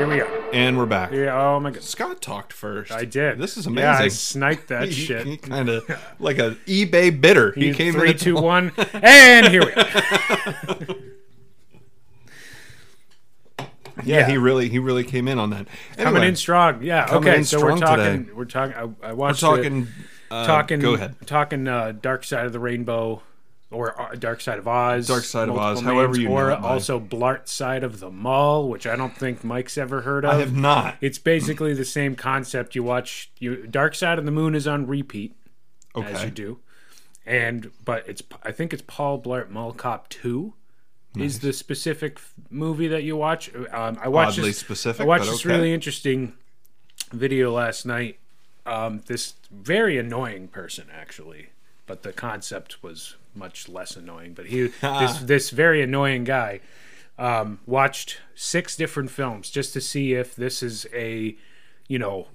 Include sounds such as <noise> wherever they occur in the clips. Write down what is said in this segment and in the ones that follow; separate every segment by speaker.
Speaker 1: And we're back.
Speaker 2: Yeah. Oh my god.
Speaker 1: Scott talked first.
Speaker 2: I did.
Speaker 1: This is
Speaker 2: Yeah, I
Speaker 1: amazing.
Speaker 2: sniped
Speaker 1: <laughs>
Speaker 2: that shit.
Speaker 1: kind of
Speaker 2: <laughs>
Speaker 1: like an eBay bidder. He came in
Speaker 2: three,
Speaker 1: at the-
Speaker 2: two,
Speaker 1: <laughs>
Speaker 2: one, and here we are.
Speaker 1: Yeah,
Speaker 2: yeah.
Speaker 1: he really he really came in on that.
Speaker 2: Coming
Speaker 1: Anyway,
Speaker 2: in strong. Yeah.
Speaker 1: Coming
Speaker 2: okay.
Speaker 1: in
Speaker 2: So we're
Speaker 1: strong
Speaker 2: talking.
Speaker 1: today.
Speaker 2: We're talking. I, I
Speaker 1: we're
Speaker 2: watched. it-
Speaker 1: talking. uh,
Speaker 2: talking.
Speaker 1: Go ahead.
Speaker 2: Talking. Uh, Dark Side of the Rainbow, or uh, Dark Side of Oz.
Speaker 1: Dark Side of
Speaker 2: multiple
Speaker 1: Oz, however you know
Speaker 2: Or
Speaker 1: it by.
Speaker 2: also Blart Side of the Mall, which I don't think Mike's ever heard of.
Speaker 1: I have not.
Speaker 2: It's basically the same concept. You watch you Dark Side of the Moon is on repeat as you
Speaker 1: Okay.
Speaker 2: do, and but it's I think it's Paul Blart Mall Cop Two. Is the specific f- movie that you watch? Um, I watched
Speaker 1: Oddly
Speaker 2: this,
Speaker 1: specific,
Speaker 2: I watched
Speaker 1: but
Speaker 2: this
Speaker 1: okay.
Speaker 2: really interesting um, video last night. Um, this very annoying person, actually, but the concept was much less annoying. But
Speaker 1: <laughs>
Speaker 2: he, this this very annoying guy, um, watched six different films just to see if this is a, you know,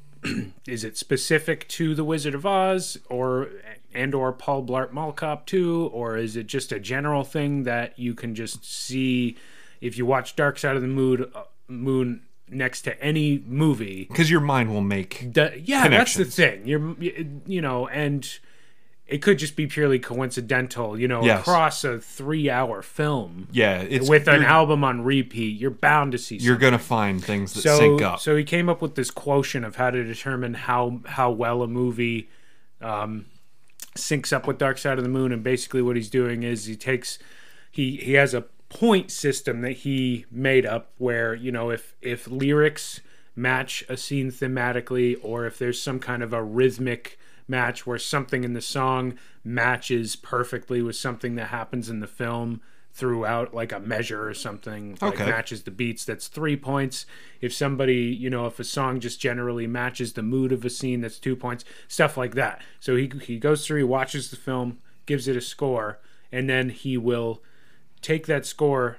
Speaker 2: is it specific to The Wizard of Oz or and or Paul Blart Mall Cop 2 or is it just a general thing that you can just see if you watch Dark Side of the Moon uh, Moon next to any movie
Speaker 1: Because your mind will make.
Speaker 2: the- yeah, that's the
Speaker 1: Connections.
Speaker 2: thing. You're, you know, and it could just be purely coincidental. You know,
Speaker 1: Yes.
Speaker 2: across a three-hour film
Speaker 1: Yeah, it's
Speaker 2: with an
Speaker 1: you're-
Speaker 2: album on repeat, you're bound to see.
Speaker 1: You're
Speaker 2: Something.
Speaker 1: gonna find things that
Speaker 2: So,
Speaker 1: sync up.
Speaker 2: so he came up with this quotient of how to determine how how well a movie um, syncs up with Dark Side of the Moon, and basically what he's doing is he takes he he has a point system that he made up where you know if if lyrics match a scene thematically, or if there's some kind of a rhythmic match where something in the song matches perfectly with something that happens in the film throughout like a measure or something like
Speaker 1: Okay.
Speaker 2: matches the beats that's 3 points if somebody you know if a song just generally matches the mood of a scene that's 2 points stuff like that so he he goes through he watches the film gives it a score and then he will take that score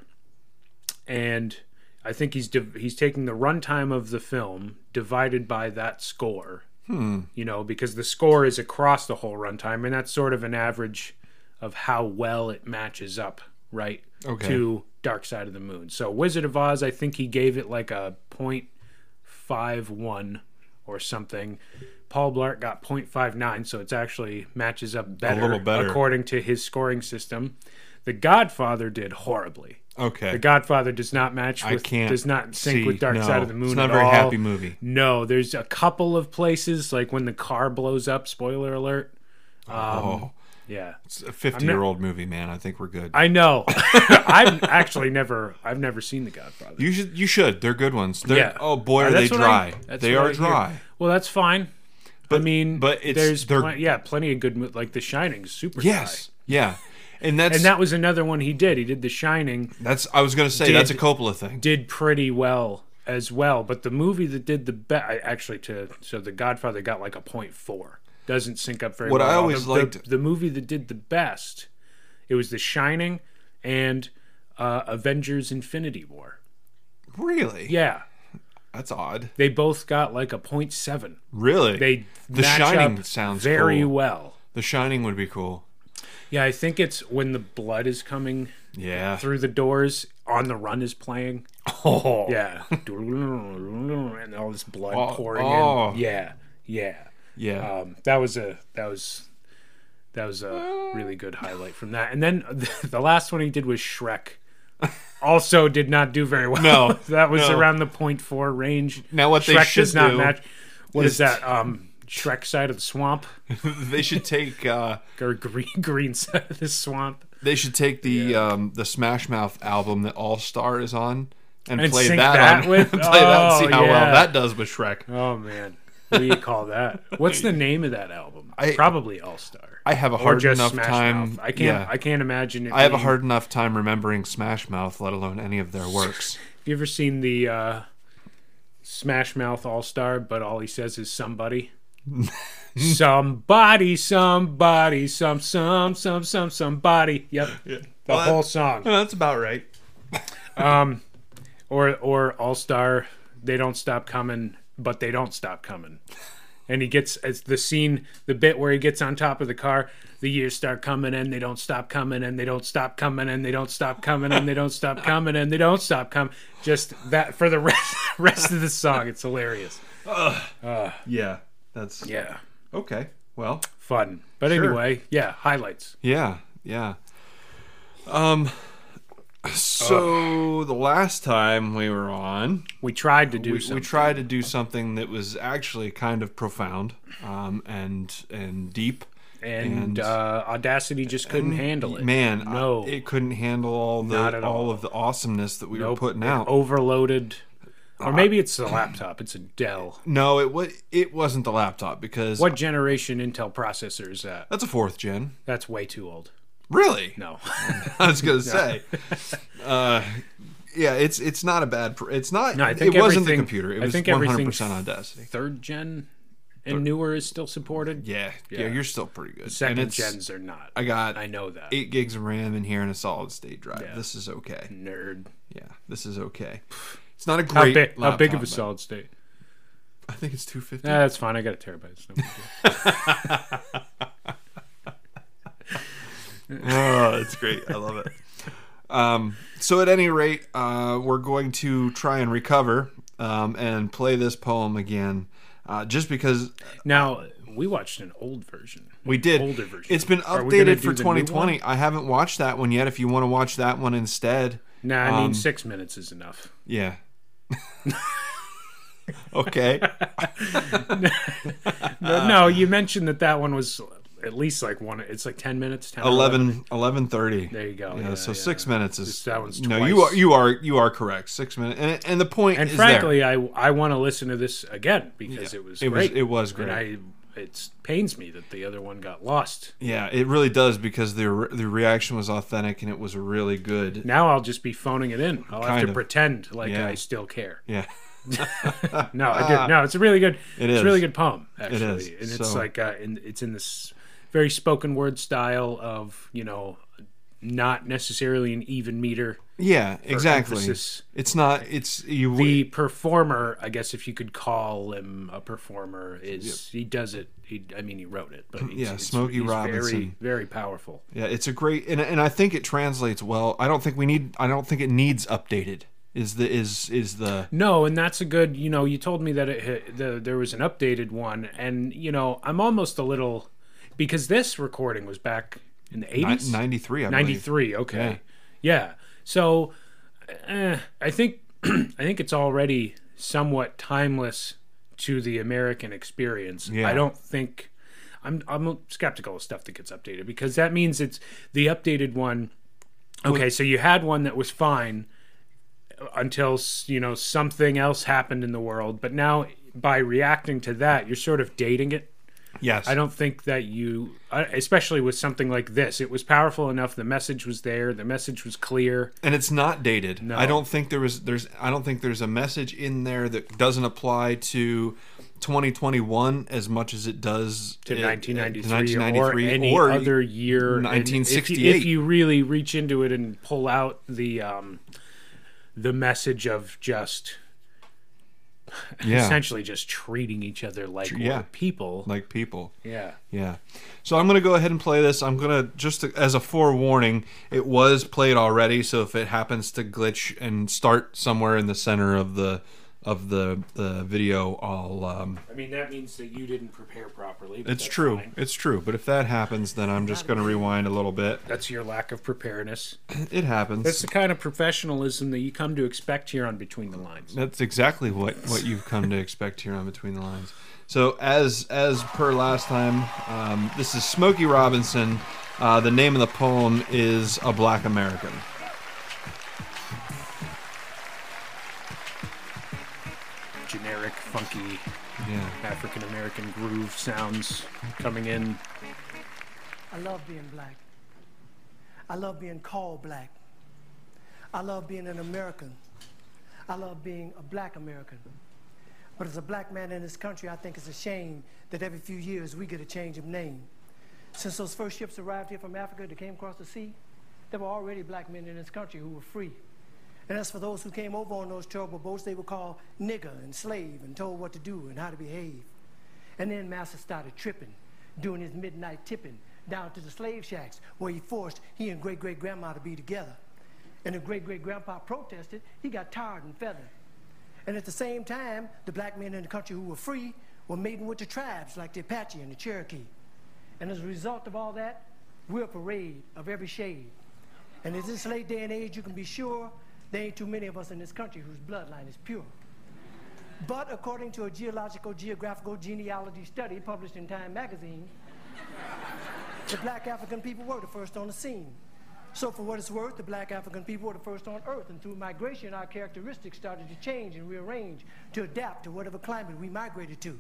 Speaker 2: and I think he's div- he's taking the runtime of the film divided by that score. You know, because the score is across the whole runtime, and that's sort of an average of how well it matches up, right?
Speaker 1: Okay.
Speaker 2: To Dark Side of the Moon. So Wizard of Oz, I think he gave it like a point five one or something. Paul Blart got .59, so it's actually matches up better,
Speaker 1: little better.
Speaker 2: according to his scoring system. The Godfather did horribly.
Speaker 1: okay.
Speaker 2: The Godfather does not match. With,
Speaker 1: I can't.
Speaker 2: Does not sync
Speaker 1: see-
Speaker 2: with Dark
Speaker 1: no,
Speaker 2: Side of the Moon
Speaker 1: It's
Speaker 2: at
Speaker 1: not a very
Speaker 2: all.
Speaker 1: happy movie.
Speaker 2: No, there's a couple of places like when the car blows up. Spoiler alert. um,
Speaker 1: oh,
Speaker 2: Yeah,
Speaker 1: it's a fifty-year-old movie, man. I think we're good.
Speaker 2: I know. <laughs> I've actually never. I've never seen The Godfather.
Speaker 1: you should. You should. They're good ones. They're,
Speaker 2: Yeah.
Speaker 1: Oh boy,
Speaker 2: Uh,
Speaker 1: are they
Speaker 2: that's what I-
Speaker 1: dry?
Speaker 2: that's
Speaker 1: they
Speaker 2: what
Speaker 1: are
Speaker 2: I hear.
Speaker 1: dry.
Speaker 2: Well, that's fine.
Speaker 1: But
Speaker 2: I mean,
Speaker 1: but it's
Speaker 2: there's
Speaker 1: they're-
Speaker 2: plen- yeah, plenty of good mo- like The Shining, super dry.
Speaker 1: Yes. Yeah. And that's
Speaker 2: and that was another one he did. He did The Shining,
Speaker 1: that's. I was gonna say
Speaker 2: Did-
Speaker 1: that's a Coppola thing.
Speaker 2: did pretty well as well. But the movie that did the best, actually, to so the Godfather got like a point four. Doesn't sync up very
Speaker 1: What
Speaker 2: well.
Speaker 1: I
Speaker 2: at all.
Speaker 1: always
Speaker 2: the,
Speaker 1: liked-
Speaker 2: the, the movie that did the best. It was The Shining and uh, Avengers: Infinity War.
Speaker 1: really?
Speaker 2: Yeah,
Speaker 1: That's odd.
Speaker 2: they both got like a point seven.
Speaker 1: Really?
Speaker 2: They
Speaker 1: The
Speaker 2: match
Speaker 1: Shining
Speaker 2: up
Speaker 1: sounds
Speaker 2: very
Speaker 1: cool.
Speaker 2: well.
Speaker 1: the Shining would be cool.
Speaker 2: Yeah, I think it's when the blood is coming <laughs>
Speaker 1: Yeah.
Speaker 2: through the doors. On the Run is playing.
Speaker 1: Oh. <laughs>
Speaker 2: Yeah. and all this blood
Speaker 1: Oh,
Speaker 2: pouring
Speaker 1: oh.
Speaker 2: in. Yeah. Yeah.
Speaker 1: Yeah.
Speaker 2: Um, that was a that was that was a really good highlight from that. And then <laughs> the, the last one he did was
Speaker 1: <laughs>
Speaker 2: Shrek. Also did not do very well.
Speaker 1: No,
Speaker 2: <laughs> that was
Speaker 1: no.
Speaker 2: around the 0.4 range.
Speaker 1: Now what they
Speaker 2: Shrek
Speaker 1: should
Speaker 2: does not
Speaker 1: do
Speaker 2: match. What is,
Speaker 1: is-
Speaker 2: that? Um, Shrek side of the swamp
Speaker 1: <laughs> they should take. uh
Speaker 2: or green <laughs> green side of the swamp?
Speaker 1: They should take the um the Smash Mouth album that All Star is on and,
Speaker 2: And
Speaker 1: play
Speaker 2: sync
Speaker 1: that,
Speaker 2: that
Speaker 1: on, <laughs>
Speaker 2: with-
Speaker 1: play that and
Speaker 2: oh,
Speaker 1: see how well
Speaker 2: yeah.
Speaker 1: that does with Shrek.
Speaker 2: Oh man, what do you call that? What's the name of that album?
Speaker 1: I-
Speaker 2: Probably All Star.
Speaker 1: I have a
Speaker 2: or
Speaker 1: hard
Speaker 2: just
Speaker 1: enough
Speaker 2: Smash
Speaker 1: time.
Speaker 2: Mouth. I can't.
Speaker 1: yeah.
Speaker 2: I can't imagine it.
Speaker 1: I have a
Speaker 2: being-
Speaker 1: hard enough time remembering Smash Mouth, let alone any of
Speaker 2: <laughs>
Speaker 1: their works.
Speaker 2: Have you ever seen the uh, Smash Mouth All Star, but all he says is somebody?
Speaker 1: <laughs>
Speaker 2: somebody, somebody, some, some, some, some, somebody. Yep. The
Speaker 1: Well, that-
Speaker 2: whole song.
Speaker 1: that's about right.
Speaker 2: Or, or All Star, they don't stop coming, but they don't stop coming. and he gets it's the scene the bit where he gets on top of the car the years start coming and they don't stop coming and they don't stop coming and they don't stop coming and they don't stop coming and they don't stop coming just that for the <laughs> rest, rest of the song it's hilarious
Speaker 1: Yeah. That's
Speaker 2: yeah
Speaker 1: okay. Well,
Speaker 2: fun but
Speaker 1: Sure.
Speaker 2: anyway yeah highlights
Speaker 1: yeah, yeah. Um, so the last time we were on,
Speaker 2: we tried to do
Speaker 1: we,
Speaker 2: something
Speaker 1: we tried to do something that was actually kind of profound, um, and and deep.
Speaker 2: and,
Speaker 1: and-
Speaker 2: uh, audacity just couldn't handle it
Speaker 1: Man, I-
Speaker 2: no
Speaker 1: it couldn't handle all the
Speaker 2: Not at
Speaker 1: all,
Speaker 2: all.
Speaker 1: of the awesomeness that we were
Speaker 2: Nope.
Speaker 1: putting
Speaker 2: It
Speaker 1: out.
Speaker 2: overloaded
Speaker 1: Uh,
Speaker 2: or maybe it's the laptop it's a dell
Speaker 1: No, it was it wasn't the laptop because
Speaker 2: what generation intel processor is that
Speaker 1: that's a fourth gen.
Speaker 2: that's way too old
Speaker 1: Really?
Speaker 2: no
Speaker 1: <laughs>
Speaker 2: <laughs>
Speaker 1: I was gonna say. uh, yeah, it's it's not a bad. Pr- it's not.
Speaker 2: No, I think
Speaker 1: it wasn't the
Speaker 2: everything-
Speaker 1: computer. It
Speaker 2: I
Speaker 1: was
Speaker 2: think
Speaker 1: one hundred
Speaker 2: everything's-
Speaker 1: percent audacity.
Speaker 2: third gen and newer is still supported.
Speaker 1: Yeah, yeah,
Speaker 2: Yeah.
Speaker 1: you're still pretty good.
Speaker 2: Second
Speaker 1: and it's,
Speaker 2: gens are not.
Speaker 1: I
Speaker 2: I,
Speaker 1: got
Speaker 2: know that.
Speaker 1: eight gigs of RAM in here and a solid state drive.
Speaker 2: Yeah.
Speaker 1: This is okay.
Speaker 2: Nerd.
Speaker 1: Yeah, this is okay. It's not a
Speaker 2: How,
Speaker 1: great.
Speaker 2: big? how big of
Speaker 1: laptop,
Speaker 2: a
Speaker 1: but
Speaker 2: solid state?
Speaker 1: I think it's two fifty.
Speaker 2: Nah, that's fine. I got a terabyte. It's no big deal.
Speaker 1: <laughs> oh, it's great. I love it. Um, so, at any rate, uh, we're going to try and recover um, and play this poem again, uh, just because
Speaker 2: now we watched an old version.
Speaker 1: we did.
Speaker 2: Older version.
Speaker 1: It's been
Speaker 2: Are we gonna
Speaker 1: updated
Speaker 2: do
Speaker 1: for
Speaker 2: the new one?
Speaker 1: 2020. I haven't watched that one yet. If you want to watch that one instead,
Speaker 2: Nah, I
Speaker 1: um,
Speaker 2: mean six minutes is enough.
Speaker 1: yeah. <laughs> okay. uh,
Speaker 2: no, you mentioned that that one was at least like one. It's like ten minutes. 10 or
Speaker 1: 11 11:30.
Speaker 2: There you go.
Speaker 1: Yeah, so
Speaker 2: yeah.
Speaker 1: 6 minutes is
Speaker 2: That one's
Speaker 1: No, you
Speaker 2: twice.
Speaker 1: are you are you are correct. 6 minutes. And, and the point
Speaker 2: And
Speaker 1: is
Speaker 2: frankly, I I want to listen to this again because
Speaker 1: there.
Speaker 2: it was
Speaker 1: it was
Speaker 2: great.
Speaker 1: it was great.
Speaker 2: and I it pains me that the other one got lost.
Speaker 1: Yeah, it really does because the re- the reaction was authentic and it was really good.
Speaker 2: Now I'll just be phoning it in. I'll have
Speaker 1: Kind
Speaker 2: to
Speaker 1: of.
Speaker 2: pretend like
Speaker 1: Yeah.
Speaker 2: I still
Speaker 1: <laughs>
Speaker 2: care.
Speaker 1: Yeah,
Speaker 2: No, I did. No, it's a really good.
Speaker 1: It
Speaker 2: it's
Speaker 1: is.
Speaker 2: a really good poem actually,
Speaker 1: is.
Speaker 2: and it's
Speaker 1: So-
Speaker 2: like uh, in, it's in this very spoken word style of you know not necessarily an even meter.
Speaker 1: yeah, exactly.
Speaker 2: emphasis.
Speaker 1: It's not. It's you.
Speaker 2: The performer, I guess, if you could call him a performer, is he does it. He, I mean, he wrote it, but he's,
Speaker 1: Yeah,
Speaker 2: it's-
Speaker 1: Smokey
Speaker 2: he's
Speaker 1: Robinson.
Speaker 2: very, very powerful.
Speaker 1: yeah, it's a great and and I think it translates well. I don't think we need. I don't think it needs updated. Is the is is the
Speaker 2: No, and that's a good. You know, you told me that it hit, the, there was an updated one, and you know, I'm almost a little because this recording was back in the '80s,
Speaker 1: ninety three? I believe.
Speaker 2: '93. Okay, yeah. So, eh, I think <clears throat> I think it's already somewhat timeless to the American experience.
Speaker 1: Yeah.
Speaker 2: I don't think I'm I'm skeptical of stuff that gets updated because that means it's the updated one. Okay, so you had one that was fine until s- you know something else happened in the world, but now by reacting to that, you're sort of dating it.
Speaker 1: Yes,
Speaker 2: I don't think that you, I- especially with something like this, it was powerful enough. The message was there. The message was clear.
Speaker 1: and it's not dated. I don't think there was there's I don't think there's a message in there that doesn't apply to 2021 as much as it does
Speaker 2: to
Speaker 1: it-
Speaker 2: 1993,
Speaker 1: 1993
Speaker 2: or any
Speaker 1: or-
Speaker 2: other year. And if you-
Speaker 1: 1968.
Speaker 2: If you, really reach into it and pull out the um, the message of just
Speaker 1: yeah,
Speaker 2: essentially just treating each other like
Speaker 1: yeah.
Speaker 2: we're people.
Speaker 1: like people.
Speaker 2: yeah.
Speaker 1: Yeah. So I'm going to go ahead and play this. I'm going to just as a forewarning, it was played already, so if it happens to glitch and start somewhere in the center of the of the the video, I'll um
Speaker 2: I mean, that means that you didn't prepare properly. but
Speaker 1: it's
Speaker 2: that's
Speaker 1: true.
Speaker 2: fine.
Speaker 1: It's true. But if that happens, then I'm just going to rewind a little bit.
Speaker 2: That's your lack of preparedness.
Speaker 1: It happens.
Speaker 2: That's the kind of professionalism that you come to expect here on Between the Lines.
Speaker 1: That's exactly what what you've come to expect here on Between the Lines. So as as per last time, um, this is Smokey Robinson. Uh, the name of the poem is "A Black American."
Speaker 2: Generic, funky
Speaker 1: Yeah.
Speaker 2: African American groove sounds coming in.
Speaker 3: I love being black. I love being called black. I love being an American. I love being a black American. But as a black man in this country, I think it's a shame that every few years we get a change of name. Since those first ships arrived here from Africa that came across the sea, there were already black men in this country who were free. And as for those who came over on those terrible boats, they were called nigger and slave and told what to do and how to behave. And then Master started tripping, doing his midnight tipping down to the slave shacks where he forced he and great great grandma to be together. And the great great grandpa protested, he got tired and feathered. And at the same time, the black men in the country who were free were mating with the tribes like the Apache and the Cherokee. And as a result of all that, we're a parade of every shade. And in this late day and age, you can be sure there ain't too many of us in this country whose bloodline is pure. But according to a geological, geographical genealogy study published in Time magazine, the black African people were the first on the scene. So, for what it's worth, the black African people were the first on Earth, and through migration, our characteristics started to change and rearrange to adapt to whatever climate we migrated to.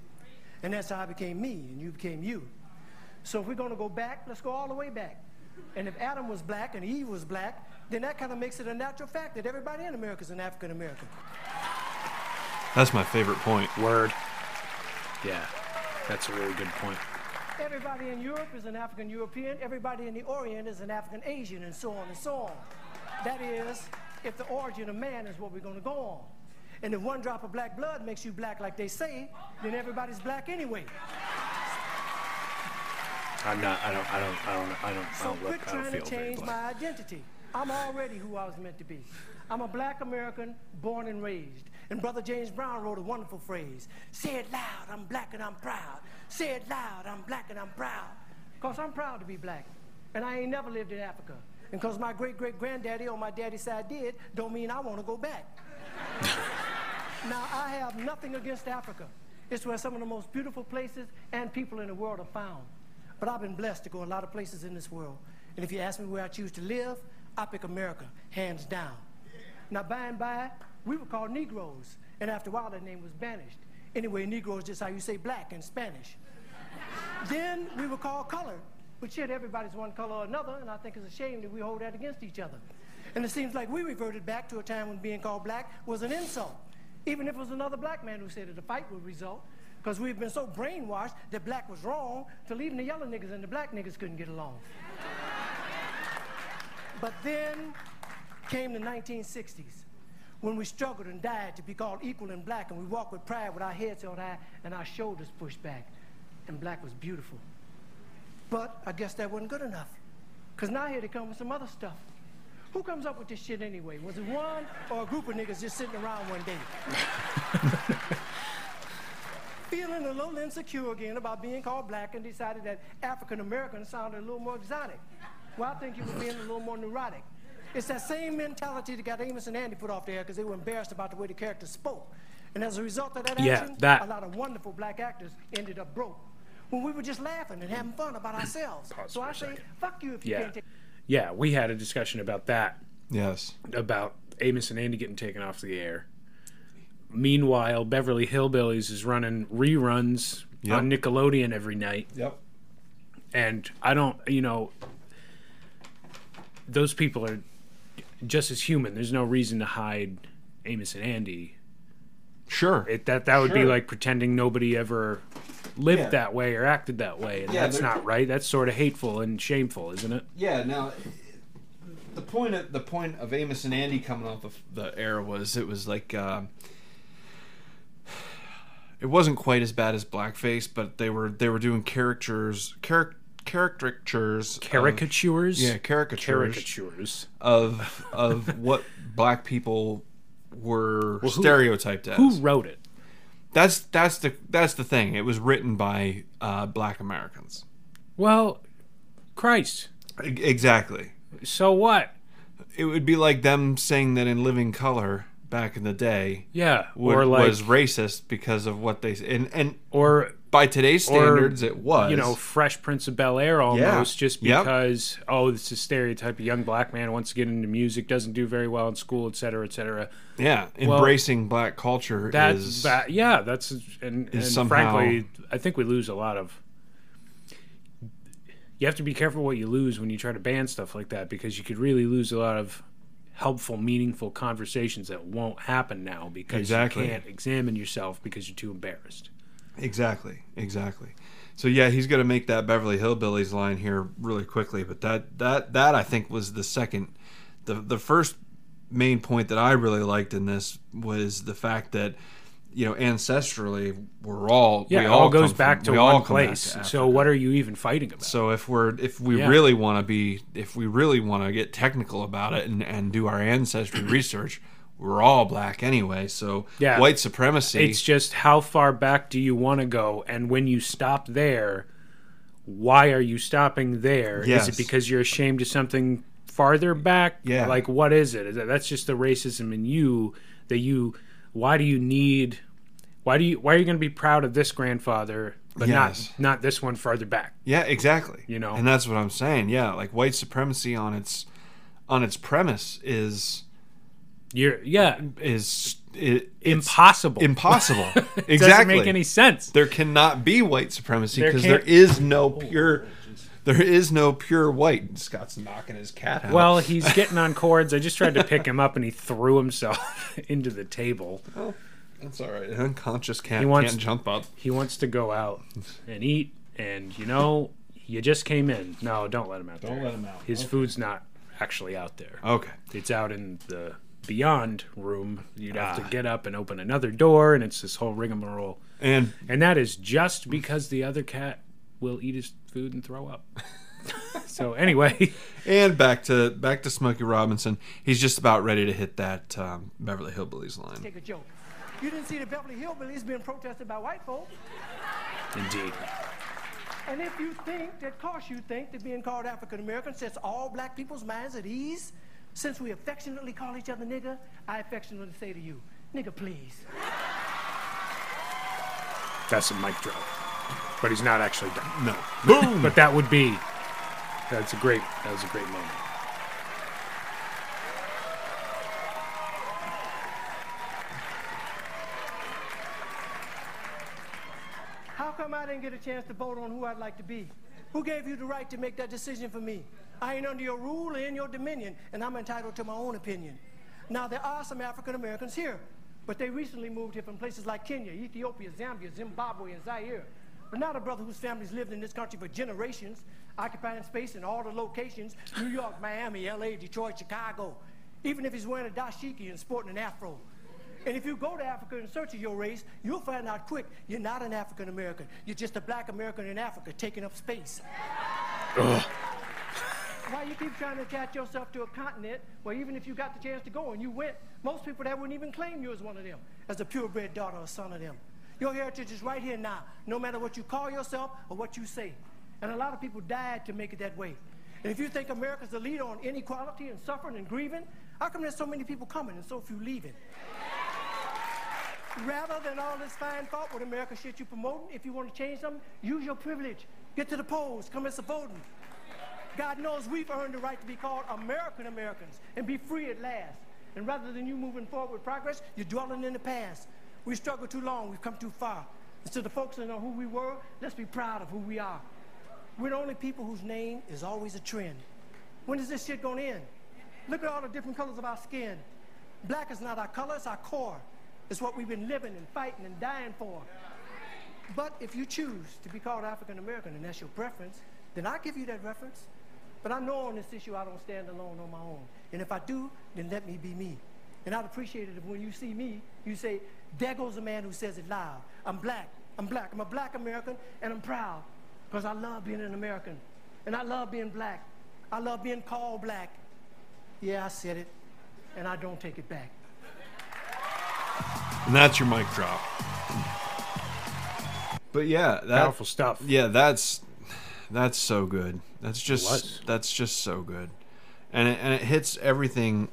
Speaker 3: And that's how I became me, and you became you. So, if we're going to go back, let's go all the way back. And if Adam was black and Eve was black, then that kind of makes it a natural fact that everybody in America is an African American.
Speaker 1: That's my favorite point.
Speaker 2: Word. Yeah, that's a really good point.
Speaker 3: Everybody in Europe is an African European. Everybody in the Orient is an African Asian, and so on and so on. That is, if the origin of man is what we're going to go on. And if one drop of black blood makes you black, like they say, then everybody's black anyway.
Speaker 2: I'm not. I don't. I don't. I don't. I don't. I
Speaker 3: So
Speaker 2: don't,
Speaker 3: quit
Speaker 2: look, I
Speaker 3: trying
Speaker 2: don't
Speaker 3: to
Speaker 2: feel very
Speaker 3: change
Speaker 2: black.
Speaker 3: my identity. I'm already who I was meant to be. I'm a black American born and raised. And Brother James Brown wrote a wonderful phrase Say it loud, I'm black and I'm proud. Say it loud, I'm black and I'm proud. Because I'm proud to be black. And I ain't never lived in Africa. And because my great great granddaddy on my daddy's side did, don't mean I want to go back. Now, I have nothing against Africa. It's where some of the most beautiful places and people in the world are found. But I've been blessed to go a lot of places in this world. And if you ask me where I choose to live, I pick America, hands down. Now, by and by, we were called Negroes. And after a while, that name was banished. Anyway, Negro is just how you say black in Spanish. then we were called colored. But shit, everybody's one color or another, and I think it's a shame that we hold that against each other. And it seems like we reverted back to a time when being called black was an insult, even if it was another black man who said that a fight would result, because we've been so brainwashed that black was wrong till even the yellow niggas and the black niggas couldn't get along. But then came the 1960s when we struggled and died to be called equal and black, and we walked with pride with our heads held high and our shoulders pushed back. And black was beautiful. But I guess that wasn't good enough. Because now here they come with some other stuff. Who comes up with this shit anyway? Was it one or a group of niggas just sitting around one
Speaker 2: <laughs>
Speaker 3: day? Feeling a little insecure again about being called black and decided that African American sounded a little more exotic. Well, I think you were being a little more neurotic. It's that same mentality that got Amos and Andy put off the air because they were embarrassed about the way the characters spoke. And as a result of that
Speaker 2: Yeah,
Speaker 3: action,
Speaker 2: that.
Speaker 3: a lot of wonderful black actors ended up broke when we were just laughing and having fun about ourselves.
Speaker 2: Pause
Speaker 3: so
Speaker 2: for
Speaker 3: I
Speaker 2: a
Speaker 3: say,
Speaker 2: second.
Speaker 3: fuck you if you
Speaker 2: Yeah.
Speaker 3: can't take
Speaker 2: Yeah, we had a discussion about that.
Speaker 1: Yes.
Speaker 2: about Amos and Andy getting taken off the air. Meanwhile, Beverly Hillbillies is running reruns
Speaker 1: Yep.
Speaker 2: on Nickelodeon every night,
Speaker 1: Yep.
Speaker 2: and I don't, you know, those people are just as human. There's no reason to hide Amos and Andy.
Speaker 1: Sure.
Speaker 2: It, that that would be
Speaker 1: Sure.
Speaker 2: like pretending nobody ever lived
Speaker 1: Yeah.
Speaker 2: that way or acted that way, and
Speaker 1: Yeah,
Speaker 2: that's
Speaker 1: they're-
Speaker 2: not right. That's sort of hateful and shameful, isn't it?
Speaker 1: yeah. Now, the point of the point of Amos and Andy coming off of the air was it was like uh, it wasn't quite as bad as blackface, but they were they were doing characters charac- caricatures of-
Speaker 2: Caricatures,
Speaker 1: yeah caricatures
Speaker 2: caricatures.
Speaker 1: of
Speaker 2: <laughs>
Speaker 1: of what black people were
Speaker 2: who-
Speaker 1: stereotyped as.
Speaker 2: Who wrote it?
Speaker 1: That's that's the that's the thing. It was written by uh, black Americans.
Speaker 2: Well, Christ.
Speaker 1: E- Exactly.
Speaker 2: So what?
Speaker 1: It would be like them saying that in Living Color back in the day
Speaker 2: Yeah,
Speaker 1: would,
Speaker 2: or like,
Speaker 1: was racist because of what they and and
Speaker 2: or
Speaker 1: by today's
Speaker 2: Or,
Speaker 1: standards it was.
Speaker 2: you know, Fresh Prince of Bel Air almost just
Speaker 1: Yep.
Speaker 2: because oh, this is a stereotype. A young black man wants to get into music, doesn't do very well in school, et cetera, et cetera.
Speaker 1: yeah,
Speaker 2: well,
Speaker 1: embracing black culture
Speaker 2: That,
Speaker 1: is
Speaker 2: that yeah, that's and, and
Speaker 1: is somehow-
Speaker 2: frankly, I think we lose a lot of. You have to be careful what you lose when you try to ban stuff like that because you could really lose a lot of helpful, meaningful conversations that won't happen now because
Speaker 1: Exactly.
Speaker 2: you can't examine yourself because you're too embarrassed.
Speaker 1: Exactly, exactly. So yeah, he's gonna make that Beverly Hillbillies line here really quickly, but that that that I think was the second, the the first main point that I really liked in this was the fact that you know, ancestrally, we're all
Speaker 2: Yeah,
Speaker 1: we
Speaker 2: it all
Speaker 1: come
Speaker 2: goes
Speaker 1: from-
Speaker 2: back to
Speaker 1: we all
Speaker 2: one
Speaker 1: come back to
Speaker 2: place.
Speaker 1: Africa.
Speaker 2: so what are you even fighting about?
Speaker 1: So if we're if we
Speaker 2: Yeah.
Speaker 1: really want to be if we really want to get technical about it and, and do our ancestry <clears throat> research, we're all black anyway. So
Speaker 2: Yeah.
Speaker 1: white supremacy.
Speaker 2: It's just how far back do you want to go, and when you stop there, why are you stopping there? Is
Speaker 1: Yes.
Speaker 2: it because you're ashamed of something farther back?
Speaker 1: Yeah.
Speaker 2: Like what is it? Is that, that's just the racism in you that you. Why do you need? Why do you? Why are you going to be proud of this grandfather, but
Speaker 1: Yes.
Speaker 2: not not this one farther back?
Speaker 1: yeah, exactly.
Speaker 2: You know.
Speaker 1: and that's what I'm saying. Yeah, like white supremacy on its on its premise is
Speaker 2: You're yeah,
Speaker 1: is it, it's
Speaker 2: impossible.
Speaker 1: impossible. exactly.
Speaker 2: <laughs> It doesn't make any sense.
Speaker 1: there cannot be white supremacy
Speaker 2: There
Speaker 1: because there
Speaker 2: can't- Oh.
Speaker 1: is no pure. There is no pure white. Scott's knocking his cat out.
Speaker 2: Well, he's getting on cords. I just tried to pick him up, and he threw himself <laughs> into the table.
Speaker 1: that's all right. An unconscious cat
Speaker 2: He wants-
Speaker 1: can't jump up.
Speaker 2: he wants to go out and eat and you know you just came in no don't let him out don't
Speaker 1: let him out. Oh.
Speaker 2: his food's not actually out there
Speaker 1: Okay.
Speaker 2: it's out in the beyond room you'd have
Speaker 1: Ah.
Speaker 2: to get up and open another door and it's this whole rigmarole
Speaker 1: And
Speaker 2: and that is just because the other cat will eat his food and throw
Speaker 1: <laughs>
Speaker 2: up so anyway
Speaker 1: and back to back to Smokey Robinson. He's just about ready to hit that um, Beverly Hillbillies line.
Speaker 3: Take a joke. You didn't see the Beverly Hillbillies being protested by white folk.
Speaker 2: indeed
Speaker 3: And if you think that, of course, you think that being called African American sets all black people's minds at ease, since we affectionately call each other nigger, I affectionately say to you, nigger, please.
Speaker 2: that's a mic drop but he's not actually done
Speaker 1: No. Boom.
Speaker 2: but that would be that's a great that was a great moment
Speaker 3: How come I didn't get a chance to vote on who I'd like to be? Who gave you the right to make that decision for me? I ain't under your rule or in your dominion, and I'm entitled to my own opinion. Now, there are some African Americans here, but they recently moved here from places like Kenya, Ethiopia, Zambia, Zimbabwe, and Zaire. But not a brother whose family's lived in this country for generations, occupying space in all the locations New York, Miami, LA, Detroit, Chicago, even if he's wearing a dashiki and sporting an afro. And if you go to Africa in search of your race, you'll find out quick you're not an African American. You're just a black American in Africa taking up space. Why you keep trying to attach yourself to a continent where even if you got the chance to go and you went, most people that wouldn't even claim you as one of them, as a purebred daughter or son of them. Your heritage is right here now, no matter what you call yourself or what you say. And a lot of people died to make it that way. And if you think America's the leader on inequality and suffering and grieving, how come there's so many people coming and so few leaving? Rather than all this fine thought with America shit you promoting, if you want to change something, use your privilege. Get to the polls, commence the voting. God knows we've earned the right to be called American Americans and be free at last. And rather than you moving forward with progress, you're dwelling in the past. We struggled too long, we've come too far. And to the folks that know who we were, let's be proud of who we are. We're the only people whose name is always a trend. When is this shit gonna end? Look at all the different colors of our skin. Black is not our color, it's our core. It's what we've been living and fighting and dying for. But if you choose to be called African American and that's your preference, then I give you that reference. But I know on this issue I don't stand alone on my own. And if I do, then let me be me. And I'd appreciate it if when you see me, you say, There goes a man who says it loud. I'm black. I'm black. I'm a black American and I'm proud because I love being an American. And I love being black. I love being called black. Yeah, I said it. And I don't take it back.
Speaker 1: And that's your mic drop. But yeah, that
Speaker 2: powerful stuff
Speaker 1: yeah, that's that's so good. That's
Speaker 2: was.
Speaker 1: just that's just so good. And it, and it hits everything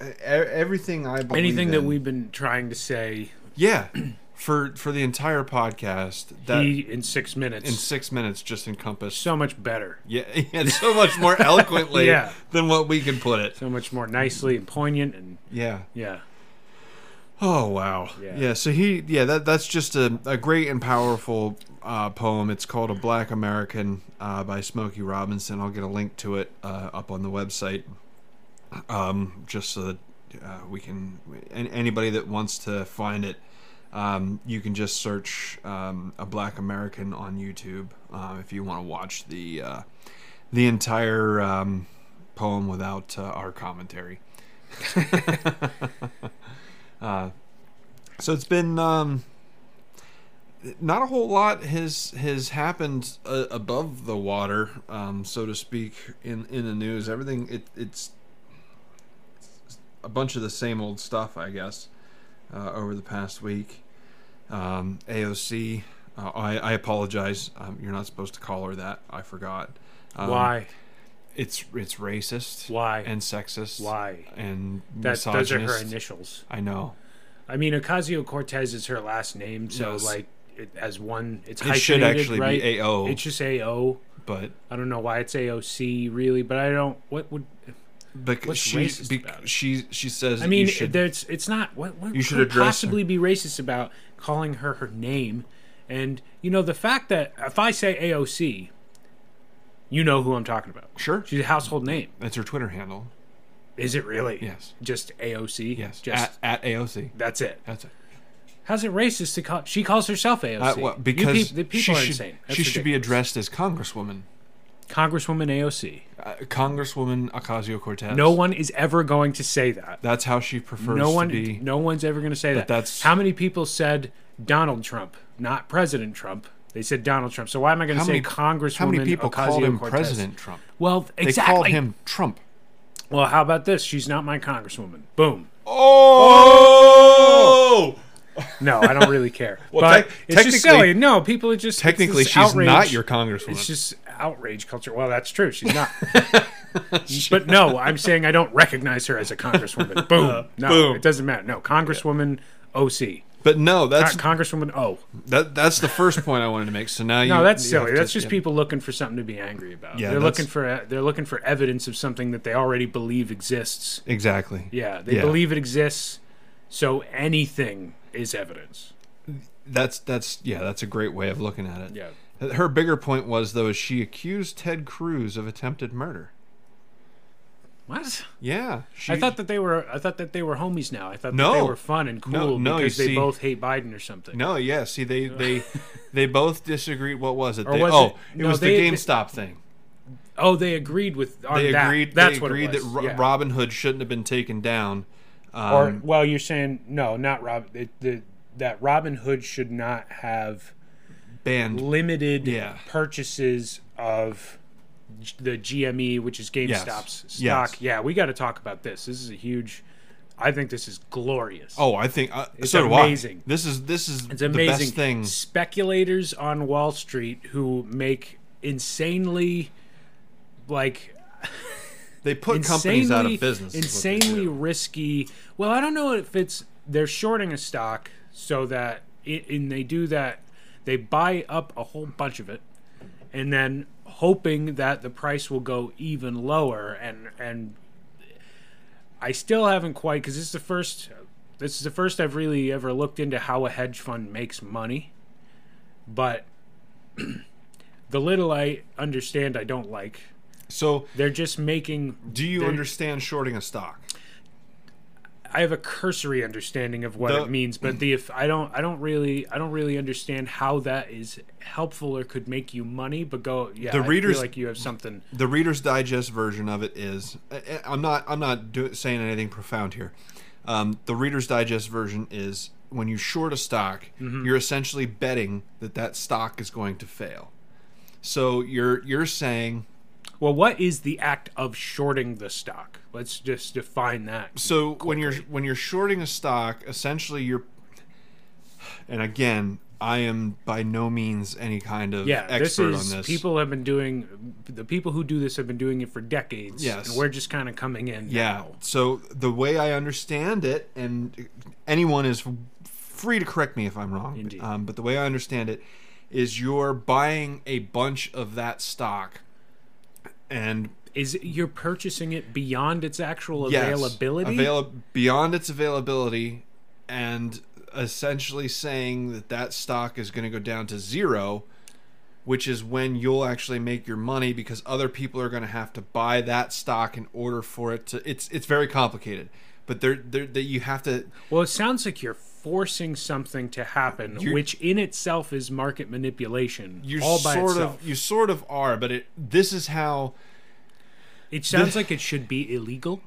Speaker 1: e- everything I believe
Speaker 2: anything that
Speaker 1: in.
Speaker 2: we've been trying to say
Speaker 1: Yeah. For for the entire podcast that
Speaker 2: he in six minutes
Speaker 1: in 6 minutes just encompassed
Speaker 2: so much better
Speaker 1: Yeah, <laughs> and so much more eloquently
Speaker 2: Yeah.
Speaker 1: than what we can put it.
Speaker 2: so much more nicely and poignant and
Speaker 1: Yeah.
Speaker 2: yeah
Speaker 1: Oh wow. Yeah.
Speaker 2: Yeah.
Speaker 1: so he yeah, that that's just a, a great and powerful uh, poem. It's called A Black American uh, by Smokey Robinson. I'll get a link to it uh, up on the website. Um, just so that uh, we can an anybody that wants to find it um, you can just search um, a black american on youtube uh, if you want to watch the uh, the entire um, poem without uh, our commentary So it's been um, not a whole lot has has happened uh, above the water, um, so to speak, in in the news. Everything it, it's a bunch of the same old stuff, I guess, uh, over the past week. Um, AOC, uh, I, I apologize. Um, you're not supposed to call her that. I forgot. Um,
Speaker 2: Why?
Speaker 1: It's it's racist.
Speaker 2: Why?
Speaker 1: And sexist.
Speaker 2: Why?
Speaker 1: And
Speaker 2: That,
Speaker 1: misogynist.
Speaker 2: those are her initials.
Speaker 1: I know.
Speaker 2: I mean, Ocasio Cortez is her last name, so
Speaker 1: Yes.
Speaker 2: like it, as one, it's
Speaker 1: It should
Speaker 2: hyphenated,
Speaker 1: actually be
Speaker 2: right?
Speaker 1: AO.
Speaker 2: It's just AO.
Speaker 1: But
Speaker 2: I don't know why it's AOC really, but I don't. What would
Speaker 1: because
Speaker 2: What's
Speaker 1: she
Speaker 2: racist
Speaker 1: bec-
Speaker 2: about it?
Speaker 1: she she says
Speaker 2: I mean?
Speaker 1: you should,
Speaker 2: There's, it's not. What, what
Speaker 1: You should
Speaker 2: could
Speaker 1: address her.
Speaker 2: possibly be racist about calling her her name? And you know the fact that if I say AOC, you know who I'm talking about.
Speaker 1: sure.
Speaker 2: She's a household name.
Speaker 1: That's her Twitter handle.
Speaker 2: Is it really?
Speaker 1: Yes.
Speaker 2: Just AOC.
Speaker 1: Yes.
Speaker 2: Just
Speaker 1: at, at AOC.
Speaker 2: that's it.
Speaker 1: That's it.
Speaker 2: How's it racist to call? She calls herself AOC.
Speaker 1: Uh, well,
Speaker 2: You
Speaker 1: because
Speaker 2: peop- the people
Speaker 1: she
Speaker 2: are
Speaker 1: should
Speaker 2: insane. That's
Speaker 1: she should be
Speaker 2: ridiculous.
Speaker 1: addressed as Congresswoman,
Speaker 2: Congresswoman AOC.
Speaker 1: uh, Congresswoman Ocasio Cortez.
Speaker 2: No one is ever going to say that.
Speaker 1: That's how she prefers
Speaker 2: No one,
Speaker 1: to be.
Speaker 2: no one's ever going to say that.
Speaker 1: that's-
Speaker 2: how many people said Donald Trump, not President Trump. They said Donald Trump. So why am I going to
Speaker 1: how
Speaker 2: say
Speaker 1: many
Speaker 2: Congresswoman?
Speaker 1: How many people called him
Speaker 2: Ocasio-Cortez?
Speaker 1: President Trump?
Speaker 2: Well,
Speaker 1: They
Speaker 2: exactly.
Speaker 1: called him Trump.
Speaker 2: Well, how about this? She's not my Congresswoman. Boom.
Speaker 1: Oh,
Speaker 2: No, I don't really care.
Speaker 1: <laughs> Well,
Speaker 2: but
Speaker 1: tec-
Speaker 2: it's just
Speaker 1: technically-
Speaker 2: silly. No, people are just it's
Speaker 1: technically,
Speaker 2: this
Speaker 1: she's not
Speaker 2: outrage.
Speaker 1: your Congresswoman.
Speaker 2: It's just outrage culture. Well, that's true. She's
Speaker 1: <laughs>
Speaker 2: not. but no, I'm saying I don't recognize her as a congresswoman.
Speaker 1: <laughs>
Speaker 2: Boom. No,
Speaker 1: boom.
Speaker 2: it doesn't matter. No, Congresswoman OC.
Speaker 1: but no, that's
Speaker 2: Not Congresswoman O.
Speaker 1: that, that's the first point I wanted to make. So now you
Speaker 2: No, that's
Speaker 1: you
Speaker 2: silly.
Speaker 1: have to-
Speaker 2: That's just
Speaker 1: yeah.
Speaker 2: people looking for something to be angry about.
Speaker 1: Yeah,
Speaker 2: they're
Speaker 1: that's-
Speaker 2: looking for uh, they're looking for evidence of something that they already believe exists.
Speaker 1: Exactly.
Speaker 2: Yeah, they believe it exists, so anything is evidence.
Speaker 1: That's that's yeah, that's a great way of looking at it.
Speaker 2: Yeah.
Speaker 1: Her bigger point was though is she accused Ted Cruz of attempted murder.
Speaker 2: What?
Speaker 1: Yeah, she,
Speaker 2: I thought that they were. I thought that they were homies now. I thought that
Speaker 1: No.
Speaker 2: they were fun and cool
Speaker 1: No, no, you
Speaker 2: because they
Speaker 1: see-
Speaker 2: both hate Biden or something.
Speaker 1: No, yeah.
Speaker 2: <laughs>
Speaker 1: See, they they they both disagreed. What was it?
Speaker 2: Or
Speaker 1: They-
Speaker 2: was
Speaker 1: oh,
Speaker 2: it-
Speaker 1: it,
Speaker 2: no,
Speaker 1: was the
Speaker 2: they- they-
Speaker 1: GameStop thing.
Speaker 2: Oh, they agreed with. On
Speaker 1: They
Speaker 2: that.
Speaker 1: agreed.
Speaker 2: That's
Speaker 1: they
Speaker 2: what
Speaker 1: agreed
Speaker 2: it was.
Speaker 1: that Ro-
Speaker 2: yeah.
Speaker 1: Robin Hood shouldn't have been taken down. Um,
Speaker 2: Or well, you're saying no, not Rob. It, the, that Robin Hood should not have
Speaker 1: banned.
Speaker 2: limited
Speaker 1: Yeah.
Speaker 2: purchases of G- the GME, which is GameStop's stock.
Speaker 1: Yes.
Speaker 2: Yeah, we got to talk about this. This is a huge. I think this is glorious.
Speaker 1: Oh, I think uh, so. do I.
Speaker 2: amazing.
Speaker 1: This is this is
Speaker 2: It's
Speaker 1: the
Speaker 2: amazing.
Speaker 1: best thing.
Speaker 2: Speculators on Wall Street who make insanely, like
Speaker 1: They put
Speaker 2: insanely,
Speaker 1: companies out of business. is what they
Speaker 2: insanely
Speaker 1: do.
Speaker 2: risky. Well, I don't know if it's they're shorting a stock so that it, and they do that they buy up a whole bunch of it and then hoping that the price will go even lower and and I still haven't quite cuz this is the first this is the first I've really ever looked into how a hedge fund makes money but <clears throat> the little I understand I don't like
Speaker 1: So,
Speaker 2: they're just making
Speaker 1: do you
Speaker 2: they're-
Speaker 1: understand shorting a stock?
Speaker 2: I have a cursory understanding of what
Speaker 1: The-
Speaker 2: it means, but the if I don't I don't really I don't really understand how that is helpful or could make you money. But go yeah,
Speaker 1: The
Speaker 2: I feel
Speaker 1: readers-
Speaker 2: like you have something.
Speaker 1: the Reader's Digest version of it is. I- I'm not. I'm not do, saying anything profound here. Um, the Reader's Digest version is when you short a stock,
Speaker 2: Mm-hmm.
Speaker 1: you're essentially betting that that stock is going to fail. So you're you're saying
Speaker 2: Well, what is the act of shorting the stock? Let's just define that.
Speaker 1: so when you're when you're shorting a stock, essentially you're. And again, I am by no means any kind of
Speaker 2: yeah, this
Speaker 1: expert
Speaker 2: is
Speaker 1: on this.
Speaker 2: people have been doing the people who do this have been doing it for decades.
Speaker 1: Yes.
Speaker 2: and we're just kind of coming in.
Speaker 1: Yeah.
Speaker 2: now.
Speaker 1: So the way I understand it, and anyone is free to correct me if I'm wrong,
Speaker 2: Indeed.
Speaker 1: Um, but the way I understand it is you're buying a bunch of that stock, and
Speaker 2: is you're purchasing it beyond its actual
Speaker 1: yes,
Speaker 2: availability.
Speaker 1: avail- beyond its availability, and essentially saying that that stock is going to go down to zero. Which is when you'll actually make your money because other people are going to have to buy that stock in order for it to. It's it's very complicated, but there there that you have to
Speaker 2: Well, it sounds like you're forcing something to happen,
Speaker 1: You're-
Speaker 2: which in itself is market manipulation
Speaker 1: you
Speaker 2: all by
Speaker 1: sort
Speaker 2: itself.
Speaker 1: of you sort of are but it this is how
Speaker 2: it sounds like it should be illegal,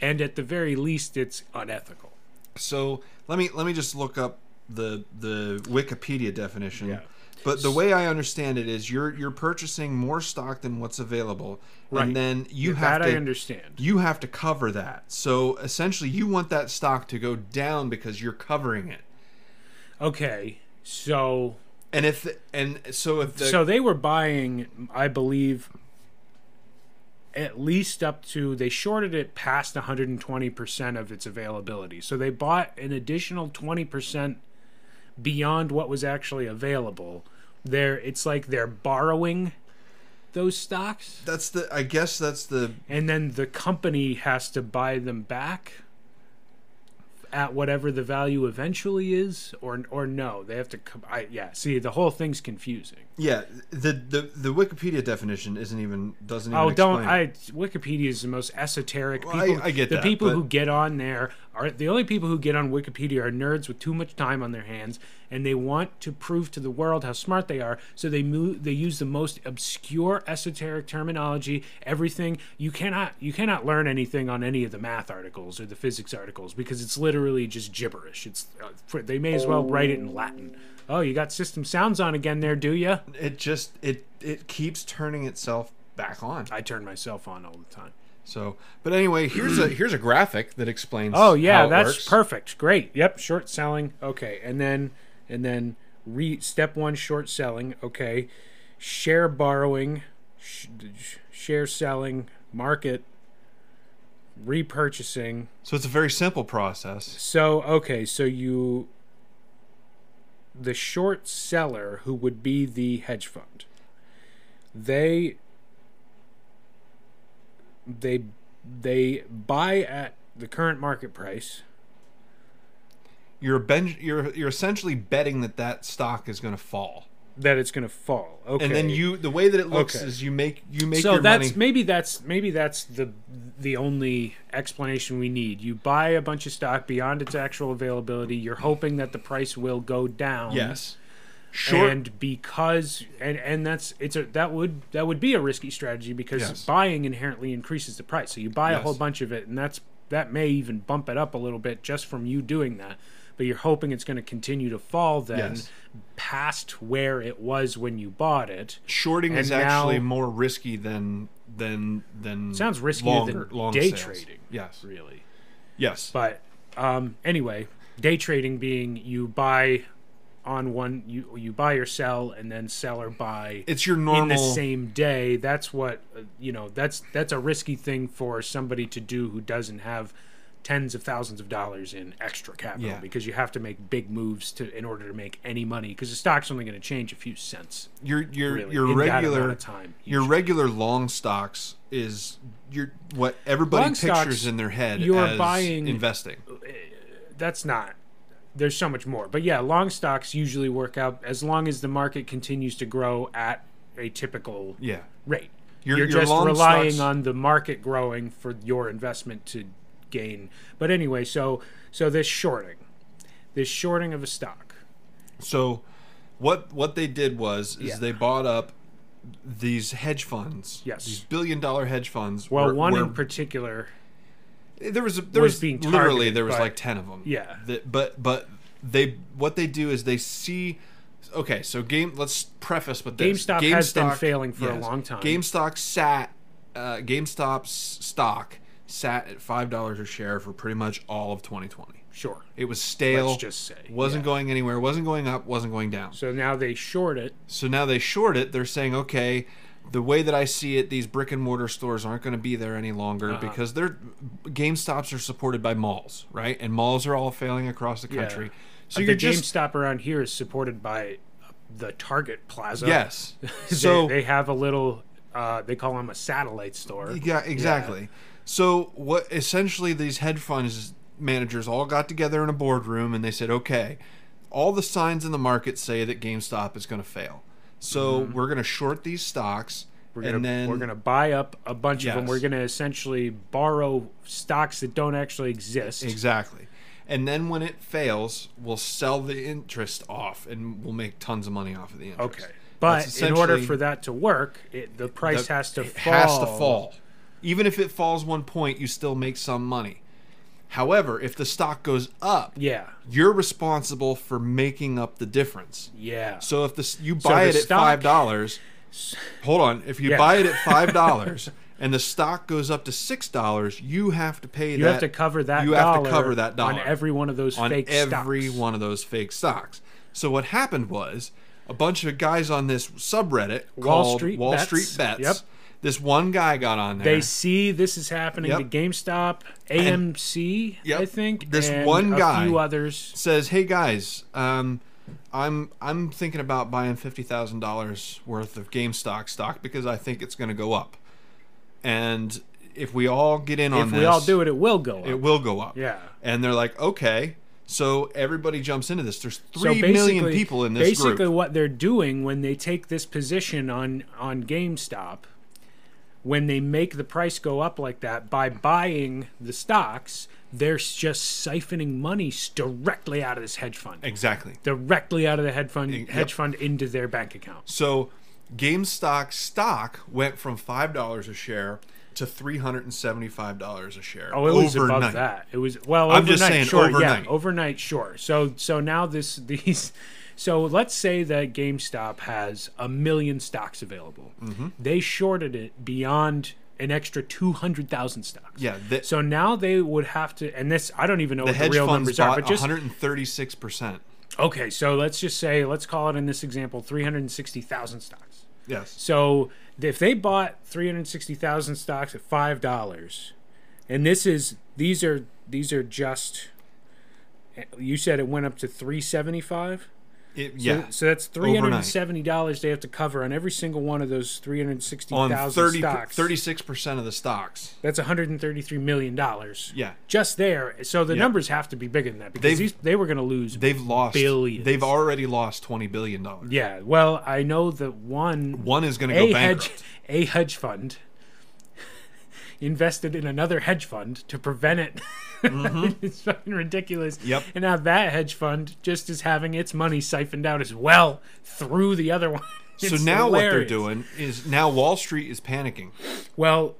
Speaker 2: and at the very least, it's unethical.
Speaker 1: So let me let me just look up the the Wikipedia definition.
Speaker 2: Yeah.
Speaker 1: But the way I understand it is you're you're purchasing more stock than what's available,
Speaker 2: Right.
Speaker 1: and then you
Speaker 2: Yeah,
Speaker 1: have
Speaker 2: that
Speaker 1: to
Speaker 2: I understand.
Speaker 1: you have to cover that. So essentially, you want that stock to go down because you're covering it.
Speaker 2: Okay, so
Speaker 1: And if and so if the,
Speaker 2: so they were buying, I believe, at least up to they shorted it past 120 percent of its availability. So they bought an additional 20 percent beyond what was actually available. They're it's like they're borrowing those stocks,
Speaker 1: that's the I guess that's the
Speaker 2: and then the company has to buy them back at whatever the value eventually is, or or no, they have to. co- I, yeah, see, the whole thing's confusing.
Speaker 1: yeah the the, the Wikipedia definition isn't even doesn't even
Speaker 2: Oh, don't!
Speaker 1: explain.
Speaker 2: I Wikipedia is the most esoteric.
Speaker 1: Well, I-
Speaker 2: people,
Speaker 1: I get
Speaker 2: the
Speaker 1: that,
Speaker 2: people
Speaker 1: but-
Speaker 2: who get on there are the only people who get on Wikipedia are nerds with too much time on their hands, and they want to prove to the world how smart they are. So they move. They use the most obscure esoteric terminology. Everything you cannot you cannot learn anything on any of the math articles or the physics articles because it's literally just gibberish. It's uh, fr- they may as well write it in Latin. Oh, you got system sounds on again there, do you?
Speaker 1: it just it it keeps turning itself back on.
Speaker 2: I turn myself on all the time.
Speaker 1: So, but anyway,
Speaker 2: <clears throat>
Speaker 1: here's a here's a graphic that explains.
Speaker 2: Oh yeah,
Speaker 1: how it
Speaker 2: that's
Speaker 1: works.
Speaker 2: perfect. Great. Yep, short selling. Okay, and then and then re step one short selling. Okay, share borrowing, sh- sh- share selling, market repurchasing.
Speaker 1: So it's a very simple process.
Speaker 2: So okay, so you the short seller who would be the hedge fund. They they they buy at the current market price.
Speaker 1: You're ben- you're you're essentially betting that that stock is going to fall,
Speaker 2: that it's going to fall. Okay.
Speaker 1: and then you the way that it looks
Speaker 2: Okay.
Speaker 1: is you make you make
Speaker 2: so
Speaker 1: your
Speaker 2: that's
Speaker 1: money.
Speaker 2: maybe that's maybe that's the the only explanation we need. You buy a bunch of stock beyond its actual availability. You're hoping that the price will go down.
Speaker 1: yes, short.
Speaker 2: And because and and that's it's a that would that would be a risky strategy because
Speaker 1: Yes.
Speaker 2: buying inherently increases the price. So you buy a
Speaker 1: Yes.
Speaker 2: whole bunch of it, and that's that may even bump it up a little bit just from you doing that. But you're hoping it's going to continue to fall then
Speaker 1: Yes.
Speaker 2: past where it was when you bought it.
Speaker 1: Shorting
Speaker 2: and
Speaker 1: is actually
Speaker 2: now-
Speaker 1: more risky than than than
Speaker 2: Sounds riskier
Speaker 1: longer,
Speaker 2: than
Speaker 1: long
Speaker 2: day
Speaker 1: sales.
Speaker 2: trading.
Speaker 1: Yes,
Speaker 2: really.
Speaker 1: yes,
Speaker 2: But um, anyway, day trading being you buy on one you you buy or sell and then sell or buy
Speaker 1: it's your
Speaker 2: in the
Speaker 1: normal.
Speaker 2: same day. That's what uh, you know. That's that's a risky thing for somebody to do who doesn't have tens of thousands of dollars in extra capital
Speaker 1: Yeah.
Speaker 2: because you have to make big moves to in order to make any money because the stock's only going to change a few cents.
Speaker 1: Your your
Speaker 2: Really,
Speaker 1: your
Speaker 2: in that amount
Speaker 1: regular
Speaker 2: of time,
Speaker 1: your
Speaker 2: usually.
Speaker 1: regular long stocks is your what everybody
Speaker 2: Long stocks,
Speaker 1: pictures in their head
Speaker 2: you're
Speaker 1: as
Speaker 2: buying-
Speaker 1: investing.
Speaker 2: that's not there's so much more but yeah long stocks usually work out as long as the market continues to grow at a typical
Speaker 1: Yeah.
Speaker 2: rate
Speaker 1: Your-
Speaker 2: you're,
Speaker 1: your
Speaker 2: just
Speaker 1: long
Speaker 2: relying
Speaker 1: stocks-
Speaker 2: on the market growing for your investment to gain but anyway so so this shorting this shorting of a stock
Speaker 1: So what what they did was is
Speaker 2: Yeah.
Speaker 1: they bought up these hedge funds.
Speaker 2: Yes.
Speaker 1: These billion dollar hedge funds.
Speaker 2: well
Speaker 1: were-
Speaker 2: one
Speaker 1: were-
Speaker 2: in particular
Speaker 1: there was a, there
Speaker 2: was
Speaker 1: was
Speaker 2: being
Speaker 1: literally
Speaker 2: targeted
Speaker 1: there was
Speaker 2: by-
Speaker 1: like 10 of them.
Speaker 2: Yeah.
Speaker 1: That- but but they what they do is they see okay, so game let's preface with this.
Speaker 2: GameStop has been failing for a long time.
Speaker 1: GameStop sat uh, GameStop's stock sat at $5 a share for pretty much all of 2020.
Speaker 2: sure
Speaker 1: It was stale.
Speaker 2: Let's just say,
Speaker 1: wasn't
Speaker 2: yeah.
Speaker 1: going anywhere. wasn't going up. wasn't going down.
Speaker 2: so now they short it
Speaker 1: So now they short it. They're saying, okay, the way that I see it, these brick and mortar stores aren't going to be there any longer
Speaker 2: Uh-huh.
Speaker 1: because they're GameStops are supported by malls, right? And malls are all failing across the country. So
Speaker 2: the
Speaker 1: you're just
Speaker 2: GameStop around here is supported by the Target <laughs> Plaza
Speaker 1: yes.
Speaker 2: They-
Speaker 1: so
Speaker 2: they have a little. Uh, they call them a satellite store.
Speaker 1: yeah, exactly. So what essentially these hedge funds managers all got together in a boardroom and they said, okay, all the signs in the market say that GameStop is going to fail. So we're going to short these stocks.
Speaker 2: Mm-hmm. We're
Speaker 1: and
Speaker 2: gonna,
Speaker 1: then
Speaker 2: we're gonna buy up a bunch of them.
Speaker 1: Yes.
Speaker 2: We're gonna essentially borrow stocks that don't actually exist.
Speaker 1: Exactly. And then when it fails, we'll sell the interest off and we'll make tons of money off of the interest.
Speaker 2: Okay, but
Speaker 1: That's
Speaker 2: in order
Speaker 1: essentially-
Speaker 2: for that to work, it, the price
Speaker 1: the-
Speaker 2: has to
Speaker 1: it
Speaker 2: fall.
Speaker 1: has to fall. Even if it falls one point, you still make some money. However, if the stock goes up,
Speaker 2: Yeah.
Speaker 1: you're responsible for making up the difference.
Speaker 2: Yeah.
Speaker 1: So if this you buy
Speaker 2: the
Speaker 1: it at
Speaker 2: stock-
Speaker 1: five dollars, hold on. If you
Speaker 2: Yeah.
Speaker 1: buy
Speaker 2: <laughs>
Speaker 1: it at five dollars and the stock goes up to six dollars, you have to pay.
Speaker 2: you
Speaker 1: that,
Speaker 2: have to cover that.
Speaker 1: You have to
Speaker 2: dollar
Speaker 1: cover that dollar
Speaker 2: on every one of those
Speaker 1: on
Speaker 2: fake
Speaker 1: every
Speaker 2: stocks.
Speaker 1: one of those fake stocks. So what happened was a bunch of guys on this subreddit
Speaker 2: Wall
Speaker 1: called
Speaker 2: Street
Speaker 1: Wall
Speaker 2: Bets.
Speaker 1: Street Bets.
Speaker 2: Yep.
Speaker 1: This one guy got on there.
Speaker 2: They see this is happening
Speaker 1: Yep.
Speaker 2: to GameStop, AMC, I
Speaker 1: Yep.
Speaker 2: think.
Speaker 1: This
Speaker 2: and
Speaker 1: one
Speaker 2: a
Speaker 1: guy-
Speaker 2: few others.
Speaker 1: says, "Hey guys, um, I'm I'm thinking about buying fifty thousand dollars worth of GameStop stock because I think it's going to go up, and if we all get in on
Speaker 2: If
Speaker 1: this,
Speaker 2: we all do it, it will go up.
Speaker 1: it will go up."
Speaker 2: Yeah.
Speaker 1: and they're like, "Okay." So everybody jumps into this. There's
Speaker 2: so
Speaker 1: three million
Speaker 2: basically,
Speaker 1: people in this
Speaker 2: basically
Speaker 1: group.
Speaker 2: what they're doing when they take this position on on GameStop, when they make the price go up like that by buying the stocks, they're s- just siphoning money s- directly out of this hedge fund,
Speaker 1: Exactly.
Speaker 2: directly out of the hedge fund,
Speaker 1: Yep.
Speaker 2: hedge fund into their bank account.
Speaker 1: So GameStop stock went from five dollars a share to three hundred and seventy-five dollars a share.
Speaker 2: Oh, it was
Speaker 1: overnight.
Speaker 2: above that. It was well.
Speaker 1: I'm
Speaker 2: overnight,
Speaker 1: just saying
Speaker 2: sure,
Speaker 1: overnight.
Speaker 2: Yeah, overnight, sure. So so now this <laughs> these. So let's say that GameStop has a million stocks available.
Speaker 1: Mm-hmm.
Speaker 2: They shorted it beyond an extra two hundred thousand stocks.
Speaker 1: Yeah, the-
Speaker 2: so now they would have to, and this I don't even know
Speaker 1: The
Speaker 2: what the
Speaker 1: hedge
Speaker 2: real
Speaker 1: funds
Speaker 2: numbers are,
Speaker 1: bought
Speaker 2: but just
Speaker 1: 136 percent.
Speaker 2: okay. So let's just say, let's call it in this example, three hundred sixty thousand stocks.
Speaker 1: Yes.
Speaker 2: So if they bought 360,000 stocks at $5 and this is these are these are just you said it went up to 375? So-
Speaker 1: It, yeah.
Speaker 2: So, that's $370 they have to cover on every single one of those
Speaker 1: on
Speaker 2: 360,000
Speaker 1: 30,
Speaker 2: stocks.
Speaker 1: 36% of the stocks.
Speaker 2: That's 133 million dollars.
Speaker 1: Yeah.
Speaker 2: Just there. So the numbers have to be bigger than that because
Speaker 1: They've-
Speaker 2: these, they were going to lose
Speaker 1: They've lost
Speaker 2: Billions.
Speaker 1: They've already lost 20 billion dollars.
Speaker 2: Yeah. Well, I know that one
Speaker 1: One is going to
Speaker 2: a
Speaker 1: go
Speaker 2: hedge <laughs>
Speaker 1: bankrupt.
Speaker 2: a hedge fund <laughs> invested in another hedge fund to prevent it. <laughs> it's fucking ridiculous.
Speaker 1: Mm-hmm. Yep.
Speaker 2: And now that hedge fund just is having its money siphoned out as well through the other one. <laughs>
Speaker 1: So
Speaker 2: It's
Speaker 1: now what they're
Speaker 2: hilarious.
Speaker 1: doing is now Wall Street is panicking.
Speaker 2: Well,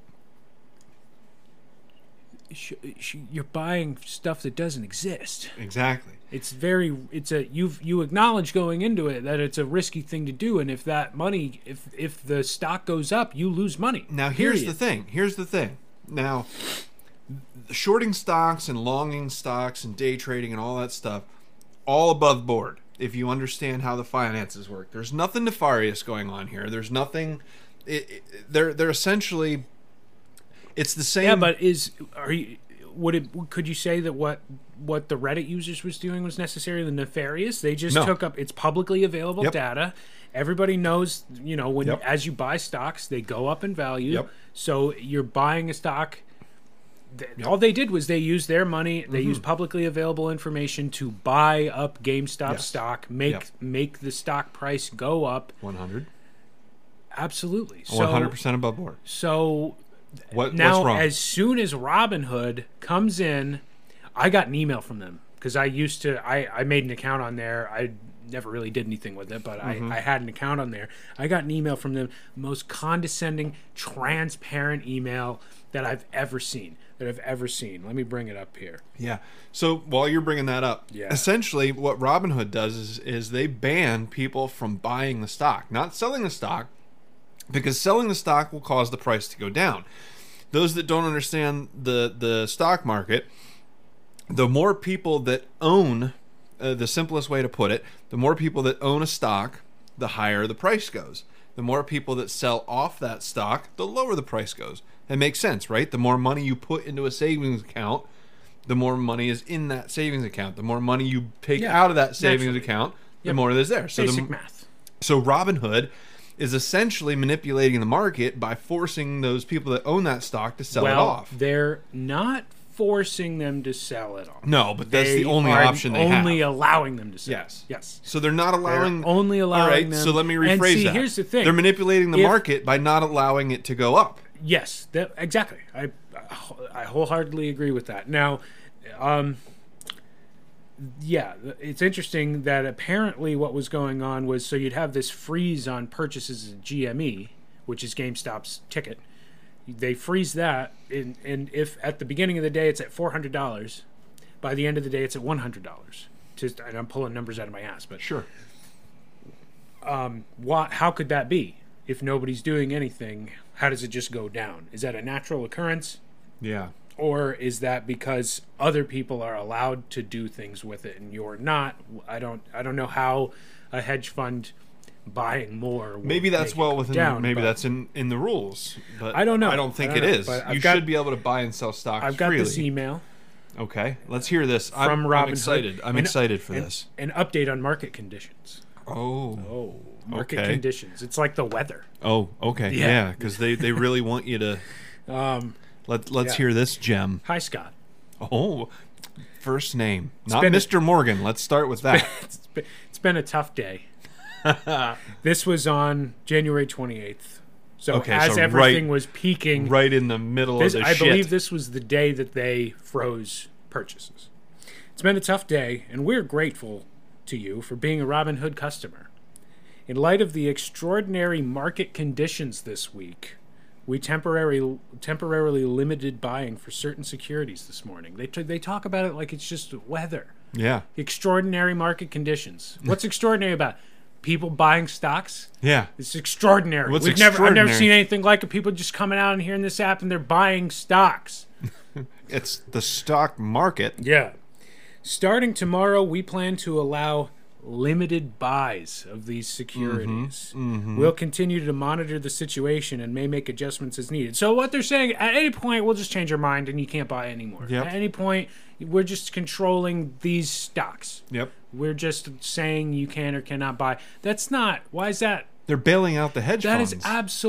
Speaker 2: sh- sh- you're buying stuff that doesn't exist.
Speaker 1: Exactly.
Speaker 2: It's very. It's a. You've you acknowledge going into it that it's a risky thing to do, and if that money, if if the stock goes up, you lose money.
Speaker 1: Now here's
Speaker 2: Period.
Speaker 1: the thing. Here's the thing. Now shorting stocks and longing stocks and day trading and all that stuff all above board if you understand how the finances work. There's nothing nefarious going on here. There's nothing it, it, they're they're essentially it's the same
Speaker 2: Yeah, but is are you? Would it? Could you say that what what the Reddit users was doing was necessarily nefarious? They just
Speaker 1: No.
Speaker 2: took up it's publicly available
Speaker 1: Yep.
Speaker 2: data. Everybody knows, you know, when
Speaker 1: Yep.
Speaker 2: as you buy stocks, they go up in value.
Speaker 1: Yep.
Speaker 2: So you're buying a stock. th- All they did was they used their money.
Speaker 1: Mm-hmm.
Speaker 2: They used publicly available information to buy up GameStop
Speaker 1: Yes.
Speaker 2: stock, make
Speaker 1: Yep.
Speaker 2: make the stock price go up.
Speaker 1: 100
Speaker 2: Absolutely, so
Speaker 1: 100% above board.
Speaker 2: so
Speaker 1: What, what's
Speaker 2: now
Speaker 1: wrong?
Speaker 2: as soon as Robinhood comes in, I got an email from them because I used to I, I made an account on there. I never really did anything with it, but
Speaker 1: Mm-hmm.
Speaker 2: I, I had an account on there. I got an email from them, most condescending, transparent email that I've ever seen. That I've ever seen. Let me bring it up here.
Speaker 1: yeah. So while you're bringing that up,
Speaker 2: Yeah.
Speaker 1: essentially what Robinhood does is, is they ban people from buying the stock, not selling the stock, because selling the stock will cause the price to go down. Those that don't understand the the stock market, the more people that own, uh, the simplest way to put it, the more people that own a stock, the higher the price goes. The more people that sell off that stock, the lower the price goes. That makes sense, right? The more money you put into a savings account, the more money is in that savings account. The more money you take
Speaker 2: Yeah,
Speaker 1: out of that savings
Speaker 2: naturally.
Speaker 1: account, the
Speaker 2: Yep.
Speaker 1: more there's there. So the,
Speaker 2: Basic
Speaker 1: m-
Speaker 2: math.
Speaker 1: so Robinhood is essentially manipulating the market by forcing those people that own that stock to sell it
Speaker 2: Well,
Speaker 1: off.
Speaker 2: they're not forcing them to sell it off.
Speaker 1: No, but that's
Speaker 2: They
Speaker 1: the only
Speaker 2: are
Speaker 1: option they
Speaker 2: only
Speaker 1: have.
Speaker 2: allowing them to sell.
Speaker 1: Yes.
Speaker 2: Yes.
Speaker 1: so they're not allowing
Speaker 2: only allowing them-
Speaker 1: So let me rephrase
Speaker 2: and see,
Speaker 1: that.
Speaker 2: here's the thing.
Speaker 1: They're manipulating the
Speaker 2: If-
Speaker 1: market by not allowing it to go up.
Speaker 2: Yes, that, exactly. I I wholeheartedly agree with that. Now, um, yeah, it's interesting that apparently what was going on was E, so you'd have this freeze on purchases of GME, which is GameStop's ticket. They freeze that, and, and if at the beginning of the day it's at four hundred dollars, by the end of the day it's at one hundred dollars. Just and I'm pulling numbers out of my ass, but
Speaker 1: Sure.
Speaker 2: what how could that be if nobody's doing anything how does it just go down is that a natural occurrence
Speaker 1: Yeah.
Speaker 2: or is that because other people are allowed to do things with it and you're not i don't i don't know how a hedge fund buying more would
Speaker 1: Maybe that's
Speaker 2: make it
Speaker 1: well
Speaker 2: go
Speaker 1: within.
Speaker 2: down,
Speaker 1: maybe
Speaker 2: but
Speaker 1: that's in in the rules. But
Speaker 2: I don't know.
Speaker 1: I don't think
Speaker 2: I don't
Speaker 1: it
Speaker 2: know,
Speaker 1: is.
Speaker 2: but I've
Speaker 1: You
Speaker 2: got-
Speaker 1: should be able to buy and sell stocks
Speaker 2: i've got
Speaker 1: freely.
Speaker 2: this email
Speaker 1: okay, let's hear this. I'm,
Speaker 2: from robin
Speaker 1: I'm
Speaker 2: Hood.
Speaker 1: excited. I'm
Speaker 2: An-
Speaker 1: excited for
Speaker 2: an-
Speaker 1: this.
Speaker 2: an update on market conditions
Speaker 1: Oh.
Speaker 2: oh market
Speaker 1: Okay.
Speaker 2: conditions it's like the weather
Speaker 1: Oh. Okay.
Speaker 2: Yeah.
Speaker 1: Yeah. Because they they really want you to.
Speaker 2: <laughs> um
Speaker 1: Let Let's
Speaker 2: Yeah.
Speaker 1: hear this gem.
Speaker 2: hi scott
Speaker 1: Oh. First name, not
Speaker 2: been a-
Speaker 1: Mr. Morgan. Let's start
Speaker 2: <laughs>
Speaker 1: with that.
Speaker 2: it's been, it's been a tough
Speaker 1: <laughs>
Speaker 2: day. this was on January 28th. So
Speaker 1: Okay,
Speaker 2: as
Speaker 1: so
Speaker 2: everything
Speaker 1: right-
Speaker 2: was peaking,
Speaker 1: right in the middle
Speaker 2: this,
Speaker 1: of the
Speaker 2: I
Speaker 1: shit.
Speaker 2: believe this was the day that they froze purchases. It's been a tough day, and we're grateful to you for being a Robin Hood customer. In light of the extraordinary market conditions this week, we temporarily temporarily limited buying for certain securities this morning. They t- they talk about it like it's just weather
Speaker 1: yeah.
Speaker 2: extraordinary market conditions.
Speaker 1: <laughs>
Speaker 2: What's extraordinary about it? people buying stocks?
Speaker 1: Yeah.
Speaker 2: It's extraordinary.
Speaker 1: What's
Speaker 2: We've never I've never
Speaker 1: extraordinary?
Speaker 2: seen anything like it. People just coming out and hearing this app and they're buying stocks.
Speaker 1: It's the stock market.
Speaker 2: Yeah. Starting tomorrow, we plan to allow limited buys of these securities.
Speaker 1: Mm-hmm.
Speaker 2: We'll continue to monitor the situation and may make adjustments as needed. So what they're saying at any point we'll just change our mind and you can't buy anymore.
Speaker 1: Yep.
Speaker 2: At any point we're just controlling these stocks.
Speaker 1: Yep.
Speaker 2: We're just saying you can or cannot buy. That's not. Why is that?
Speaker 1: They're bailing out the hedge
Speaker 2: That
Speaker 1: funds.
Speaker 2: is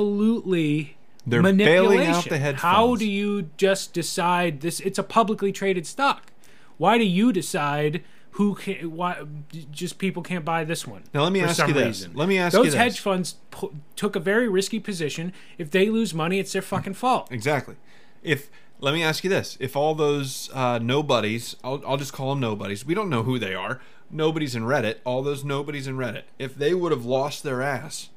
Speaker 2: absolutely
Speaker 1: They're bailing out
Speaker 2: manipulation.
Speaker 1: the hedge
Speaker 2: How
Speaker 1: funds.
Speaker 2: do you just decide this? It's a publicly traded stock. Why do you decide who can? Why just people can't buy this one?
Speaker 1: Now, let me
Speaker 2: for
Speaker 1: ask
Speaker 2: some
Speaker 1: you this.
Speaker 2: reason.
Speaker 1: Let me ask
Speaker 2: Those
Speaker 1: you this.
Speaker 2: hedge funds pu- took a very risky position. If they lose money, it's their fucking fault.
Speaker 1: Exactly. If let me ask you this: if all those uh, nobodies, I'll, I'll just call them nobodies. We don't know who they are. Nobodies in Reddit. All those nobodies in Reddit. If they would have lost their ass,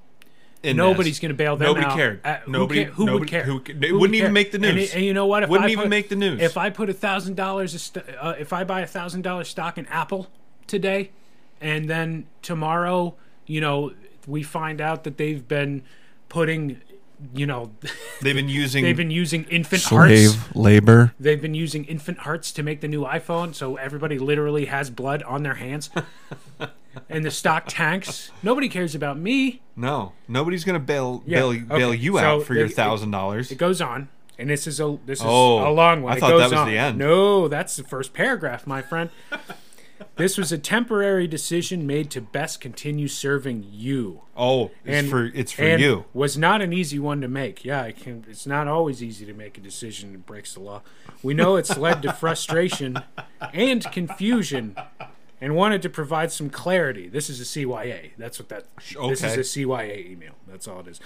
Speaker 1: in
Speaker 2: Nobody's
Speaker 1: this,
Speaker 2: going to bail them
Speaker 1: nobody
Speaker 2: out.
Speaker 1: Cared.
Speaker 2: Uh, who
Speaker 1: nobody
Speaker 2: ca- who
Speaker 1: nobody-
Speaker 2: would care?
Speaker 1: Who, ca- it
Speaker 2: Who would
Speaker 1: wouldn't even
Speaker 2: care?
Speaker 1: make the
Speaker 2: And
Speaker 1: news.
Speaker 2: it- And, you know what? If
Speaker 1: wouldn't
Speaker 2: I
Speaker 1: even
Speaker 2: put-
Speaker 1: make the news.
Speaker 2: If I put a thousand dollars, uh, if I buy a thousand dollar stock in Apple today, and then tomorrow, you know, we find out that they've been putting, you know, <laughs>
Speaker 1: they've been using
Speaker 2: they've been using infant hearts.
Speaker 1: labor.
Speaker 2: They've been using infant hearts to make the new iPhone, so everybody literally has blood on their
Speaker 1: <laughs>
Speaker 2: hands. and the stock tanks. Nobody cares about me.
Speaker 1: No, nobody's going to bail
Speaker 2: Yeah,
Speaker 1: bail, bail
Speaker 2: okay.
Speaker 1: you
Speaker 2: So
Speaker 1: out for your
Speaker 2: they- it-
Speaker 1: thousand dollars.
Speaker 2: It goes on, and this is a this is
Speaker 1: Oh,
Speaker 2: a long one.
Speaker 1: I
Speaker 2: It
Speaker 1: thought that
Speaker 2: goes
Speaker 1: was
Speaker 2: on.
Speaker 1: the end.
Speaker 2: No, that's the first paragraph, my
Speaker 1: <laughs>
Speaker 2: friend. this was a temporary decision made to best continue serving you.
Speaker 1: Oh, it's
Speaker 2: And-
Speaker 1: for it's for
Speaker 2: and
Speaker 1: you.
Speaker 2: Was not an easy one to make. Yeah, I can, it's not always easy to make a decision that breaks the law. We know it's led to frustration and confusion, and wanted to provide some clarity. This is a CYA. That's what that. This
Speaker 1: okay.
Speaker 2: is a CYA email. That's all it is.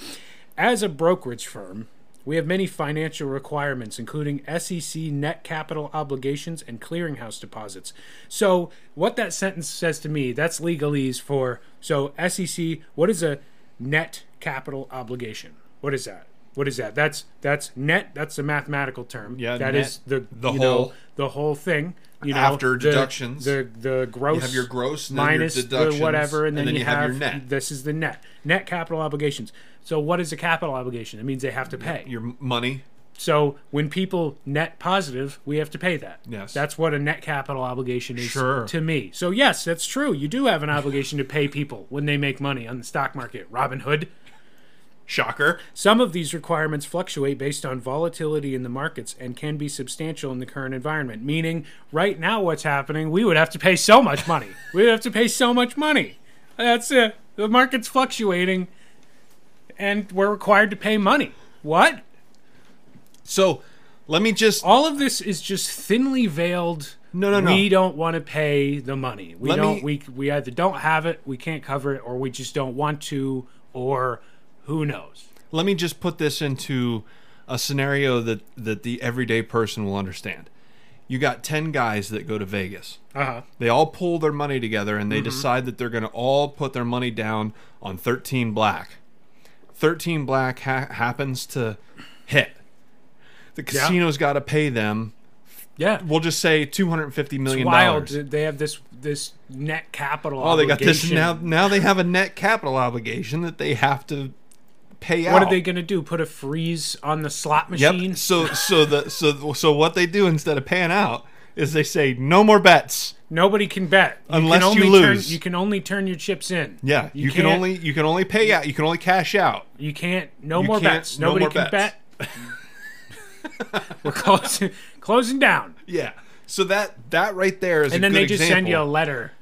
Speaker 2: As a brokerage firm. We have many financial requirements, including SEC net capital obligations and clearinghouse deposits. So, what that sentence says to me, that's legalese for. So, SEC, what is a net capital obligation? What is that? What is that? That's that's net. That's a mathematical term.
Speaker 1: Yeah,
Speaker 2: that
Speaker 1: net,
Speaker 2: is the
Speaker 1: the
Speaker 2: you
Speaker 1: whole-
Speaker 2: know, the whole thing. You know,
Speaker 1: After
Speaker 2: the-
Speaker 1: deductions.
Speaker 2: the the gross.
Speaker 1: have your gross, and then your
Speaker 2: minus
Speaker 1: deductions,
Speaker 2: the whatever, and then, you, have,
Speaker 1: your net.
Speaker 2: This is the net net capital obligations. So, what is a capital obligation? It means they have to pay.
Speaker 1: Your money.
Speaker 2: So when people net positive, we have to pay that.
Speaker 1: Yes.
Speaker 2: That's what a net capital obligation is
Speaker 1: Sure.
Speaker 2: to me. So yes, that's true. You do have an obligation to pay people when they make money on the stock market. Robin Hood.
Speaker 1: Shocker.
Speaker 2: Some of these requirements fluctuate based on volatility in the markets and can be substantial in the current environment. Meaning, right now, what's happening, we would have to pay so much
Speaker 1: <laughs>
Speaker 2: money. we would have to pay so much money. That's it. The market's fluctuating, and we're required to pay money. What?
Speaker 1: So let me just
Speaker 2: all of this is just thinly veiled.
Speaker 1: No, no, no.
Speaker 2: We don't want to pay the money. We
Speaker 1: Let
Speaker 2: don't.
Speaker 1: me-
Speaker 2: We we either don't have it, we can't cover it, or we just don't want to, or who knows?
Speaker 1: let me just put this into a scenario that that the everyday person will understand. You got 10 guys that go to Vegas.
Speaker 2: Uh huh.
Speaker 1: They all pull their money together and they
Speaker 2: Mm-hmm.
Speaker 1: decide that they're going to all put their money down on 13 black. 13 black ha- happens to hit. The casino's got to pay them.
Speaker 2: Yeah.
Speaker 1: We'll just say two hundred fifty
Speaker 2: It's
Speaker 1: million
Speaker 2: wild.
Speaker 1: dollars.
Speaker 2: that They have this this net capital.
Speaker 1: Oh, they got this
Speaker 2: obligation.
Speaker 1: now. Now they have a net capital obligation that they have to pay out.
Speaker 2: What are they going to do? Put a freeze on the slot machine?
Speaker 1: Yep. So so the so so what they do instead of paying out is they say no more bets.
Speaker 2: Nobody can bet You
Speaker 1: Unless
Speaker 2: can
Speaker 1: you
Speaker 2: only turn-
Speaker 1: lose.
Speaker 2: you can only turn your chips in.
Speaker 1: Yeah, you, can
Speaker 2: can't-
Speaker 1: only you can only pay out. You can only cash out.
Speaker 2: You can't. No
Speaker 1: You
Speaker 2: more
Speaker 1: can't-
Speaker 2: bets.
Speaker 1: no
Speaker 2: Nobody
Speaker 1: more
Speaker 2: can
Speaker 1: bets. <laughs>
Speaker 2: bet. We're closing closing
Speaker 1: <laughs>
Speaker 2: down,
Speaker 1: Yeah. So that that right there is.
Speaker 2: and
Speaker 1: a
Speaker 2: then
Speaker 1: good
Speaker 2: they just
Speaker 1: example. Oh.
Speaker 2: send you a
Speaker 1: <laughs>
Speaker 2: letter.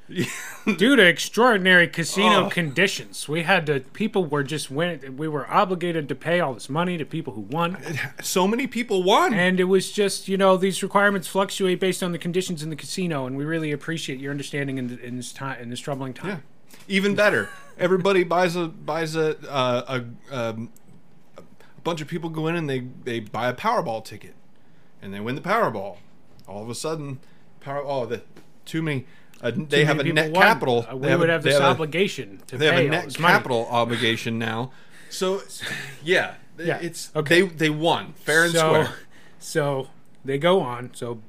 Speaker 2: Due to extraordinary casino conditions, we had to. People were just went. We were obligated to pay all this money to people who won,
Speaker 1: So many people won.
Speaker 2: and it was just you know these requirements fluctuate based on the conditions in the casino, and we really appreciate your understanding in, in this time in this troubling time.
Speaker 1: Even better, everybody buys a buys a uh, a um, a bunch of people go in and they they buy a Powerball ticket, and they win the Powerball. All of a sudden, Power oh the too many. Uh, they
Speaker 2: Too
Speaker 1: have a
Speaker 2: many
Speaker 1: net
Speaker 2: people won.
Speaker 1: capital.
Speaker 2: Uh,
Speaker 1: they
Speaker 2: We would
Speaker 1: a-
Speaker 2: have
Speaker 1: they
Speaker 2: this
Speaker 1: a-
Speaker 2: obligation to
Speaker 1: They have
Speaker 2: pay
Speaker 1: a
Speaker 2: all
Speaker 1: net
Speaker 2: this money.
Speaker 1: capital obligation now.
Speaker 2: <laughs>
Speaker 1: So, yeah, th-
Speaker 2: Yeah,
Speaker 1: it's
Speaker 2: okay.
Speaker 1: they they won fair and
Speaker 2: so,
Speaker 1: square.
Speaker 2: <laughs> So they go on. So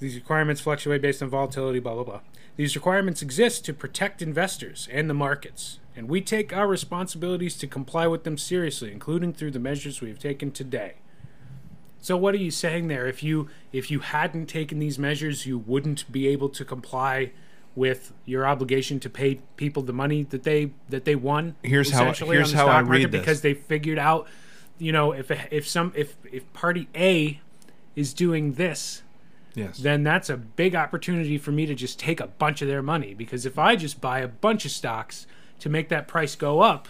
Speaker 2: these requirements fluctuate based on volatility, blah, blah, blah. These requirements exist to protect investors and the markets, and we take our responsibilities to comply with them seriously, including through the measures we have taken today. So what are you saying there? If you if you hadn't taken these measures, you wouldn't be able to comply with your obligation to pay people the money that they that they won.
Speaker 1: Here's how-
Speaker 2: essentially,
Speaker 1: here's
Speaker 2: on the
Speaker 1: how I
Speaker 2: stock
Speaker 1: read
Speaker 2: market
Speaker 1: this.
Speaker 2: because they figured out, you know, if if some if if party A is doing this,
Speaker 1: Yes.
Speaker 2: then that's a big opportunity for me to just take a bunch of their money because if I just buy a bunch of stocks to make that price go up,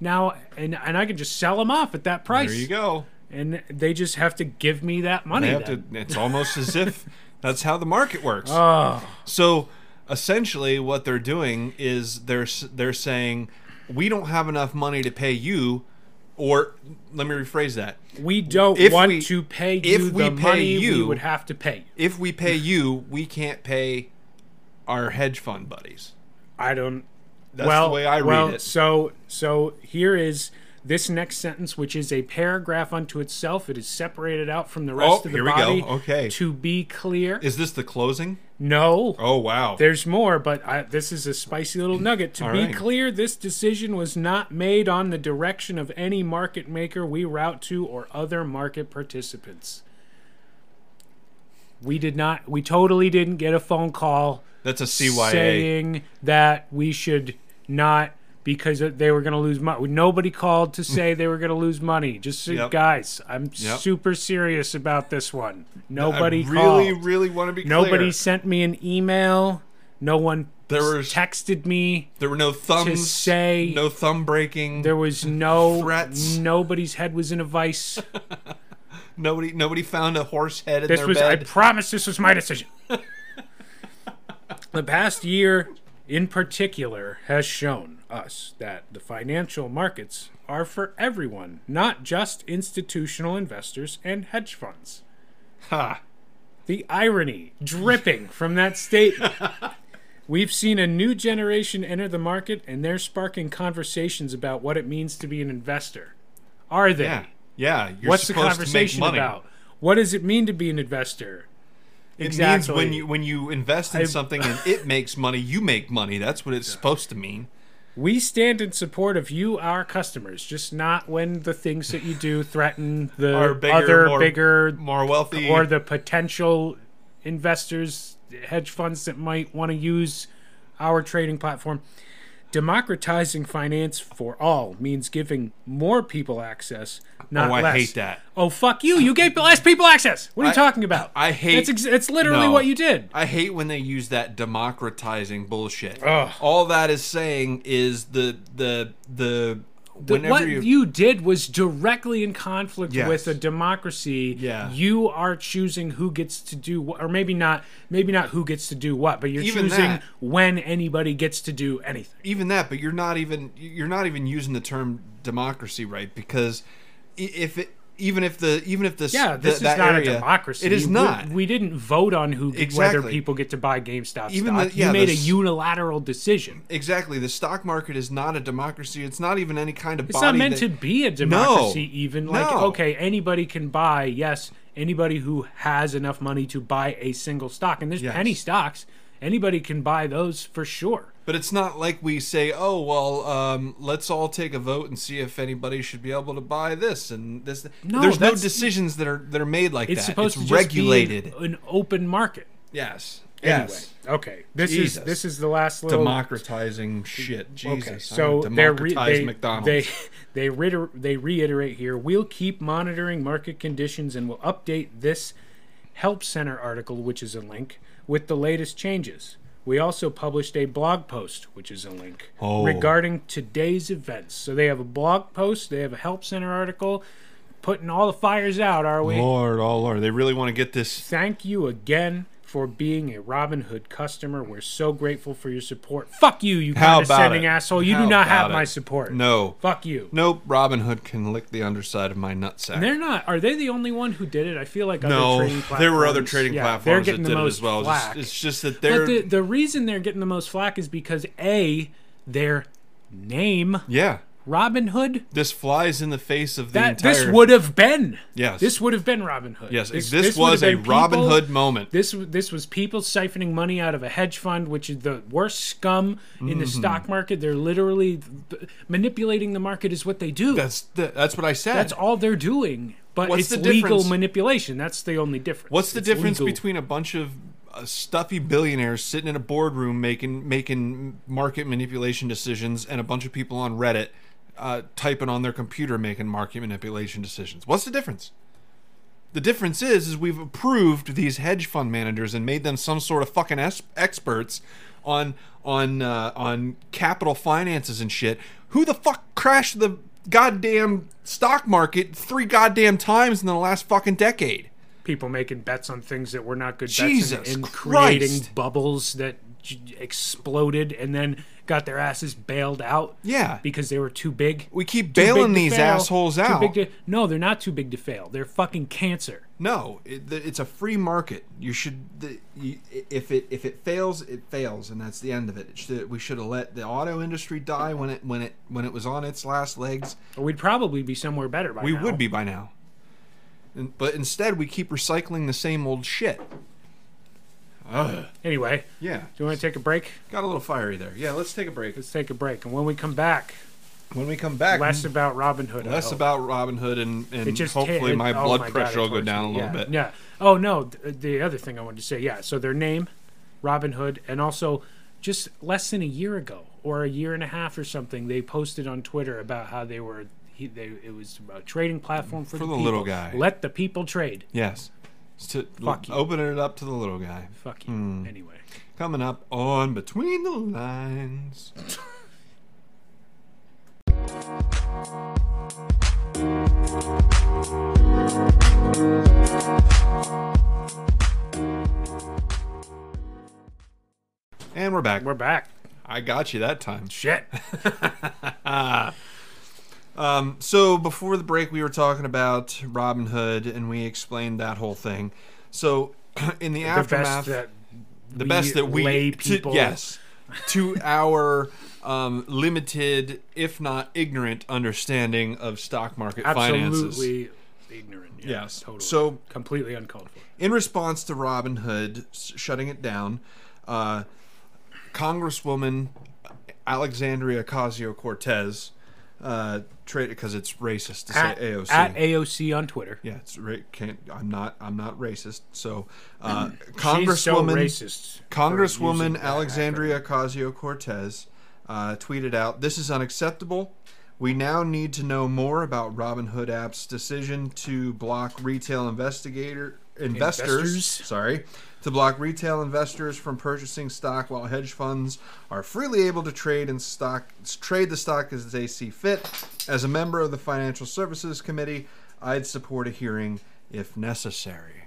Speaker 2: now and and I can just sell them off at that price
Speaker 1: there you go.
Speaker 2: and they just have to give me that money.
Speaker 1: They have to,
Speaker 2: then. Uh.
Speaker 1: it's almost as
Speaker 2: <laughs>
Speaker 1: if that's how the market works. So essentially, what they're doing is they're s- they're saying we don't have enough money to pay you, or let me rephrase that:
Speaker 2: we don't
Speaker 1: if
Speaker 2: want
Speaker 1: we-
Speaker 2: to pay
Speaker 1: if
Speaker 2: you
Speaker 1: we
Speaker 2: the
Speaker 1: pay
Speaker 2: money we
Speaker 1: you-
Speaker 2: would have to pay. you.
Speaker 1: if
Speaker 2: <laughs>
Speaker 1: we pay you, we can't pay our hedge fund buddies.
Speaker 2: I don't.
Speaker 1: That's
Speaker 2: well,
Speaker 1: the way I read
Speaker 2: well,
Speaker 1: it.
Speaker 2: So, so here is this next sentence, which is a paragraph unto itself. It is separated out from the rest
Speaker 1: Oh,
Speaker 2: of the
Speaker 1: here we go.
Speaker 2: body.
Speaker 1: Okay.
Speaker 2: To be clear,
Speaker 1: Is this the closing?
Speaker 2: no.
Speaker 1: Oh wow!
Speaker 2: There's more, but I, this is a spicy little nugget. To
Speaker 1: All
Speaker 2: be
Speaker 1: right.
Speaker 2: clear, this decision was not made on the direction of any market maker we route to or other market participants. We did not. We totally didn't get a phone call
Speaker 1: That's a CYA.
Speaker 2: saying that we should not because they were going to lose money. Nobody called to say they were going to lose money. Just so-
Speaker 1: Yep.
Speaker 2: guys, I'm
Speaker 1: Yep.
Speaker 2: super serious about this one. Nobody
Speaker 1: I really,
Speaker 2: called.
Speaker 1: really want to be clear.
Speaker 2: Nobody sent me an email. No one
Speaker 1: There
Speaker 2: s-
Speaker 1: was-
Speaker 2: texted me.
Speaker 1: There were no thumbs.
Speaker 2: say-
Speaker 1: no thumb breaking.
Speaker 2: There was no
Speaker 1: Threats.
Speaker 2: Nobody's head was in a vice.
Speaker 1: nobody, nobody found a horse head in
Speaker 2: This
Speaker 1: their
Speaker 2: was. I
Speaker 1: bed.
Speaker 2: promise. This was my decision. the past year, in particular, has shown us that the financial markets are for everyone, not just institutional investors and hedge funds.
Speaker 1: ha.
Speaker 2: the irony dripping from that statement. We've seen a new generation enter the market, and they're sparking conversations about what it means to be an investor. Are they?
Speaker 1: Yeah, yeah. You're
Speaker 2: What's the
Speaker 1: supposed
Speaker 2: conversation
Speaker 1: to make money.
Speaker 2: about? What does it mean to be an investor?
Speaker 1: It means when you when you invest in something and it makes money, you make money. That's what it's supposed to mean.
Speaker 2: we stand in support of you, our customers, just not when the things that you do threaten the
Speaker 1: Or bigger,
Speaker 2: other
Speaker 1: more-
Speaker 2: bigger
Speaker 1: More wealthy,
Speaker 2: or the potential investors, hedge funds that might want to use our trading platform. Democratizing finance for all means giving more people access, not
Speaker 1: oh, I
Speaker 2: less.
Speaker 1: hate that.
Speaker 2: Oh fuck you! You gave less people access. What are you
Speaker 1: I-
Speaker 2: talking about?
Speaker 1: I hate-
Speaker 2: That's ex- it's literally
Speaker 1: No.
Speaker 2: what you did.
Speaker 1: I hate when they use that democratizing bullshit.
Speaker 2: Ugh.
Speaker 1: All that is saying is the the the whenever
Speaker 2: what
Speaker 1: you,
Speaker 2: you... did was directly in conflict
Speaker 1: Yes.
Speaker 2: with a democracy.
Speaker 1: Yeah.
Speaker 2: You are choosing who gets to do what, or maybe not, maybe not who gets to do what, but you're
Speaker 1: Even
Speaker 2: choosing
Speaker 1: that.
Speaker 2: when anybody gets to do anything.
Speaker 1: even that but you're not even you're not even using the term democracy right because i- if it even if the even if this
Speaker 2: Yeah, this
Speaker 1: th-
Speaker 2: is
Speaker 1: that
Speaker 2: not
Speaker 1: area-
Speaker 2: a democracy.
Speaker 1: It is
Speaker 2: We-
Speaker 1: not.
Speaker 2: We, didn't vote on who whether
Speaker 1: Exactly.
Speaker 2: people get to buy GameStop
Speaker 1: Even
Speaker 2: stock.
Speaker 1: the- yeah,
Speaker 2: you made
Speaker 1: the
Speaker 2: a
Speaker 1: s-
Speaker 2: unilateral decision.
Speaker 1: exactly. The stock market is not a democracy. It's not even any kind of
Speaker 2: It's
Speaker 1: body.
Speaker 2: not meant
Speaker 1: that-
Speaker 2: to be a democracy.
Speaker 1: No.
Speaker 2: even like
Speaker 1: No.
Speaker 2: okay, anybody can buy. Yes, anybody who has enough money to buy a single stock, and there's
Speaker 1: Yes.
Speaker 2: penny stocks. Anybody can buy those for sure.
Speaker 1: But it's not like we say, oh well, um, let's all take a vote and see if anybody should be able to buy this and this.
Speaker 2: No,
Speaker 1: There's no
Speaker 2: that's-
Speaker 1: decisions that are that are made like
Speaker 2: It's
Speaker 1: that.
Speaker 2: supposed
Speaker 1: it's
Speaker 2: to just
Speaker 1: regulated.
Speaker 2: be an, an open market.
Speaker 1: yes. Yes.
Speaker 2: Anyway, okay. This
Speaker 1: Jesus.
Speaker 2: is this is the last little
Speaker 1: Democratizing shit. Jesus.
Speaker 2: Okay,
Speaker 1: I'm
Speaker 2: so
Speaker 1: gonna
Speaker 2: they're re-
Speaker 1: democratize
Speaker 2: they,
Speaker 1: McDonald's.
Speaker 2: they <laughs> they reiter- they reiterate here. We'll keep monitoring market conditions and will update this help center article, which is a link, with the latest changes. We also published a blog post, which is a link,
Speaker 1: Oh.
Speaker 2: regarding today's events. So they have a blog post, they have a help center article, putting all the fires out. Are we?
Speaker 1: Lord, oh Lord, they really want to get this.
Speaker 2: Thank you again for being a Robin Hood customer. We're so grateful for your support. Fuck you, you
Speaker 1: How about
Speaker 2: condescending
Speaker 1: it?
Speaker 2: asshole. You
Speaker 1: How
Speaker 2: do not
Speaker 1: about
Speaker 2: have my
Speaker 1: it?
Speaker 2: support.
Speaker 1: No,
Speaker 2: Fuck you.
Speaker 1: nope. Robin Hood can lick the underside of my nutsack.
Speaker 2: They're not. Are they the only one who did it? I feel like other
Speaker 1: no,
Speaker 2: trading platforms,
Speaker 1: there were other trading
Speaker 2: yeah,
Speaker 1: platforms
Speaker 2: they're
Speaker 1: that
Speaker 2: getting
Speaker 1: did
Speaker 2: the
Speaker 1: it
Speaker 2: most
Speaker 1: as well. It's
Speaker 2: Flack.
Speaker 1: just, it's just that
Speaker 2: but
Speaker 1: they're
Speaker 2: the, the reason they're getting the most flack is because a their name
Speaker 1: yeah.
Speaker 2: Robin Hood.
Speaker 1: This flies in the face of the
Speaker 2: That
Speaker 1: entire.
Speaker 2: this would have been.
Speaker 1: Yes.
Speaker 2: This would have been Robin Hood.
Speaker 1: yes, this,
Speaker 2: would have
Speaker 1: was a
Speaker 2: been
Speaker 1: Robin
Speaker 2: people-
Speaker 1: Hood moment.
Speaker 2: This w- this was people siphoning money out of a hedge fund, which is the worst scum in
Speaker 1: Mm-hmm.
Speaker 2: the stock market. They're literally b- manipulating the market is what they do.
Speaker 1: that's the, that's what I said.
Speaker 2: That's all they're doing. But
Speaker 1: What's
Speaker 2: it's
Speaker 1: the
Speaker 2: legal
Speaker 1: difference?
Speaker 2: manipulation. That's the only difference.
Speaker 1: What's the
Speaker 2: It's
Speaker 1: difference
Speaker 2: legal.
Speaker 1: between a bunch of uh, stuffy billionaires sitting in a boardroom making making market manipulation decisions and a bunch of people on Reddit uh, typing on their computer making market manipulation decisions? What's the difference? The difference is, is we've approved these hedge fund managers and made them some sort of fucking es- experts on on uh, on capital finances and shit. Who the fuck crashed the goddamn stock market three goddamn times in the last fucking decade?
Speaker 2: people making bets on things that were not good bets
Speaker 1: Jesus
Speaker 2: and, and
Speaker 1: Christ.
Speaker 2: creating bubbles that j- exploded and then got their asses bailed out?
Speaker 1: Yeah.
Speaker 2: because they were too big.
Speaker 1: We keep
Speaker 2: Too big
Speaker 1: bailing
Speaker 2: to
Speaker 1: these
Speaker 2: fail,
Speaker 1: assholes
Speaker 2: too
Speaker 1: out.
Speaker 2: big to- no, they're not too big to fail. They're fucking cancer.
Speaker 1: no, it, th- it's a free market. You should, the, you, if it if it fails, it fails, and that's the end of it. it should, we should have let the auto industry die when it when it when it was on its last legs.
Speaker 2: We'd probably be somewhere better by
Speaker 1: We
Speaker 2: now.
Speaker 1: would be by now. And, but instead, we keep recycling the same old shit.
Speaker 2: Anyway,
Speaker 1: Yeah,
Speaker 2: do you want to take a break?
Speaker 1: got a little fiery there. Yeah, let's take a break.
Speaker 2: Let's take a break, and when we come back,
Speaker 1: When we come back,
Speaker 2: less
Speaker 1: Mm. less,
Speaker 2: about Robin Hood. I hope.
Speaker 1: about Robin Hood and and
Speaker 2: It just
Speaker 1: hopefully
Speaker 2: hit-
Speaker 1: my
Speaker 2: oh
Speaker 1: blood
Speaker 2: God,
Speaker 1: pressure
Speaker 2: it
Speaker 1: will go
Speaker 2: torched
Speaker 1: down a
Speaker 2: me.
Speaker 1: little
Speaker 2: Yeah,
Speaker 1: bit.
Speaker 2: Yeah. Oh no, th- the other thing I wanted to say, yeah. So their name, Robin Hood, and also just less than a year ago or a year and a half or something, they posted on Twitter about how they were. He, they, it was a trading platform for,
Speaker 1: Mm, For
Speaker 2: the
Speaker 1: the little
Speaker 2: people.
Speaker 1: guy.
Speaker 2: Let the people trade.
Speaker 1: Yes, It's to
Speaker 2: Fuck you.
Speaker 1: open it up to the little guy.
Speaker 2: Fuck you.
Speaker 1: Hmm.
Speaker 2: Anyway,
Speaker 1: Coming up on Between the Lines. And we're back.
Speaker 2: we're back.
Speaker 1: I got you that time.
Speaker 2: Shit.
Speaker 1: Um, so before the break, we were talking about Robin Hood, and we explained that whole thing. So <clears throat> in the,
Speaker 2: the best
Speaker 1: aftermath,
Speaker 2: that
Speaker 1: the best that we
Speaker 2: lay
Speaker 1: to-
Speaker 2: people.
Speaker 1: yes to our um, limited if not ignorant understanding of stock market finances
Speaker 2: absolutely ignorant. Yeah,
Speaker 1: Yes.
Speaker 2: Totally.
Speaker 1: So-
Speaker 2: completely uncalled for.
Speaker 1: in response to robin hood s- shutting it down uh, congresswoman alexandria ocasio-cortez uh, traded because it's racist to say
Speaker 2: At
Speaker 1: aoc
Speaker 2: at AOC on Twitter.
Speaker 1: yeah, it's ra- can't. I'm not. I'm not racist. So, uh,
Speaker 2: <clears throat> She's so
Speaker 1: Congresswoman
Speaker 2: racist. for using
Speaker 1: Congresswoman
Speaker 2: that
Speaker 1: Alexandria Ocasio Cortez uh, tweeted out, This is unacceptable. We now need to know more about Robin Hood App's decision to block retail investigator investors,
Speaker 2: Investors?
Speaker 1: sorry, to block retail investors from purchasing stock while hedge funds are freely able to trade in stock trade the stock as they see fit. As a member of the Financial Services Committee, I'd support a hearing if necessary.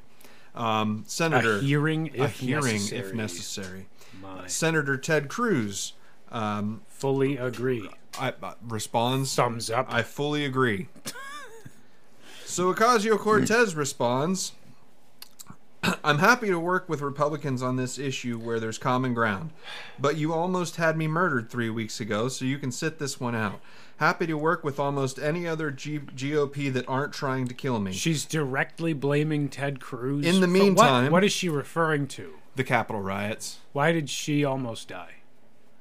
Speaker 1: Um, Senator
Speaker 2: A hearing if
Speaker 1: a hearing if
Speaker 2: necessary.
Speaker 1: necessary.
Speaker 2: My.
Speaker 1: Senator Ted Cruz um,
Speaker 2: Fully agree.
Speaker 1: I, I- responds,
Speaker 2: Thumbs up.
Speaker 1: "I fully agree." So Ocasio Cortez responds I'm happy to work with Republicans on this issue where there's common ground, but you almost had me murdered three weeks ago, so you can sit this one out. Happy to work with almost any other G- GOP that aren't trying to kill me.
Speaker 2: She's directly blaming Ted Cruz.
Speaker 1: In the
Speaker 2: for-
Speaker 1: meantime-
Speaker 2: what, what is she referring to?
Speaker 1: the Capitol riots
Speaker 2: Why did she almost die?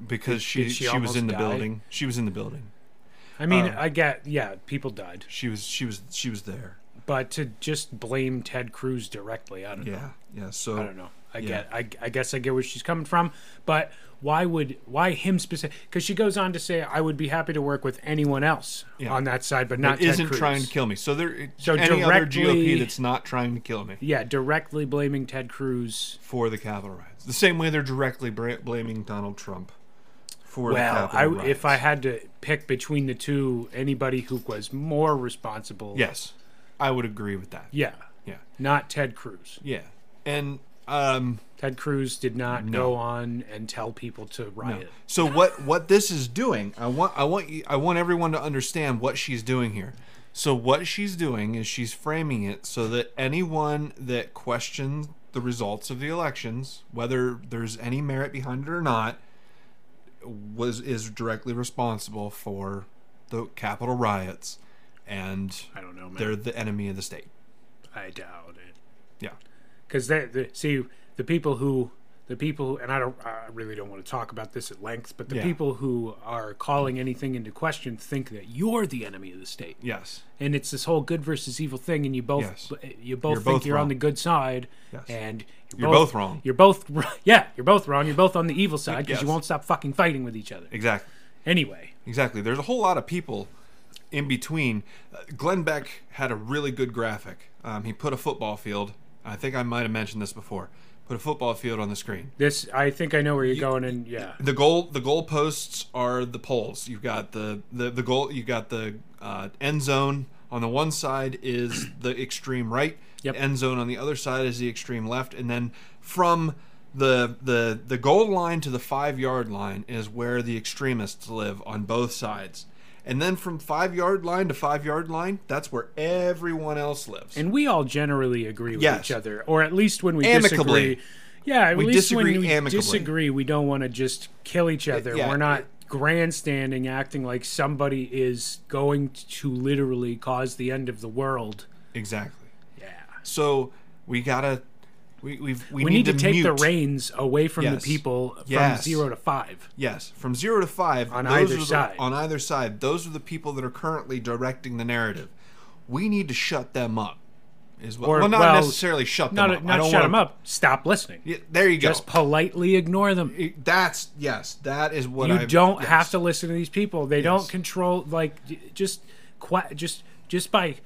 Speaker 1: because she
Speaker 2: did she
Speaker 1: she, was
Speaker 2: almost
Speaker 1: in the
Speaker 2: die?
Speaker 1: building. She was in the building.
Speaker 2: I mean,
Speaker 1: Um,
Speaker 2: I get, yeah, people died,
Speaker 1: She was she was she was there.
Speaker 2: but to just blame Ted Cruz directly, I don't know.
Speaker 1: Yeah, yeah. So
Speaker 2: I don't know. I get. I, I guess I get where she's coming from, but why would why him specific? Because she goes on to say, "I would be happy to work with anyone else
Speaker 1: Yeah.
Speaker 2: on that side, but not
Speaker 1: It
Speaker 2: Ted
Speaker 1: isn't
Speaker 2: Cruz."
Speaker 1: trying to kill me. So there,
Speaker 2: So
Speaker 1: any other GOP
Speaker 2: directly-
Speaker 1: that's not trying to kill me
Speaker 2: yeah, directly blaming Ted Cruz.
Speaker 1: for the Capitol riots. The same way they're directly bra- blaming Donald Trump for the
Speaker 2: Well, I,
Speaker 1: Capitol riots.
Speaker 2: if I had to pick between the two, anybody who was more responsible,
Speaker 1: yes, I would agree with that.
Speaker 2: yeah,
Speaker 1: yeah,
Speaker 2: not Ted Cruz.
Speaker 1: yeah. And um,
Speaker 2: Ted Cruz did not
Speaker 1: No.
Speaker 2: go on and tell people to riot.
Speaker 1: So what what this is doing, I want I want you I want everyone to understand what she's doing here. So what she's doing is she's framing it so that anyone that questions the results of the elections, whether there's any merit behind it or not, was is directly responsible for the Capitol riots and
Speaker 2: I don't know, man.
Speaker 1: they're the enemy of the state.
Speaker 2: I doubt it.
Speaker 1: Yeah.
Speaker 2: because they, the see the people who the people who, and I don't I really don't want to talk about this at length, but the
Speaker 1: Yeah.
Speaker 2: people who are calling anything into question think that you're the enemy of the state,
Speaker 1: Yes.
Speaker 2: and it's this whole good versus evil thing, and you both
Speaker 1: Yes.
Speaker 2: you both
Speaker 1: You're
Speaker 2: think
Speaker 1: both
Speaker 2: you're
Speaker 1: wrong.
Speaker 2: on the good side,
Speaker 1: Yes.
Speaker 2: and you're,
Speaker 1: You're both wrong.
Speaker 2: You're both <laughs> r- yeah, you're both wrong. You're both on the evil side because
Speaker 1: Yes.
Speaker 2: you won't stop fucking fighting with each other.
Speaker 1: Exactly.
Speaker 2: Anyway,
Speaker 1: Exactly. There's a whole lot of people in between. Uh, Glenn Beck had a really good graphic. Um, he put a football field. I think I might have mentioned this before. Put a football field on the screen.
Speaker 2: this I think I know where you're going, and yeah,
Speaker 1: The goal the goal posts are the poles. You've got the the, the goal you've got the uh, end zone on the one side is <coughs> the extreme right.
Speaker 2: Yep.
Speaker 1: End zone on the other side is the extreme left and then from the the the goal line to the 5-yard line is where the extremists live on both sides. And then from 5-yard line to 5-yard line, that's where everyone else lives.
Speaker 2: and we all generally agree with
Speaker 1: Yes.
Speaker 2: each other, or at least when we
Speaker 1: Amicably.
Speaker 2: disagree. Yeah, at
Speaker 1: We
Speaker 2: least
Speaker 1: disagree
Speaker 2: when we
Speaker 1: amicably.
Speaker 2: disagree, we don't want to just kill each other.
Speaker 1: yeah,
Speaker 2: We're not
Speaker 1: it-
Speaker 2: grandstanding, acting like somebody is going to literally cause the end of the world.
Speaker 1: exactly.
Speaker 2: Yeah,
Speaker 1: So, we got to we, we've, we,
Speaker 2: we need, to, take the
Speaker 1: mute-
Speaker 2: reins away from
Speaker 1: Yes.
Speaker 2: the people from
Speaker 1: Yes.
Speaker 2: zero to five.
Speaker 1: Yes, from zero to five
Speaker 2: On
Speaker 1: those
Speaker 2: either
Speaker 1: are the-
Speaker 2: side.
Speaker 1: On either side, those are the people that are currently directing the narrative. We need to shut them up. Is what?
Speaker 2: Or-
Speaker 1: well, not
Speaker 2: well,
Speaker 1: necessarily shut them
Speaker 2: Not,
Speaker 1: up. I
Speaker 2: not
Speaker 1: don't
Speaker 2: shut
Speaker 1: wanna-
Speaker 2: them up. Stop listening.
Speaker 1: Yeah, there you
Speaker 2: Just
Speaker 1: go.
Speaker 2: politely ignore them.
Speaker 1: It- That's yes. That is what
Speaker 2: you
Speaker 1: I
Speaker 2: don't
Speaker 1: yes.
Speaker 2: have to listen to these people. They
Speaker 1: Yes.
Speaker 2: don't control like j- just que- just just by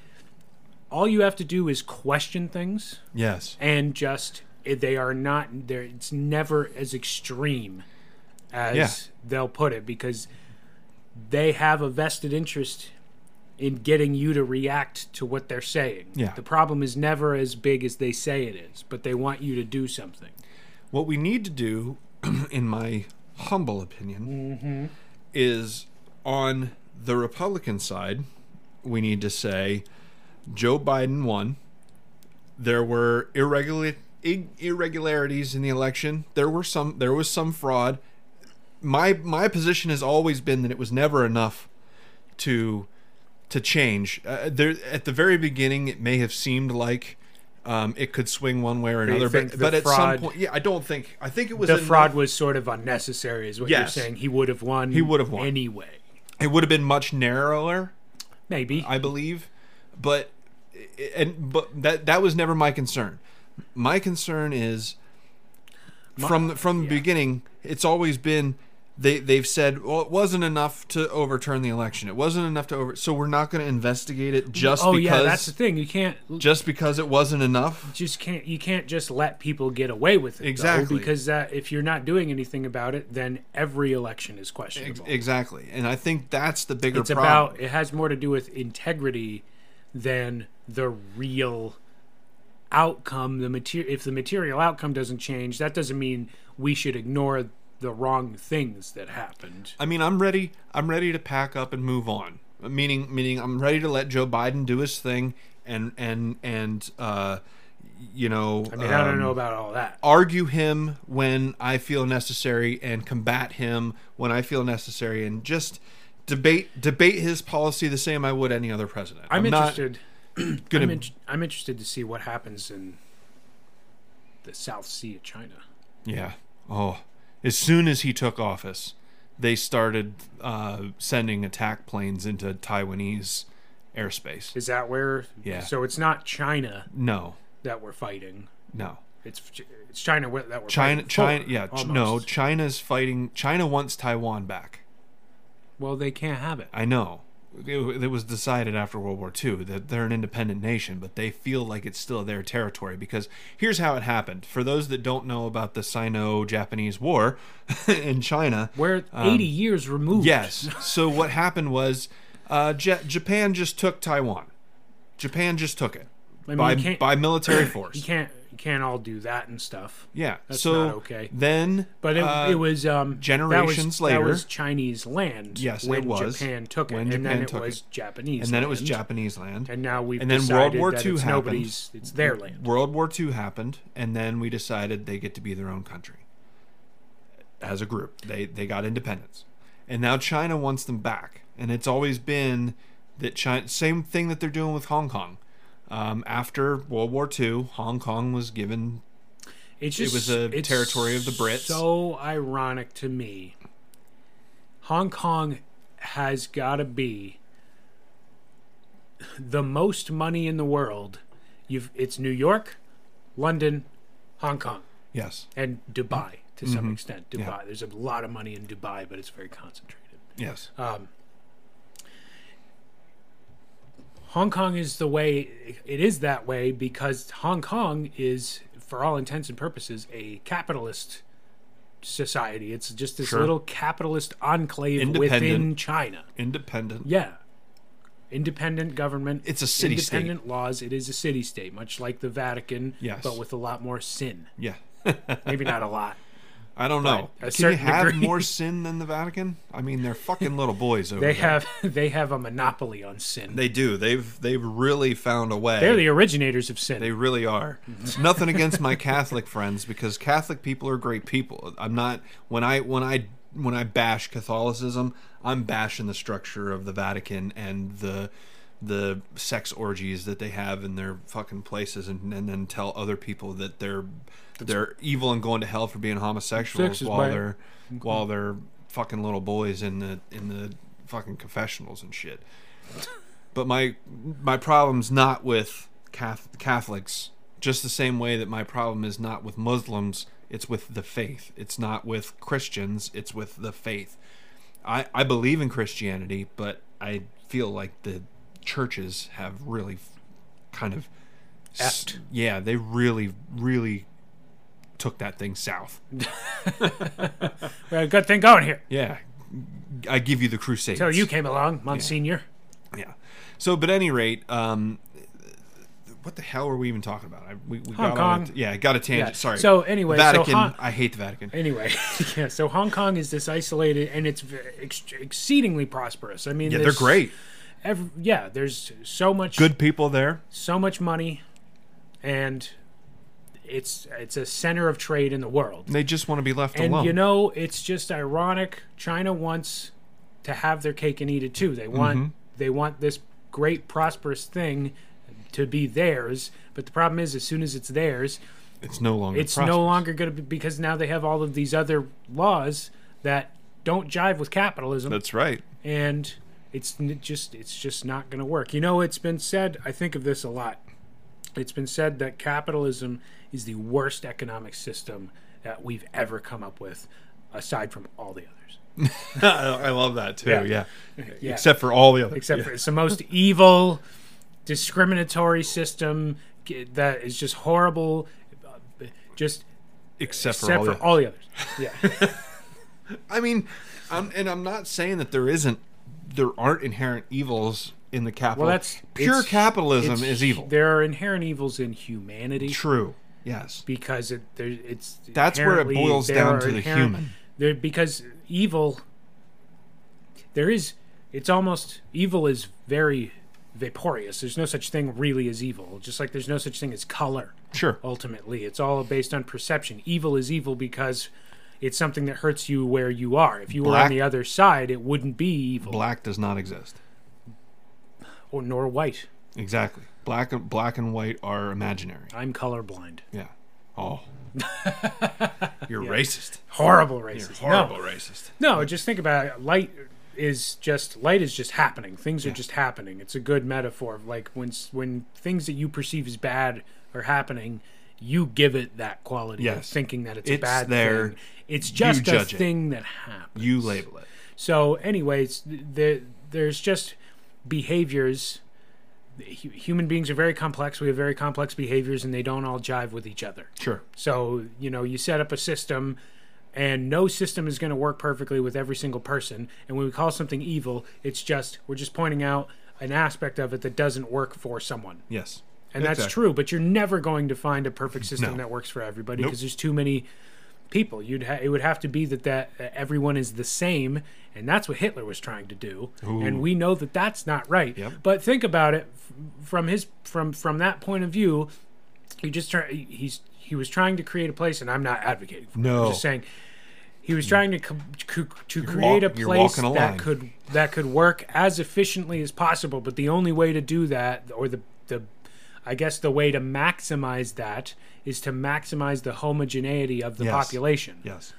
Speaker 2: all you have to do is question things
Speaker 1: Yes.
Speaker 2: and just eh, they are not there it's never as extreme as
Speaker 1: Yeah.
Speaker 2: they'll put it because they have a vested interest in getting you to react to what they're saying.
Speaker 1: Yeah.
Speaker 2: The problem is never as big as they say it is, but they want you to do something.
Speaker 1: What we need to do, <clears throat> in my humble opinion, is on the Republican side, we need to say Joe Biden won. There were irregular ig- irregularities in the election. There were some. There was some fraud. My my position has always been that it was never enough to to change. Uh, there at the very beginning, it may have seemed like. Um, it could swing one way or
Speaker 2: you
Speaker 1: another,
Speaker 2: think
Speaker 1: but,
Speaker 2: the
Speaker 1: but at some
Speaker 2: fraud-
Speaker 1: point, yeah, I don't think. I think it was
Speaker 2: The
Speaker 1: enough-
Speaker 2: fraud was sort of unnecessary, is what
Speaker 1: Yes.
Speaker 2: you're saying. He would have won. He
Speaker 1: would have won.
Speaker 2: anyway.
Speaker 1: It would have been much narrower
Speaker 2: Maybe.
Speaker 1: I believe, but eh, and but that that was never my concern. My concern is from from the beginning. It's always been they they've said well it wasn't enough to overturn the election. It wasn't enough to over. So we're not going to investigate it just
Speaker 2: oh
Speaker 1: because
Speaker 2: yeah, that's the thing. You can't
Speaker 1: just because it wasn't enough.
Speaker 2: just can't you can't just let people get away with it though,
Speaker 1: Exactly.
Speaker 2: because that if you're not doing anything about it, then every election is questionable.
Speaker 1: Ex- Exactly, and I think that's the bigger
Speaker 2: it's
Speaker 1: problem.
Speaker 2: about it has more to do with integrity than the real outcome. The material if the material outcome doesn't change, that doesn't mean we should ignore the wrong things that happened.
Speaker 1: I mean, I'm ready. I'm ready to pack up and move on. Meaning, meaning, I'm ready to let Joe Biden do his thing. and and and uh, you know.
Speaker 2: I mean, I don't
Speaker 1: um,
Speaker 2: know about all that.
Speaker 1: argue him when I feel necessary and combat him when I feel necessary and just debate debate his policy the same I would any other president.
Speaker 2: I'm,
Speaker 1: not
Speaker 2: interested.
Speaker 1: gonna-
Speaker 2: I'm, in, I'm interested to see what happens in the South Sea of China.
Speaker 1: yeah. Oh, as soon as he took office, they started uh, sending attack planes into Taiwanese airspace.
Speaker 2: Is that where?
Speaker 1: Yeah.
Speaker 2: So it's not China
Speaker 1: No,
Speaker 2: that we're fighting.
Speaker 1: no.
Speaker 2: It's it's China wi- that we're
Speaker 1: China,
Speaker 2: fighting
Speaker 1: China,
Speaker 2: for,
Speaker 1: yeah, ch- no.
Speaker 2: oh, almost.
Speaker 1: China's fighting. China wants Taiwan back.
Speaker 2: Well, they can't have it.
Speaker 1: I know. It, it was decided after World War II that they're an independent nation, but they feel like it's still their territory because here's how it happened. For those that don't know about the Sino Japanese War <laughs> in China,
Speaker 2: We're 80 years removed.
Speaker 1: <laughs> um, yes. So what happened was uh, Ja Japan just took Taiwan. Japan just took it
Speaker 2: I mean, you
Speaker 1: by,
Speaker 2: can't,
Speaker 1: by military
Speaker 2: <coughs>
Speaker 1: force.
Speaker 2: you can't you can't all do that and stuff.
Speaker 1: yeah.
Speaker 2: That's
Speaker 1: so
Speaker 2: not okay.
Speaker 1: Then,
Speaker 2: But it,
Speaker 1: uh,
Speaker 2: it was um, that
Speaker 1: generations
Speaker 2: was,
Speaker 1: later-
Speaker 2: That was Chinese land.
Speaker 1: Yes, it
Speaker 2: when
Speaker 1: was,
Speaker 2: Japan took it,
Speaker 1: when
Speaker 2: and
Speaker 1: Japan
Speaker 2: then it
Speaker 1: took
Speaker 2: was
Speaker 1: it.
Speaker 2: Japanese.
Speaker 1: and then it was
Speaker 2: land,
Speaker 1: Japanese land.
Speaker 2: And now we've
Speaker 1: and then World
Speaker 2: decided
Speaker 1: War
Speaker 2: that
Speaker 1: II
Speaker 2: it's
Speaker 1: happened.
Speaker 2: nobody's. It's their land.
Speaker 1: World War II happened, and then we decided they get to be their own country as a group. They they got independence, and now China wants them back. And it's always been that China same thing that they're doing with Hong Kong. Um, after World War II, Hong Kong was given
Speaker 2: It's just,
Speaker 1: was a
Speaker 2: it's
Speaker 1: territory of the Brits.
Speaker 2: So ironic to me. Hong Kong has got to be the most money in the world. You've it's New York, London, Hong Kong,
Speaker 1: yes,
Speaker 2: and Dubai to some extent. Dubai.
Speaker 1: Mm-hmm. Yeah.
Speaker 2: There's a lot of money in Dubai, but it's very concentrated.
Speaker 1: yes,
Speaker 2: Uh, Hong Kong is the way it is that way because Hong Kong is, for all intents and purposes, a capitalist society. It's just this
Speaker 1: Sure.
Speaker 2: little capitalist enclave
Speaker 1: Independent.
Speaker 2: within China.
Speaker 1: independent.
Speaker 2: Yeah. Independent government.
Speaker 1: It's a city-state.
Speaker 2: Independent laws. It is a city state, much like the Vatican,
Speaker 1: Yes.
Speaker 2: but with a lot more
Speaker 1: <laughs>
Speaker 2: sin.
Speaker 1: Yeah,
Speaker 2: Maybe not a lot.
Speaker 1: I don't know.
Speaker 2: But a
Speaker 1: Can you
Speaker 2: certain
Speaker 1: have
Speaker 2: degree-
Speaker 1: more sin than the Vatican? I mean, they're fucking
Speaker 2: <laughs>
Speaker 1: little boys over
Speaker 2: They
Speaker 1: there.
Speaker 2: have they have a monopoly on sin.
Speaker 1: They do. They've they've really found a way.
Speaker 2: They, are the originators of sin.
Speaker 1: They really are. Nothing against my Catholic friends because Catholic people are great people. I'm not when I when I when I bash Catholicism, I'm bashing the structure of the Vatican and the the sex orgies that they have in their fucking places and, and then tell other people that they're they're evil and going to hell for being homosexuals
Speaker 2: Sex is
Speaker 1: while
Speaker 2: bad. Mm-hmm.
Speaker 1: they're while they're fucking little boys in the in the fucking confessionals and shit. But my my problem's not with Cath- Catholics, just the same way that my problem is not with Muslims. It's with the faith. It's not with Christians. It's with the faith. I I believe in Christianity, but I feel like the churches have really f- kind of s-
Speaker 2: Effed.
Speaker 1: yeah, they really really took that thing south.
Speaker 2: We got a good thing going here.
Speaker 1: Yeah. I give you the crusades.
Speaker 2: Till you came along, Monsignor.
Speaker 1: Yeah. So, but any rate, um, what the hell were we even talking about? I, we, we
Speaker 2: Hong
Speaker 1: got on a-
Speaker 2: Kong.
Speaker 1: yeah, got a tangent.
Speaker 2: Yeah.
Speaker 1: Sorry.
Speaker 2: So anyway,
Speaker 1: the
Speaker 2: so
Speaker 1: Vatican.
Speaker 2: Hon-
Speaker 1: I hate the Vatican.
Speaker 2: Anyway, <laughs> yeah, so Hong Kong is this isolated and it's v- ex- exceedingly prosperous. I mean,
Speaker 1: yeah, they're
Speaker 2: there's
Speaker 1: great.
Speaker 2: ev- yeah, there's so much
Speaker 1: Good people there.
Speaker 2: so much money and it's it's a center of trade in the world.
Speaker 1: They just want to be left
Speaker 2: And
Speaker 1: alone.
Speaker 2: you know, it's just ironic China wants to have their cake and eat it too. They want
Speaker 1: Mm-hmm.
Speaker 2: they want this great prosperous thing to be theirs, but the problem is as soon as it's theirs,
Speaker 1: it's no longer.
Speaker 2: it's
Speaker 1: prosperous.
Speaker 2: no longer going to be because now they have all of these other laws that don't jive with capitalism
Speaker 1: That's right.
Speaker 2: and it's n- just it's just not going to work you know it's been said i think of this a lot it's been said that capitalism is the worst economic system that we've ever come up with aside from all the others
Speaker 1: <laughs> I love that too. Yeah.
Speaker 2: Yeah. Yeah.
Speaker 1: Except for all the other.
Speaker 2: except
Speaker 1: yeah.
Speaker 2: for it's the
Speaker 1: <laughs>
Speaker 2: most evil discriminatory system g- that is just horrible uh, b- just
Speaker 1: except for
Speaker 2: except
Speaker 1: all
Speaker 2: for
Speaker 1: the.
Speaker 2: all the others
Speaker 1: <laughs>
Speaker 2: yeah
Speaker 1: I mean, I'm, and I'm not saying that there isn't, there aren't inherent evils in the capital.
Speaker 2: Well, that's
Speaker 1: pure
Speaker 2: it's-
Speaker 1: capitalism
Speaker 2: it's-
Speaker 1: is evil.
Speaker 2: There are inherent evils in humanity
Speaker 1: True. Yes.
Speaker 2: because it there, it's
Speaker 1: That's where it
Speaker 2: inherently-
Speaker 1: boils
Speaker 2: there
Speaker 1: down
Speaker 2: are
Speaker 1: to the
Speaker 2: inherent-
Speaker 1: human.
Speaker 2: There because evil there is it's almost evil is very vaporous. There's no such thing really as evil, just like there's no such thing as color.
Speaker 1: Sure.
Speaker 2: Ultimately, it's all based on perception. Evil is evil because it's something that hurts you where you are. If you were
Speaker 1: Black-
Speaker 2: on the other side, it wouldn't be evil,
Speaker 1: Black does not exist.
Speaker 2: or nor white.
Speaker 1: Exactly. Black and black and white are imaginary.
Speaker 2: I'm colorblind.
Speaker 1: Yeah. Oh.
Speaker 2: <laughs>
Speaker 1: You're racist.
Speaker 2: Horrible racist.
Speaker 1: Horrible
Speaker 2: No.
Speaker 1: racist.
Speaker 2: No, just think about it. light is just light is just happening. Things are just happening. It's a good metaphor. Like when s- when things that you perceive as bad are happening, you give it that quality of
Speaker 1: Yes.
Speaker 2: thinking that it's,
Speaker 1: It's
Speaker 2: a bad
Speaker 1: there.
Speaker 2: thing. It's just a
Speaker 1: judge it.
Speaker 2: thing that happens.
Speaker 1: You label it.
Speaker 2: So, anyways, there there's just behaviors. Hu- Human beings are very complex. We have very complex behaviors, and they don't all jive with each other.
Speaker 1: Sure.
Speaker 2: So, you know, you set up a system and no system is going to work perfectly with every single person. And when we call something evil, it's just we're just pointing out an aspect of it that doesn't work for someone.
Speaker 1: Yes.
Speaker 2: And that's
Speaker 1: Exactly.
Speaker 2: true, but you're never going to find a perfect system
Speaker 1: No.
Speaker 2: that works for everybody
Speaker 1: Nope.
Speaker 2: because there's too many people. You'd ha- it would have to be that that uh, everyone is the same, and that's what Hitler was trying to do. And we know that that's not right.
Speaker 1: Yep.
Speaker 2: But think about it f- from his from from that point of view. He just try- he's he was trying to create a place, and I'm not advocating. For it,
Speaker 1: No.
Speaker 2: I'm just saying he was trying to co- co- to create a
Speaker 1: walk- you're
Speaker 2: place
Speaker 1: walking a line.
Speaker 2: that could that could work as efficiently as possible. But the only way to do that, or the the I guess the way to maximize that is to maximize the homogeneity of the
Speaker 1: Yes.
Speaker 2: population.
Speaker 1: Yes.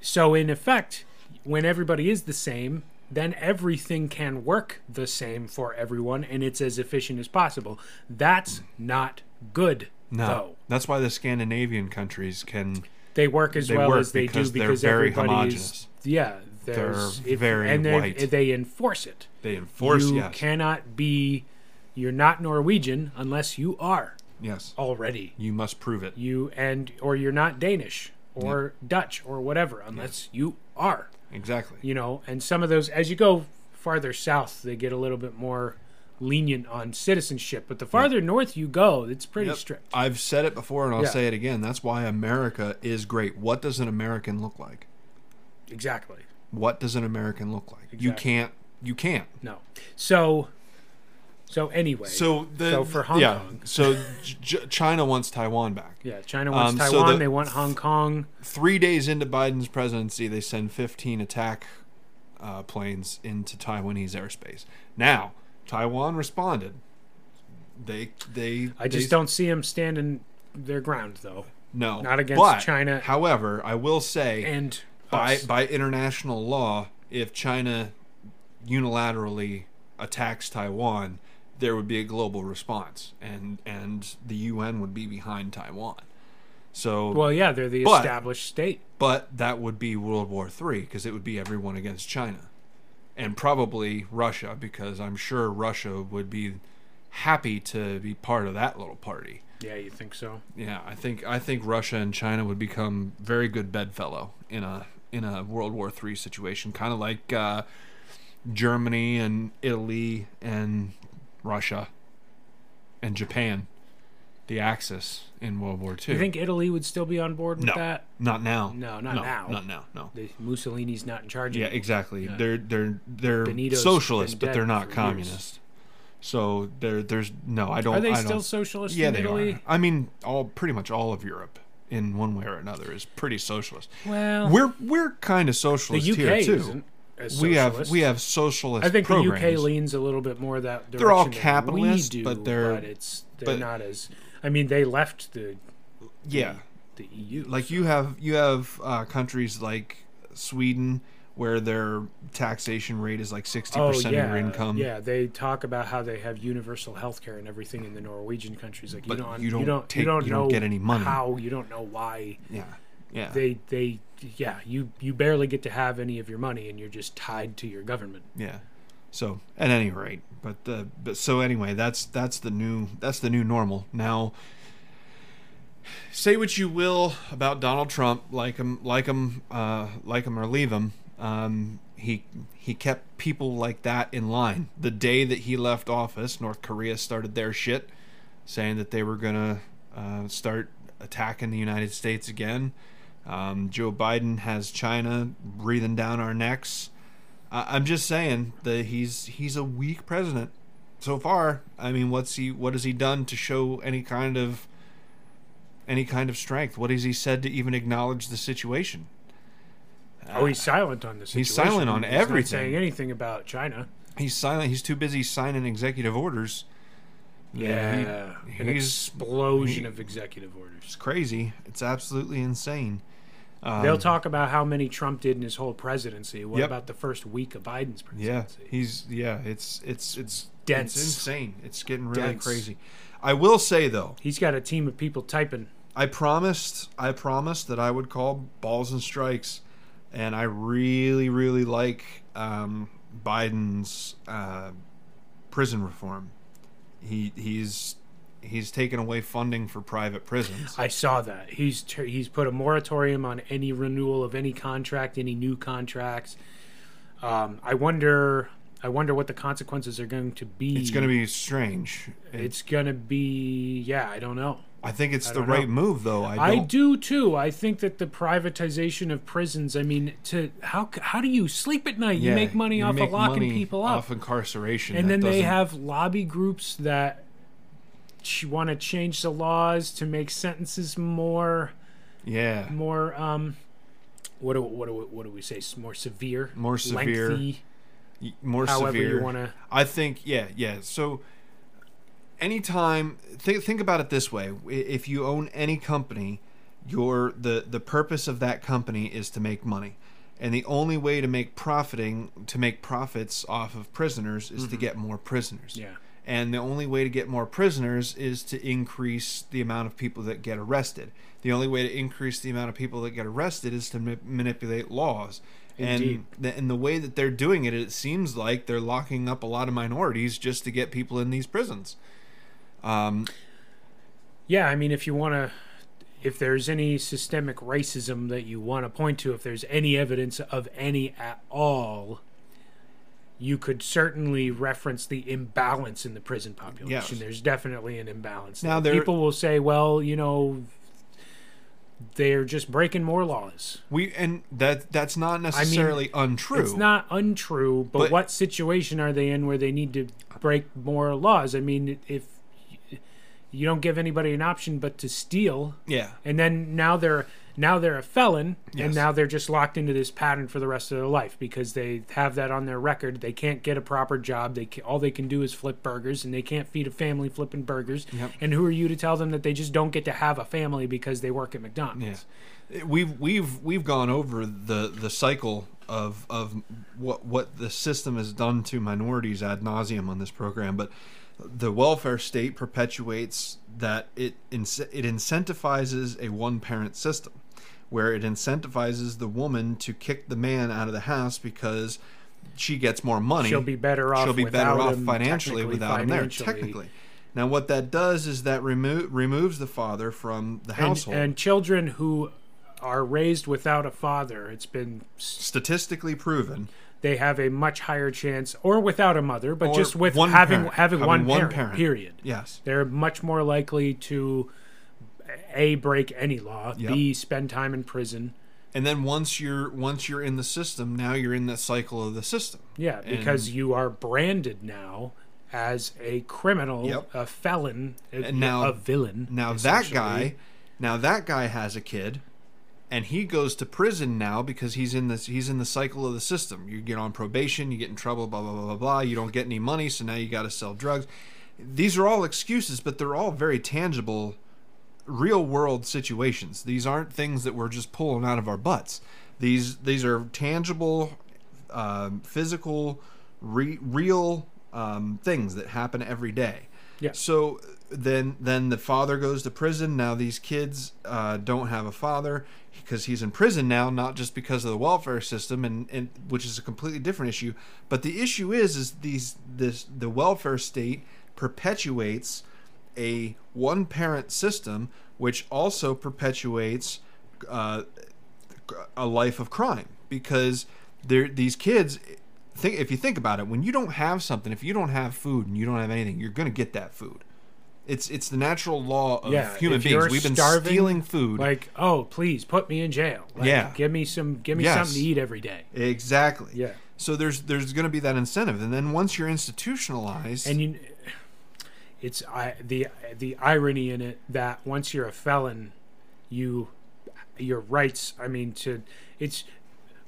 Speaker 2: So in effect, when everybody is the same, then everything can work the same for everyone and it's as efficient as possible. That's not good
Speaker 1: No.
Speaker 2: though.
Speaker 1: That's why the Scandinavian countries can
Speaker 2: they work as
Speaker 1: They
Speaker 2: well
Speaker 1: work
Speaker 2: as they
Speaker 1: because
Speaker 2: do
Speaker 1: they're
Speaker 2: because
Speaker 1: very
Speaker 2: everybody's
Speaker 1: homogenous.
Speaker 2: yeah there's
Speaker 1: They're very
Speaker 2: and they-
Speaker 1: white.
Speaker 2: they enforce it
Speaker 1: they enforce
Speaker 2: you
Speaker 1: yes.
Speaker 2: cannot be you're not Norwegian unless you are
Speaker 1: yes.
Speaker 2: already
Speaker 1: You must prove it.
Speaker 2: you and or you're not Danish or Dutch or whatever unless you are
Speaker 1: Exactly.
Speaker 2: you know and some of those as you go farther south they get a little bit more lenient on citizenship but the farther north you go it's pretty
Speaker 1: Yep.
Speaker 2: strict
Speaker 1: I've said it before and I'll
Speaker 2: Yeah.
Speaker 1: say it again. That's why America is great. What does an American look like?
Speaker 2: exactly
Speaker 1: What does an American look like? You
Speaker 2: Exactly.
Speaker 1: can't you can't.
Speaker 2: no so so anyway
Speaker 1: So the
Speaker 2: So for Hong
Speaker 1: yeah,
Speaker 2: Kong.
Speaker 1: So J- China wants Taiwan back.
Speaker 2: Yeah, China wants
Speaker 1: Um, so
Speaker 2: Taiwan.
Speaker 1: the-
Speaker 2: they want Hong Kong.
Speaker 1: Three days into Biden's presidency, they send 15 attack uh, planes into Taiwanese airspace. Now Taiwan responded. They they
Speaker 2: I just
Speaker 1: they-
Speaker 2: don't see them standing their ground, though.
Speaker 1: no
Speaker 2: not against
Speaker 1: But,
Speaker 2: China.
Speaker 1: However, I will say
Speaker 2: And
Speaker 1: by
Speaker 2: us.
Speaker 1: by international law, if China unilaterally attacks Taiwan, there would be a global response, and and the UN would be behind Taiwan. So,
Speaker 2: well, yeah, they're the
Speaker 1: But-
Speaker 2: established state.
Speaker 1: but that would be World War Three because it would be everyone against China, and probably Russia because I'm sure Russia would be happy to be part of that little party.
Speaker 2: Yeah, you think so?
Speaker 1: Yeah, I think I think Russia and China would become very good bedfellow in a in a World War III situation, kind of like uh, Germany and Italy and Russia and Japan, the Axis in World War II.
Speaker 2: You think Italy would still be on board with
Speaker 1: no,
Speaker 2: that?
Speaker 1: not now.
Speaker 2: No, not now.
Speaker 1: Not now. No.
Speaker 2: The, Mussolini's not in charge.
Speaker 1: Yeah,
Speaker 2: anymore.
Speaker 1: exactly. They're they're they're
Speaker 2: Benito's
Speaker 1: socialists,
Speaker 2: been
Speaker 1: but
Speaker 2: dead
Speaker 1: they're not
Speaker 2: for years.
Speaker 1: communists. So there there's no. I don't.
Speaker 2: Are they
Speaker 1: I
Speaker 2: still
Speaker 1: don't,
Speaker 2: socialist
Speaker 1: yeah,
Speaker 2: in
Speaker 1: they
Speaker 2: Italy?
Speaker 1: are. I mean, all pretty much all of Europe, in one way or another, is pretty socialist.
Speaker 2: Well,
Speaker 1: we're we're kind of
Speaker 2: the
Speaker 1: socialist
Speaker 2: UK
Speaker 1: here too.
Speaker 2: isn't. As
Speaker 1: we have
Speaker 2: socialist.
Speaker 1: we have socialist.
Speaker 2: I think
Speaker 1: programs.
Speaker 2: the UK leans a little bit more that direction
Speaker 1: They're all
Speaker 2: than we
Speaker 1: capitalist,
Speaker 2: do,
Speaker 1: but they're-
Speaker 2: but it's they're
Speaker 1: but-
Speaker 2: not as. I mean, they left the
Speaker 1: Yeah,
Speaker 2: the E EU.
Speaker 1: like you have you have uh, countries like Sweden where their taxation rate is like sixty percent of your income.
Speaker 2: Oh, Yeah, they talk about how they have universal health care and everything in the Norwegian countries. Like
Speaker 1: But
Speaker 2: you don't,
Speaker 1: you don't
Speaker 2: you don't,
Speaker 1: take-
Speaker 2: you don't,
Speaker 1: you don't
Speaker 2: know
Speaker 1: get any money.
Speaker 2: How you don't know why
Speaker 1: yeah, yeah.
Speaker 2: they they yeah you you barely get to have any of your money and you're just tied to your government.
Speaker 1: Yeah. So at any rate, but the but so anyway, that's that's the new that's the new normal now. Say what you will about Donald Trump, like him, like him, uh, like him or leave him. Um, he he kept people like that in line. The day that he left office, North Korea started their shit, saying that they were gonna uh, start attacking the United States again. Um, Joe Biden has China breathing down our necks. I- I'm just saying that he's he's a weak president, so far, I mean, what's he? What has he done to show any kind of any kind of strength? What has he said to even acknowledge the situation?
Speaker 2: oh, he's silent on this.
Speaker 1: he's silent on
Speaker 2: Not saying
Speaker 1: everything.
Speaker 2: anything about China.
Speaker 1: He's silent. He's too busy signing executive orders.
Speaker 2: Yeah,
Speaker 1: he-
Speaker 2: an
Speaker 1: he's
Speaker 2: explosion
Speaker 1: he-
Speaker 2: of executive orders.
Speaker 1: it's crazy. It's absolutely insane. Um,
Speaker 2: They'll talk about how many Trump did in his whole presidency. What
Speaker 1: Yep.
Speaker 2: about the first week of Biden's
Speaker 1: Yeah,
Speaker 2: presidency?
Speaker 1: he's yeah. It's it's it's
Speaker 2: Dense.
Speaker 1: It's insane. It's getting really
Speaker 2: Dense.
Speaker 1: crazy. I will say though,
Speaker 2: He's got a team of people typing.
Speaker 1: I promised I promised that I would call balls and strikes, and I really really like um, Biden's uh, prison reform. He he's he's taken away funding for private prisons.
Speaker 2: I saw that. He's tur he's put a moratorium on any renewal of any contract, any new contracts. Um, I wonder. I wonder what the consequences are going to be.
Speaker 1: It's going to be strange.
Speaker 2: It's gonna be. Yeah, I don't know.
Speaker 1: I think it's the
Speaker 2: don't know.
Speaker 1: right move though. I,
Speaker 2: I
Speaker 1: don't,
Speaker 2: do too. I think that the privatization of prisons. I mean, to how c- how do you sleep at night?
Speaker 1: Yeah,
Speaker 2: you make money off
Speaker 1: make
Speaker 2: of locking
Speaker 1: money
Speaker 2: people up,
Speaker 1: off incarceration,
Speaker 2: and then
Speaker 1: That
Speaker 2: they
Speaker 1: doesn't-
Speaker 2: have lobby groups that ch- want to change the laws to make sentences more
Speaker 1: yeah
Speaker 2: more um what do what do what do we say S- more severe
Speaker 1: More severe,
Speaker 2: lengthy,
Speaker 1: y- more
Speaker 2: however
Speaker 1: severe.
Speaker 2: you want to
Speaker 1: I think, yeah, yeah. So, anytime, think think about it this way: I- if you own any company, your the the purpose of that company is to make money, and the only way to make profiting to make profits off of prisoners is to get more prisoners.
Speaker 2: yeah
Speaker 1: And the only way to get more prisoners is to increase the amount of people that get arrested. The only way to increase the amount of people that get arrested is to ma- manipulate laws.
Speaker 2: Indeed.
Speaker 1: And the, and the way that they're doing it, it seems like they're locking up a lot of minorities just to get people in these prisons. Um,
Speaker 2: yeah i mean if you want to if there's any systemic racism that you want to point to if there's any evidence of any at all you could certainly reference the imbalance in the prison population
Speaker 1: Yes.
Speaker 2: there's definitely an imbalance
Speaker 1: Now
Speaker 2: there.
Speaker 1: there-
Speaker 2: people will say well you know they're just breaking more laws
Speaker 1: we and that that's not necessarily untrue.
Speaker 2: It's not untrue, but,
Speaker 1: But-
Speaker 2: what situation are they in where they need to break more laws? I mean, if you don't give anybody an option but to steal,
Speaker 1: Yeah.
Speaker 2: and then now they're now they're a felon,
Speaker 1: Yes.
Speaker 2: and now they're just locked into this pattern for the rest of their life because they have that on their record. They can't get a proper job. They ca all they can do is flip burgers, and they can't feed a family flipping burgers.
Speaker 1: Yep.
Speaker 2: And who are you to tell them that they just don't get to have a family because they work at McDonald's?
Speaker 1: Yeah. We've we've we've gone over the the cycle of of what what the system has done to minorities ad nauseum on this program, but the welfare state perpetuates that it ince- it incentivizes a one parent system, where it incentivizes the woman to kick the man out of the house because she gets more money.
Speaker 2: She'll be better off
Speaker 1: She'll be better
Speaker 2: without
Speaker 1: off
Speaker 2: him,
Speaker 1: financially
Speaker 2: technically,
Speaker 1: without him there.
Speaker 2: financially.
Speaker 1: Technically. Now, what that does is that remo- removes the father from the
Speaker 2: and,
Speaker 1: household.
Speaker 2: and children who are raised without a father it's been
Speaker 1: statistically proven
Speaker 2: they have a much higher chance or without a mother but
Speaker 1: Or
Speaker 2: just with
Speaker 1: one
Speaker 2: having
Speaker 1: parent,
Speaker 2: having,
Speaker 1: having
Speaker 2: one,
Speaker 1: one
Speaker 2: parent,
Speaker 1: parent.
Speaker 2: period
Speaker 1: yes
Speaker 2: they're much more likely to a break any law
Speaker 1: Yep.
Speaker 2: b spend time in prison
Speaker 1: and then once you're once you're in the system now you're in the cycle of the system
Speaker 2: yeah because you are branded now as a criminal
Speaker 1: Yep.
Speaker 2: a felon a,
Speaker 1: And now-
Speaker 2: a villain
Speaker 1: now that
Speaker 2: essentially.
Speaker 1: guy now that guy has a kid and he goes to prison now because he's in this he's in the cycle of the system you get on probation you get in trouble blah blah blah blah blah you don't get any money so now you got to sell drugs these are all excuses but they're all very tangible real world situations. These aren't things that we're just pulling out of our butts. These these are tangible, um, physical, re- real um, things that happen every day.
Speaker 2: Yeah.
Speaker 1: So then then the father goes to prison. Now these kids uh, don't have a father because he's in prison now, not just because of the welfare system, and, and which is a completely different issue. But the issue is is these this the welfare state perpetuates a one parent system which also perpetuates uh, a life of crime because there these kids think if you think about it when you don't have something if you don't have food and you don't have anything you're going to get that food it's it's the natural law of
Speaker 2: Yeah,
Speaker 1: human
Speaker 2: if you're
Speaker 1: beings we've been
Speaker 2: starving,
Speaker 1: stealing food
Speaker 2: like oh please put me in jail like,
Speaker 1: Yeah.
Speaker 2: give me some give me
Speaker 1: Yes.
Speaker 2: something to eat every day
Speaker 1: exactly
Speaker 2: Yeah.
Speaker 1: so there's there's going to be that incentive and then once you're institutionalized
Speaker 2: and you it's I, the the irony in it that once you're a felon, you your rights. I mean, to it's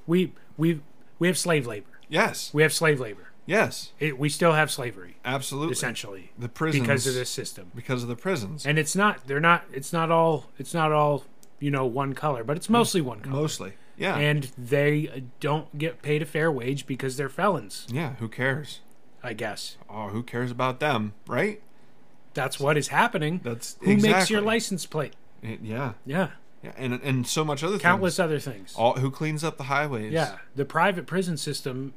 Speaker 2: we we we have slave labor.
Speaker 1: Yes.
Speaker 2: We have slave labor.
Speaker 1: Yes.
Speaker 2: It, we still have slavery
Speaker 1: Absolutely.
Speaker 2: essentially
Speaker 1: The prisons
Speaker 2: because of this system.
Speaker 1: Because of the prisons.
Speaker 2: And it's not they're not it's not all it's not all you know one color, but it's mostly one color.
Speaker 1: Mostly. Yeah.
Speaker 2: And they don't get paid a fair wage because they're felons.
Speaker 1: yeah. Who cares?
Speaker 2: I guess
Speaker 1: Oh, who cares about them, right?
Speaker 2: that's what is happening.
Speaker 1: That's
Speaker 2: who makes your
Speaker 1: exactly.
Speaker 2: license plate.
Speaker 1: It- yeah.
Speaker 2: Yeah,
Speaker 1: Yeah. And and so much other
Speaker 2: countless
Speaker 1: things.
Speaker 2: other things.
Speaker 1: All, who cleans up the highways?
Speaker 2: Yeah, the private prison system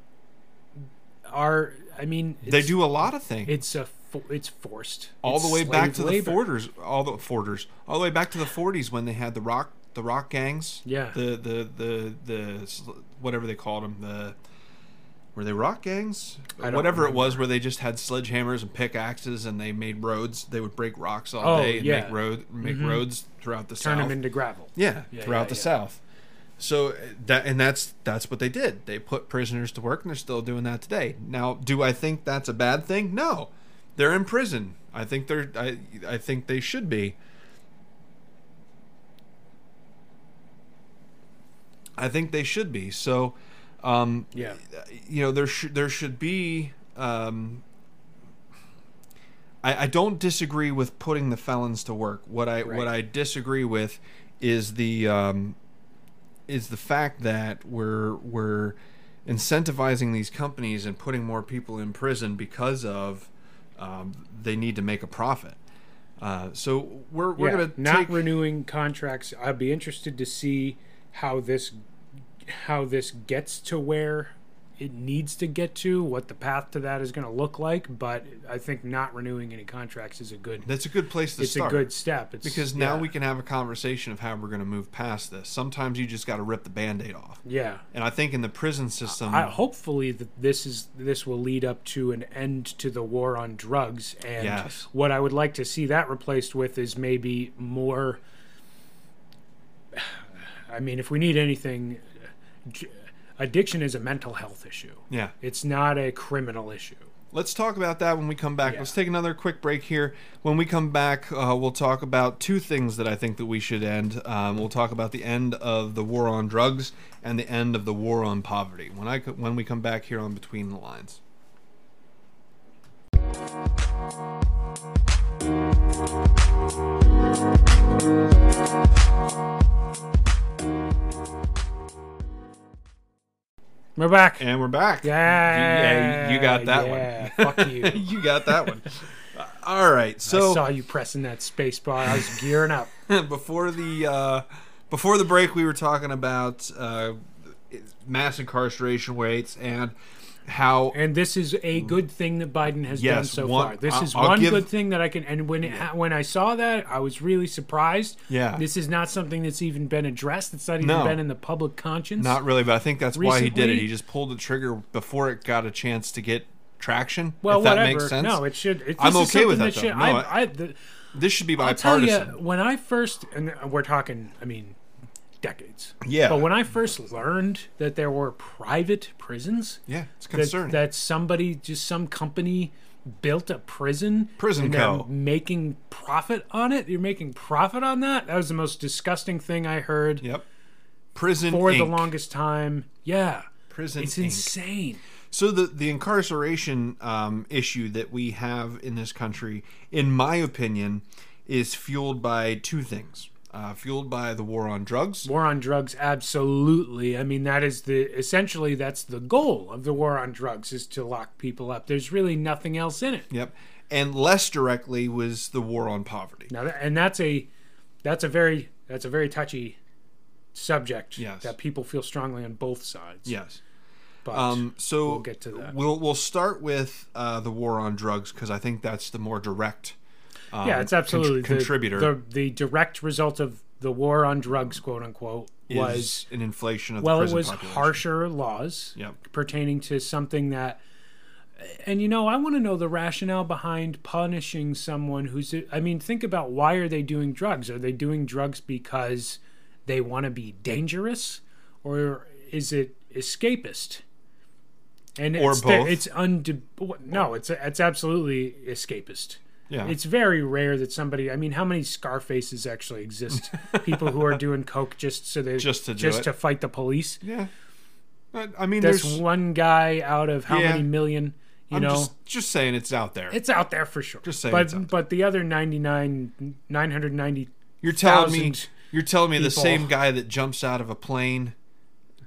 Speaker 2: are. I mean,
Speaker 1: They
Speaker 2: it's-
Speaker 1: do a lot of things.
Speaker 2: It's a. fo- It's forced
Speaker 1: all
Speaker 2: It's
Speaker 1: the way back
Speaker 2: slave
Speaker 1: to
Speaker 2: labor.
Speaker 1: the Forders, all the Forders, all the way back to the 40s when they had the rock, the rock gangs.
Speaker 2: Yeah.
Speaker 1: The the the the sl- whatever they called them, the were they rock gangs?
Speaker 2: I don't
Speaker 1: Whatever it was, where they just had sledgehammers and pickaxes and they made roads. They would break rocks all
Speaker 2: Oh,
Speaker 1: day and
Speaker 2: yeah. Mm-hmm.
Speaker 1: make road make roads throughout the
Speaker 2: Turn
Speaker 1: south.
Speaker 2: them into gravel.
Speaker 1: yeah,
Speaker 2: Yeah,
Speaker 1: throughout
Speaker 2: yeah,
Speaker 1: the
Speaker 2: yeah.
Speaker 1: south. So uh, that and that's that's what they did. They put prisoners to work, and they're still doing that today. Now, do I think that's a bad thing? No, they're in prison. I think they're. I I think they should be. I think they should be. So, um,
Speaker 2: Yeah.
Speaker 1: you know, there should there should be. Um, I, I don't disagree with putting the felons to work. What I
Speaker 2: Right.
Speaker 1: what I disagree with is the um, is the fact that we're we're incentivizing these companies and putting more people in prison because of um, they need to make a profit. Uh, so we're we're
Speaker 2: Yeah,
Speaker 1: gonna
Speaker 2: not
Speaker 1: take
Speaker 2: renewing contracts. I'd be interested to see how this how this gets to where it needs to get to, what the path to that is going to look like. But I think not renewing any contracts is a good
Speaker 1: that's a good place to
Speaker 2: it's
Speaker 1: start
Speaker 2: a good step. It's,
Speaker 1: because now
Speaker 2: yeah,
Speaker 1: we can have a conversation of how we're gonna move past this. Sometimes you just got to rip the band-aid off,
Speaker 2: yeah.
Speaker 1: and I think in the prison system,
Speaker 2: I, hopefully that this is this will lead up to an end to the war on drugs and
Speaker 1: Yes.
Speaker 2: what I would like to see that replaced with is maybe more I mean if we need anything j- addiction is a mental health issue.
Speaker 1: yeah.
Speaker 2: It's not a criminal issue.
Speaker 1: Let's talk about that when we come back.
Speaker 2: Yeah.
Speaker 1: Let's take another quick break here. When we come back, uh, we'll talk about two things that I think that we should end. Um, we'll talk about the end of the war on drugs and the end of the war on poverty. When I co- when we come back here on Between the Lines.
Speaker 2: We're back.
Speaker 1: And we're back.
Speaker 2: yeah,
Speaker 1: Yeah, you got that
Speaker 2: yeah, Fuck you.
Speaker 1: one. <laughs> you got
Speaker 2: <laughs>
Speaker 1: that one. Uh, All right.
Speaker 2: I saw
Speaker 1: So
Speaker 2: you pressing that space bar. I was gearing up.
Speaker 1: <laughs> before the uh, before the break, we were talking about uh, mass incarceration rates and how
Speaker 2: And this is a good thing that Biden has done
Speaker 1: Mm. Yes,
Speaker 2: so
Speaker 1: one-
Speaker 2: far. This
Speaker 1: I'll-
Speaker 2: is
Speaker 1: I'll
Speaker 2: one
Speaker 1: give-
Speaker 2: good thing that I can. And when it, ha when I saw that, I was really surprised.
Speaker 1: Yeah.
Speaker 2: this is not something that's even been addressed. It's not even
Speaker 1: No.
Speaker 2: been in the public conscience.
Speaker 1: Not really, but I think that's why he did it.
Speaker 2: Recently-
Speaker 1: He just pulled the trigger before it got a chance to get traction.
Speaker 2: well,
Speaker 1: if that
Speaker 2: whatever.
Speaker 1: makes sense.
Speaker 2: No, it should. It,
Speaker 1: I'm
Speaker 2: this is
Speaker 1: okay with
Speaker 2: something
Speaker 1: that,
Speaker 2: Should,
Speaker 1: though. No, I-
Speaker 2: I, I, the,
Speaker 1: this should be
Speaker 2: I'll tell you,
Speaker 1: bipartisan.
Speaker 2: when I first, and we're talking, I mean, decades.
Speaker 1: Yeah.
Speaker 2: But when I first learned that there were private prisons,
Speaker 1: Yeah, it's
Speaker 2: that,
Speaker 1: concerning.
Speaker 2: that somebody just some company built a prison
Speaker 1: Prison
Speaker 2: and they're
Speaker 1: co.
Speaker 2: making profit on it you're making profit on that that was the most disgusting thing i heard
Speaker 1: yep. Prison
Speaker 2: for the
Speaker 1: Inc.
Speaker 2: longest time yeah
Speaker 1: Prison
Speaker 2: it's
Speaker 1: Inc.
Speaker 2: insane
Speaker 1: So the the incarceration um, issue that we have in this country, in my opinion, is fueled by two things. Uh, fueled by the war on drugs.
Speaker 2: war on drugs absolutely i mean that is the essentially that's the goal of the war on drugs is to lock people up there's really nothing else in it
Speaker 1: Yep. And less directly was the war on poverty.
Speaker 2: Now, that, and that's a that's a very that's a very touchy subject
Speaker 1: Yes.
Speaker 2: that people feel strongly on both sides.
Speaker 1: Yes.
Speaker 2: but
Speaker 1: Um, so
Speaker 2: we'll get to that.
Speaker 1: We'll we'll start with uh, the war on drugs because I think that's the more direct. Um,
Speaker 2: yeah, it's absolutely
Speaker 1: contr-
Speaker 2: the-
Speaker 1: contributor.
Speaker 2: The, the direct result of the war on drugs, quote unquote,
Speaker 1: is
Speaker 2: was
Speaker 1: an inflation of
Speaker 2: well,
Speaker 1: the
Speaker 2: it
Speaker 1: prison
Speaker 2: was
Speaker 1: population.
Speaker 2: harsher laws
Speaker 1: Yep.
Speaker 2: pertaining to something that. And you know, I want to know the rationale behind punishing someone who's. I mean, think about why are they doing drugs? Are they doing drugs because they want to be dangerous, or is it escapist? And
Speaker 1: Or
Speaker 2: it's the-
Speaker 1: both.
Speaker 2: it's unde- no, it's it's absolutely escapist.
Speaker 1: Yeah.
Speaker 2: It's very rare that somebody. I mean, how many Scarfaces actually
Speaker 1: <laughs>
Speaker 2: exist? People who are doing coke just so they
Speaker 1: Just to do
Speaker 2: just
Speaker 1: it.
Speaker 2: to fight the police.
Speaker 1: yeah. I I mean,
Speaker 2: That's
Speaker 1: there's.
Speaker 2: one guy out of how
Speaker 1: Yeah.
Speaker 2: many million? You
Speaker 1: I'm
Speaker 2: know,
Speaker 1: just, just saying it's out there.
Speaker 2: it's out there for sure.
Speaker 1: Just saying
Speaker 2: but
Speaker 1: it's out there.
Speaker 2: but the other ninety nine, nine hundred ninety.
Speaker 1: You're telling me
Speaker 2: thousand
Speaker 1: you're telling me the
Speaker 2: people.
Speaker 1: same guy that jumps out of a plane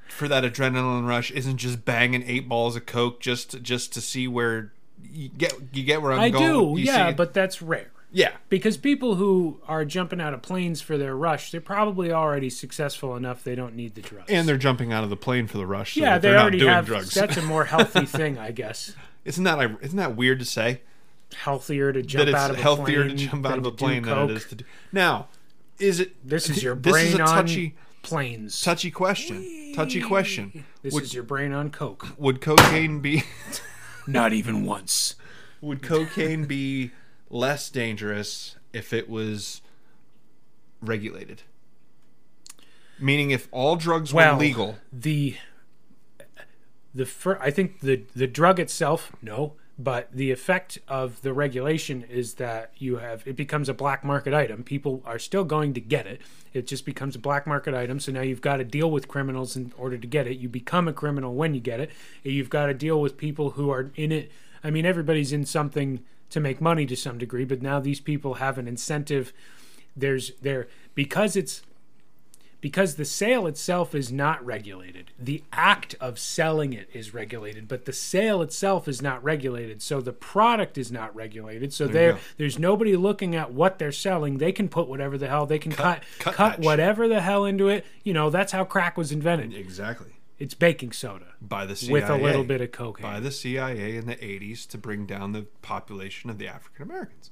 Speaker 1: for that adrenaline rush isn't just banging eight balls of coke just to, just to see where you get you get where I'm
Speaker 2: I
Speaker 1: going.
Speaker 2: do,
Speaker 1: You
Speaker 2: yeah,
Speaker 1: see-
Speaker 2: but that's rare.
Speaker 1: yeah,
Speaker 2: Because people who are jumping out of planes for their rush, they're probably already successful enough. They don't need the drugs.
Speaker 1: and they're jumping out of the plane for the rush. So
Speaker 2: yeah,
Speaker 1: that
Speaker 2: they
Speaker 1: they're
Speaker 2: already
Speaker 1: not doing
Speaker 2: have.
Speaker 1: drugs.
Speaker 2: That's a more healthy thing, I guess.
Speaker 1: <laughs> isn't that isn't that weird to say
Speaker 2: Healthier to
Speaker 1: that
Speaker 2: jump out
Speaker 1: it's
Speaker 2: of a
Speaker 1: healthier to
Speaker 2: plane
Speaker 1: jump out
Speaker 2: than
Speaker 1: of a
Speaker 2: do
Speaker 1: plane than
Speaker 2: coke.
Speaker 1: it is to do? Now, is it
Speaker 2: This is your
Speaker 1: this
Speaker 2: brain
Speaker 1: is a touchy
Speaker 2: on planes.
Speaker 1: touchy question. Touchy question.
Speaker 2: this
Speaker 1: Would
Speaker 2: is your brain on
Speaker 1: <laughs>
Speaker 2: coke.
Speaker 1: would cocaine be
Speaker 2: Not even once.
Speaker 1: would cocaine be less dangerous if it was regulated? Meaning, if all drugs
Speaker 2: Well,
Speaker 1: were legal,
Speaker 2: The the fir- I think the the drug itself, no, but the effect of the regulation is that you have it becomes a black market item. People are still going to get it. It just becomes a black market item. So now you've got to deal with criminals in order to get it. You become a criminal when you get it. You've got to deal with people who are in it. I mean, everybody's in something to make money to some degree, but now these people have an incentive. There's there because it's because the sale itself is not regulated. The act of selling it is regulated, but the sale itself is not regulated. So the product is not regulated. So
Speaker 1: you
Speaker 2: there
Speaker 1: go.
Speaker 2: there's nobody looking at what they're selling. They can put whatever the hell they can cut
Speaker 1: cut
Speaker 2: cut,
Speaker 1: that shit.
Speaker 2: whatever the hell into it. You know, that's how crack was invented.
Speaker 1: exactly
Speaker 2: It's baking soda
Speaker 1: by the CIA,
Speaker 2: with a little bit of cocaine.
Speaker 1: by the CIA in the '80s to bring down the population of the African Americans.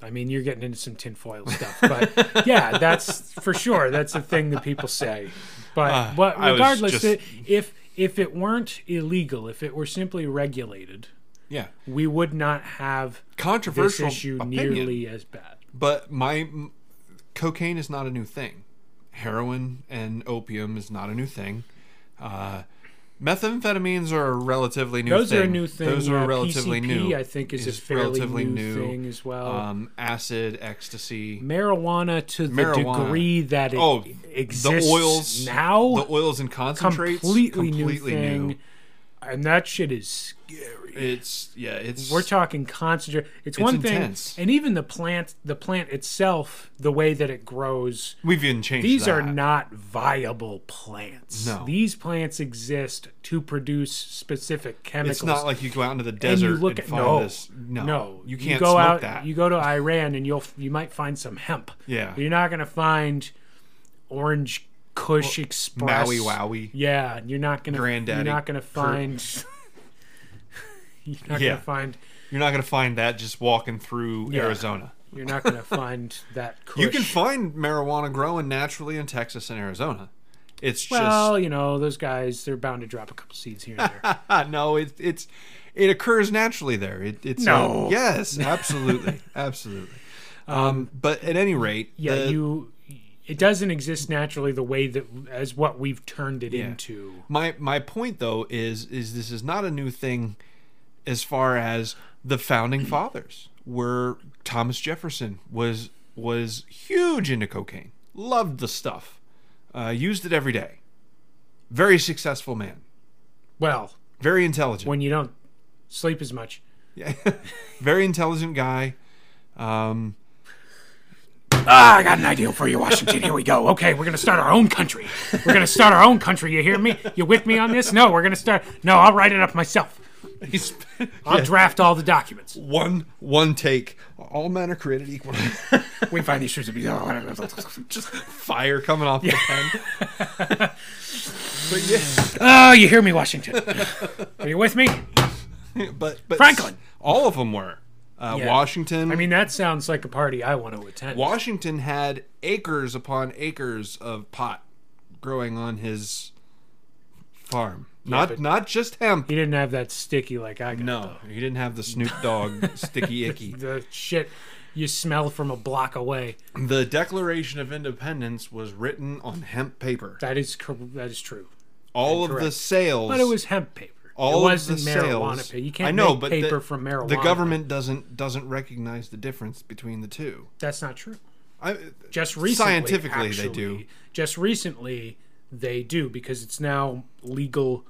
Speaker 2: I mean, you're getting into some tinfoil stuff, but <laughs> yeah, that's for sure. That's a thing that people say. But
Speaker 1: Ah,
Speaker 2: but
Speaker 1: I was
Speaker 2: regardless,
Speaker 1: just-
Speaker 2: it, if if it weren't illegal, if it were simply regulated,
Speaker 1: Yeah,
Speaker 2: we would not have this
Speaker 1: controversial
Speaker 2: issue
Speaker 1: opinion,
Speaker 2: nearly as bad.
Speaker 1: but my m- cocaine is not a new thing. Heroin and opium is not a new thing. Uh, methamphetamines are a relatively new.
Speaker 2: Those
Speaker 1: thing.
Speaker 2: are a new thing.
Speaker 1: Those
Speaker 2: yeah.
Speaker 1: are relatively
Speaker 2: PCP,
Speaker 1: new.
Speaker 2: I think, is,
Speaker 1: is
Speaker 2: a fairly
Speaker 1: relatively
Speaker 2: new,
Speaker 1: new,
Speaker 2: thing as well.
Speaker 1: um, acid, ecstasy,
Speaker 2: marijuana to the
Speaker 1: marijuana.
Speaker 2: degree that it
Speaker 1: Oh,
Speaker 2: exists
Speaker 1: the oils
Speaker 2: now,
Speaker 1: the oils and concentrates,
Speaker 2: completely,
Speaker 1: completely
Speaker 2: new thing,
Speaker 1: new.
Speaker 2: and that shit is
Speaker 1: It's yeah, it's
Speaker 2: We're talking concentrate. It's, one
Speaker 1: intense.
Speaker 2: thing, and even the plant, the plant itself, the way that it grows.
Speaker 1: we've even changed.
Speaker 2: These are
Speaker 1: that.
Speaker 2: not viable plants.
Speaker 1: No.
Speaker 2: These plants exist to produce specific chemicals.
Speaker 1: It's not like you go out into the
Speaker 2: and
Speaker 1: desert
Speaker 2: you look at
Speaker 1: find
Speaker 2: no,
Speaker 1: this. No,
Speaker 2: no,
Speaker 1: you can't
Speaker 2: go
Speaker 1: smoke
Speaker 2: out,
Speaker 1: that.
Speaker 2: You go to Iran and you'll you might find some hemp.
Speaker 1: Yeah.
Speaker 2: you're not gonna find orange Kush Express.
Speaker 1: Maui Wowie.
Speaker 2: Yeah, you're not gonna.
Speaker 1: Granddaddy
Speaker 2: You're not gonna
Speaker 1: <laughs>
Speaker 2: find. <laughs> you're not
Speaker 1: Yeah.
Speaker 2: gonna find.
Speaker 1: You're not gonna find that just walking through Arizona.
Speaker 2: You're not going to find <laughs> that. Kush.
Speaker 1: You can find marijuana growing naturally in Texas and Arizona. It's
Speaker 2: well, you know, those guys, they're bound to drop a couple seeds here and <laughs> there.
Speaker 1: just ah, no. It, it's it occurs naturally there. It, it's
Speaker 2: No.
Speaker 1: uh,
Speaker 2: <laughs>
Speaker 1: yes, absolutely, absolutely. Um, but at any rate,
Speaker 2: yeah,
Speaker 1: the-
Speaker 2: you. It doesn't exist naturally the way that as what we've turned it
Speaker 1: Yeah.
Speaker 2: into.
Speaker 1: My my point though is is this is not a new thing as far as the founding fathers were Thomas Jefferson was was huge into cocaine, loved the stuff, uh, used it every day. Very successful man,
Speaker 2: Well,
Speaker 1: very intelligent,
Speaker 2: when you don't sleep as much,
Speaker 1: Yeah. very intelligent guy. <laughs> Um,
Speaker 2: Ah, I got an idea for you, Washington. Here we go. Okay, we're gonna start our own country. We're gonna start our own country. You hear me? You with me on this? No, we're gonna start. No, I'll write it up myself.
Speaker 1: he's
Speaker 2: I'll draft all the documents.
Speaker 1: one one take. All men are created equal. <laughs>
Speaker 2: We find these truths to be. oh,
Speaker 1: Just fire coming off the pen. but yeah.
Speaker 2: Oh, you hear me, <laughs> Washington? Are you with me?
Speaker 1: but but
Speaker 2: Franklin.
Speaker 1: all of them were. Uh,
Speaker 2: Yeah.
Speaker 1: Washington.
Speaker 2: I mean, that sounds like a party I want to attend.
Speaker 1: Washington had acres upon acres of pot growing on his farm. not
Speaker 2: but-
Speaker 1: not just hemp.
Speaker 2: He didn't have that sticky like I got.
Speaker 1: No, he didn't have the Snoop
Speaker 2: <laughs>
Speaker 1: Dogg sticky icky.
Speaker 2: The shit you smell from a block away.
Speaker 1: The Declaration of Independence was written on hemp paper.
Speaker 2: That is cor- that is true.
Speaker 1: All of the
Speaker 2: Correct.
Speaker 1: sales,
Speaker 2: But it was hemp paper.
Speaker 1: all
Speaker 2: it
Speaker 1: of the
Speaker 2: wasn't marijuana
Speaker 1: sales.
Speaker 2: pa- you can't
Speaker 1: I know,
Speaker 2: make
Speaker 1: but
Speaker 2: paper
Speaker 1: the,
Speaker 2: from marijuana.
Speaker 1: The government doesn't doesn't recognize the difference between the two.
Speaker 2: That's not true.
Speaker 1: I,
Speaker 2: Just recently,
Speaker 1: Scientifically, they do.
Speaker 2: actually, Just recently, they do because it's now legal.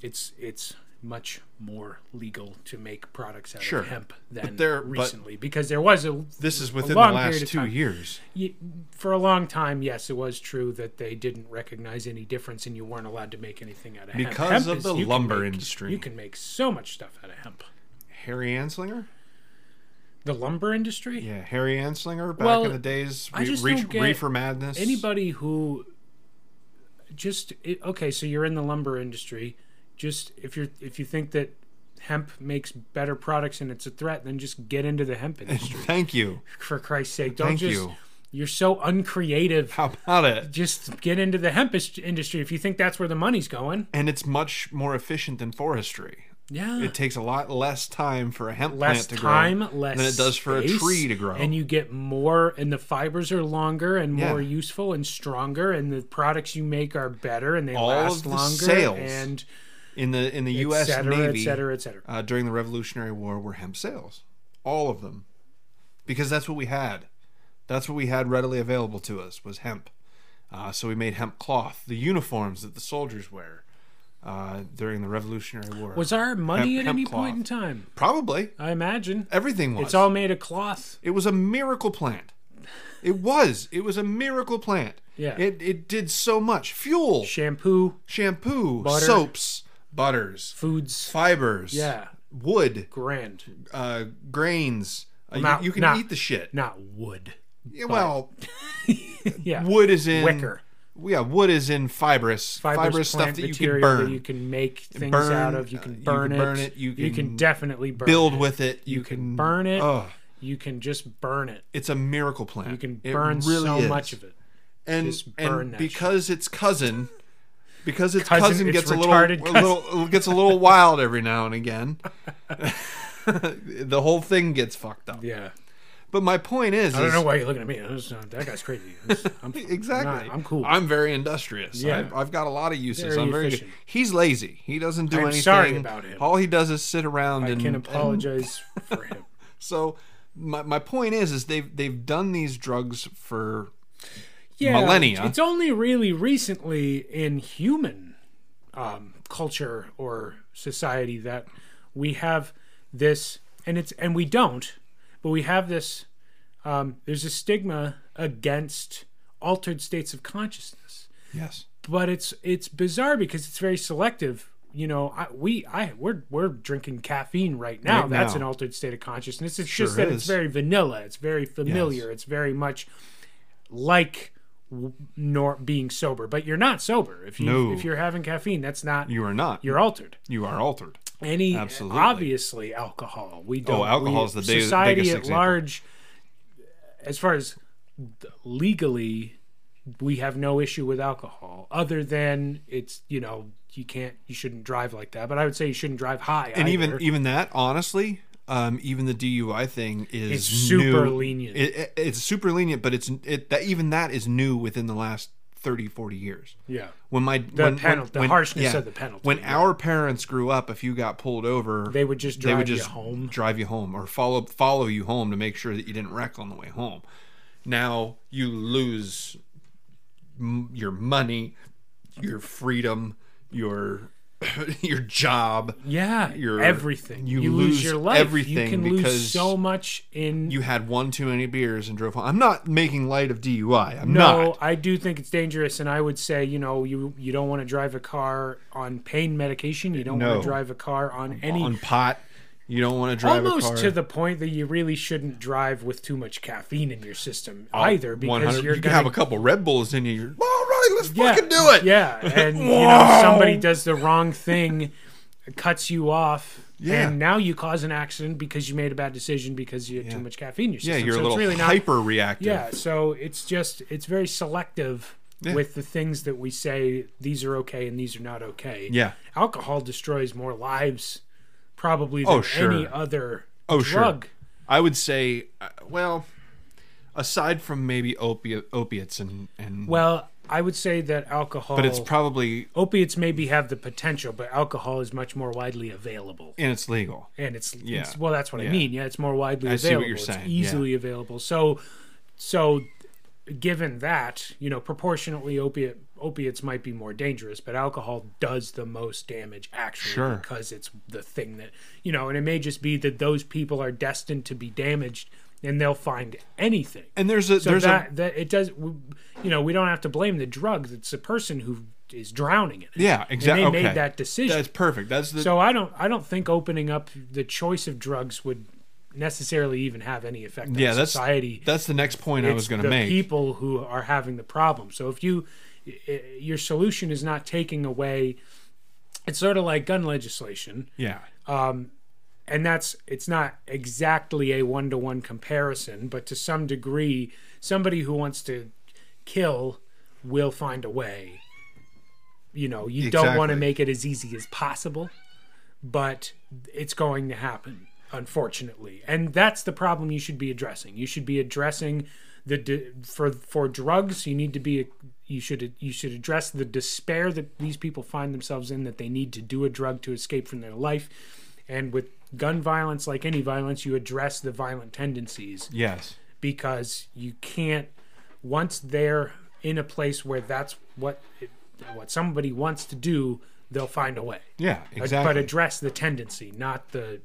Speaker 2: It's it's much more legal to make products out
Speaker 1: Sure.
Speaker 2: of hemp
Speaker 1: But
Speaker 2: than
Speaker 1: there- but-
Speaker 2: recently because there was a
Speaker 1: this is within the
Speaker 2: long period
Speaker 1: last
Speaker 2: of
Speaker 1: two
Speaker 2: time.
Speaker 1: years.
Speaker 2: y- for a long time. Yes, it was true that they didn't recognize any difference, and you weren't allowed to make anything out of hemp.
Speaker 1: Because
Speaker 2: Hemp
Speaker 1: of
Speaker 2: is-
Speaker 1: the
Speaker 2: you can
Speaker 1: lumber
Speaker 2: make-
Speaker 1: industry.
Speaker 2: You can make so much stuff out of hemp.
Speaker 1: Harry Anslinger.
Speaker 2: The lumber industry.
Speaker 1: Yeah, Harry Anslinger back
Speaker 2: Well,
Speaker 1: in the days.
Speaker 2: I just
Speaker 1: Reach-
Speaker 2: don't get
Speaker 1: Reefer Madness.
Speaker 2: anybody who just it, okay so you're in the lumber industry just if you're if you think that hemp makes better products and it's a threat then just get into the
Speaker 1: <laughs>
Speaker 2: hemp industry
Speaker 1: Thank you.
Speaker 2: for christ's sake don't
Speaker 1: Thank
Speaker 2: just
Speaker 1: you.
Speaker 2: you're so uncreative
Speaker 1: How about it?
Speaker 2: just get into the hemp is- industry if you think that's where the money's going
Speaker 1: And it's much more efficient than forestry.
Speaker 2: yeah
Speaker 1: It takes a lot less time for a hemp
Speaker 2: less
Speaker 1: plant to
Speaker 2: time
Speaker 1: grow
Speaker 2: less
Speaker 1: than it does for a
Speaker 2: space,
Speaker 1: tree to grow.
Speaker 2: and you get more and the fibers are longer and
Speaker 1: Yeah.
Speaker 2: more useful and stronger and the products you make are better and they
Speaker 1: All
Speaker 2: last
Speaker 1: of the
Speaker 2: longer
Speaker 1: sales
Speaker 2: and
Speaker 1: in the in the
Speaker 2: et
Speaker 1: U.S.
Speaker 2: cetera,
Speaker 1: Navy
Speaker 2: et cetera, et cetera.
Speaker 1: uh, during the Revolutionary War were hemp sales, all of them, because that's what we had. That's what we had readily available to us was hemp. Uh, so we made hemp cloth, the uniforms that the soldiers wear uh, during the Revolutionary War.
Speaker 2: Was our money
Speaker 1: Hemp-
Speaker 2: at any
Speaker 1: hemp
Speaker 2: point in
Speaker 1: cloth.
Speaker 2: time?
Speaker 1: probably
Speaker 2: I imagine
Speaker 1: everything was.
Speaker 2: it's all made of cloth.
Speaker 1: It was a miracle plant. It was. It was a miracle plant.
Speaker 2: Yeah.
Speaker 1: It it did so much fuel,
Speaker 2: Shampoo,
Speaker 1: shampoo,
Speaker 2: Butter.
Speaker 1: soaps, butters,
Speaker 2: foods,
Speaker 1: fibers.
Speaker 2: yeah,
Speaker 1: Wood,
Speaker 2: grand.
Speaker 1: uh, grains. Uh, you-
Speaker 2: Not-
Speaker 1: you, can
Speaker 2: not-
Speaker 1: eat the shit.
Speaker 2: Not wood.
Speaker 1: Yeah, well,
Speaker 2: Yeah,
Speaker 1: wood is in
Speaker 2: wicker.
Speaker 1: Yeah, wood is in fibrous,
Speaker 2: Fibrous,
Speaker 1: fibrous, stuff
Speaker 2: plant
Speaker 1: that you can
Speaker 2: material
Speaker 1: burn,
Speaker 2: That you can make things
Speaker 1: Burn,
Speaker 2: out of. You
Speaker 1: uh,
Speaker 2: can
Speaker 1: you
Speaker 2: burn
Speaker 1: can
Speaker 2: it.
Speaker 1: burn it, you can
Speaker 2: definitely burn
Speaker 1: build
Speaker 2: it.
Speaker 1: with it. You,
Speaker 2: You can burn it.
Speaker 1: Ugh,
Speaker 2: You can just burn it.
Speaker 1: it's a miracle plant.
Speaker 2: You can
Speaker 1: It
Speaker 2: burn
Speaker 1: really
Speaker 2: so
Speaker 1: is.
Speaker 2: much of it.
Speaker 1: and,
Speaker 2: Just
Speaker 1: and
Speaker 2: burn that
Speaker 1: because its cousin because its
Speaker 2: Cousin,
Speaker 1: cousin,
Speaker 2: its
Speaker 1: gets a little,
Speaker 2: retarded
Speaker 1: a
Speaker 2: cousin.
Speaker 1: little gets a little wild every now and again <laughs> the whole thing gets fucked up
Speaker 2: Yeah.
Speaker 1: but my point is
Speaker 2: I don't
Speaker 1: is-
Speaker 2: know why you're looking at me. I was- uh, that guy's crazy. I was-
Speaker 1: <laughs>
Speaker 2: I'm,
Speaker 1: exactly
Speaker 2: I'm cool.
Speaker 1: i'm very industrious
Speaker 2: Yeah.
Speaker 1: I've, I've got a lot of uses
Speaker 2: Very
Speaker 1: i'm very
Speaker 2: efficient.
Speaker 1: he's lazy he doesn't do
Speaker 2: I'm
Speaker 1: anything
Speaker 2: sorry about him.
Speaker 1: all he does is sit around
Speaker 2: I
Speaker 1: and
Speaker 2: can
Speaker 1: and-
Speaker 2: apologize for him.
Speaker 1: so my, my point is is they've they've done these drugs for
Speaker 2: yeah,
Speaker 1: <laughs> millennia.
Speaker 2: It's only really recently in human um, culture or society that we have this, and it's and we don't, but we have this. Um, there's a stigma against altered states of consciousness.
Speaker 1: yes
Speaker 2: but it's it's bizarre because it's very selective. You know, I, we I we're we're drinking caffeine right now.
Speaker 1: Right
Speaker 2: That's
Speaker 1: now.
Speaker 2: an altered state of consciousness. It's
Speaker 1: Sure
Speaker 2: just that it's
Speaker 1: is.
Speaker 2: very vanilla. It's very familiar. It's very much like w- nor being sober, but you're not sober if you
Speaker 1: No.
Speaker 2: if you're having caffeine. That's not
Speaker 1: you are not
Speaker 2: you're altered.
Speaker 1: you are altered
Speaker 2: Any
Speaker 1: Absolutely.
Speaker 2: obviously alcohol. We don't.
Speaker 1: Oh, alcohol's
Speaker 2: we-
Speaker 1: the big-
Speaker 2: society
Speaker 1: biggest
Speaker 2: at
Speaker 1: example.
Speaker 2: large. As far as th- legally, we have no issue with alcohol, other than it's you know you can't you shouldn't drive like that. But I would say you shouldn't drive high.
Speaker 1: and even e- even that honestly um, even the DUI thing is
Speaker 2: It's super
Speaker 1: new.
Speaker 2: lenient.
Speaker 1: It, it- it's super lenient, but it's it that even that is new within the last 30, 40 years.
Speaker 2: yeah,
Speaker 1: When my
Speaker 2: The
Speaker 1: when,
Speaker 2: penal-
Speaker 1: when-
Speaker 2: the
Speaker 1: when-
Speaker 2: harshness of the penalty,
Speaker 1: When
Speaker 2: yeah.
Speaker 1: our parents grew up, if you got pulled over,
Speaker 2: They would just drive you home.
Speaker 1: drive you home, or follow follow you home to make sure that you didn't wreck on the way home. Now you lose m- your money, your freedom, your <laughs> your job.
Speaker 2: yeah,
Speaker 1: You're-
Speaker 2: everything.
Speaker 1: you
Speaker 2: lose
Speaker 1: lose
Speaker 2: your life.
Speaker 1: everything
Speaker 2: you can lose
Speaker 1: because
Speaker 2: so much in.
Speaker 1: you had one too many beers and drove home. I'm not making light of DUI. I'm
Speaker 2: no,
Speaker 1: not.
Speaker 2: I do think it's dangerous, and I would say, you know, you you don't want to drive a car on pain medication. You don't want
Speaker 1: No.
Speaker 2: to drive a car on any
Speaker 1: on pot. You don't want to drive
Speaker 2: almost
Speaker 1: a car.
Speaker 2: to the point that you really shouldn't drive with too much caffeine in your system either, because
Speaker 1: 100
Speaker 2: you're
Speaker 1: Oh, you can
Speaker 2: gonna
Speaker 1: have a couple Red Bulls in you. You're, all right, let's
Speaker 2: yeah,
Speaker 1: fucking do it.
Speaker 2: Yeah, and
Speaker 1: <laughs>
Speaker 2: you know somebody does the wrong thing, cuts you off.
Speaker 1: Yeah.
Speaker 2: And now you cause an accident because you made a bad decision because you had too much caffeine in your
Speaker 1: Yeah,
Speaker 2: system.
Speaker 1: you're
Speaker 2: so
Speaker 1: a little
Speaker 2: it's really not
Speaker 1: hyper reactive.
Speaker 2: Yeah, so it's just it's very selective
Speaker 1: Yeah.
Speaker 2: with the things that we say these are okay and these are not okay.
Speaker 1: Yeah.
Speaker 2: Alcohol destroys more lives probably than
Speaker 1: Oh, sure.
Speaker 2: any other
Speaker 1: Oh, sure.
Speaker 2: drug.
Speaker 1: I would say, uh, well, aside from maybe opiate, opiates and, and
Speaker 2: Well, I would say that alcohol,
Speaker 1: But it's probably
Speaker 2: opiates maybe have the potential, but alcohol is much more widely available.
Speaker 1: and it's legal.
Speaker 2: and it's,
Speaker 1: Yeah.
Speaker 2: it's- well that's what
Speaker 1: Yeah.
Speaker 2: i mean yeah it's more widely
Speaker 1: I see
Speaker 2: available
Speaker 1: what you're saying,
Speaker 2: it's
Speaker 1: yeah.
Speaker 2: easily available so so given that you know proportionately opiate opiates might be more dangerous but alcohol does the most damage actually
Speaker 1: Sure.
Speaker 2: because it's the thing that you know and it may just be that those people are destined to be damaged and they'll find anything
Speaker 1: And there's a
Speaker 2: so
Speaker 1: there's
Speaker 2: that
Speaker 1: a
Speaker 2: that it does we, you know we don't have to blame the drug it's the person who is drowning in it
Speaker 1: yeah
Speaker 2: And
Speaker 1: exactly.
Speaker 2: they made that decision
Speaker 1: That's perfect. That's the
Speaker 2: so I don't I don't think opening up the choice of drugs would necessarily even have any effect on
Speaker 1: yeah. That's
Speaker 2: society.
Speaker 1: That's the next point I
Speaker 2: It's
Speaker 1: was going
Speaker 2: the
Speaker 1: to make.
Speaker 2: people who are having the problem. So if you i- i- your solution is not taking away it's sort of like gun legislation
Speaker 1: yeah.
Speaker 2: uh, and that's it's not exactly a one to one comparison, but to some degree, somebody who wants to kill will find a way. You know, you don't want
Speaker 1: Exactly.
Speaker 2: to make it as easy as possible, but it's going to happen, unfortunately, and that's the problem you should be addressing. You should be addressing the di- for for drugs. You need to be you should you should address the despair that these people find themselves in that they need to do a drug to escape from their life, and with gun violence, like any violence, you address the violent tendencies
Speaker 1: Yes.
Speaker 2: because you can't once they're in a place where that's what it, what somebody wants to do, they'll find a way.
Speaker 1: Yeah.
Speaker 2: But-
Speaker 1: Exactly.
Speaker 2: But address the tendency, not the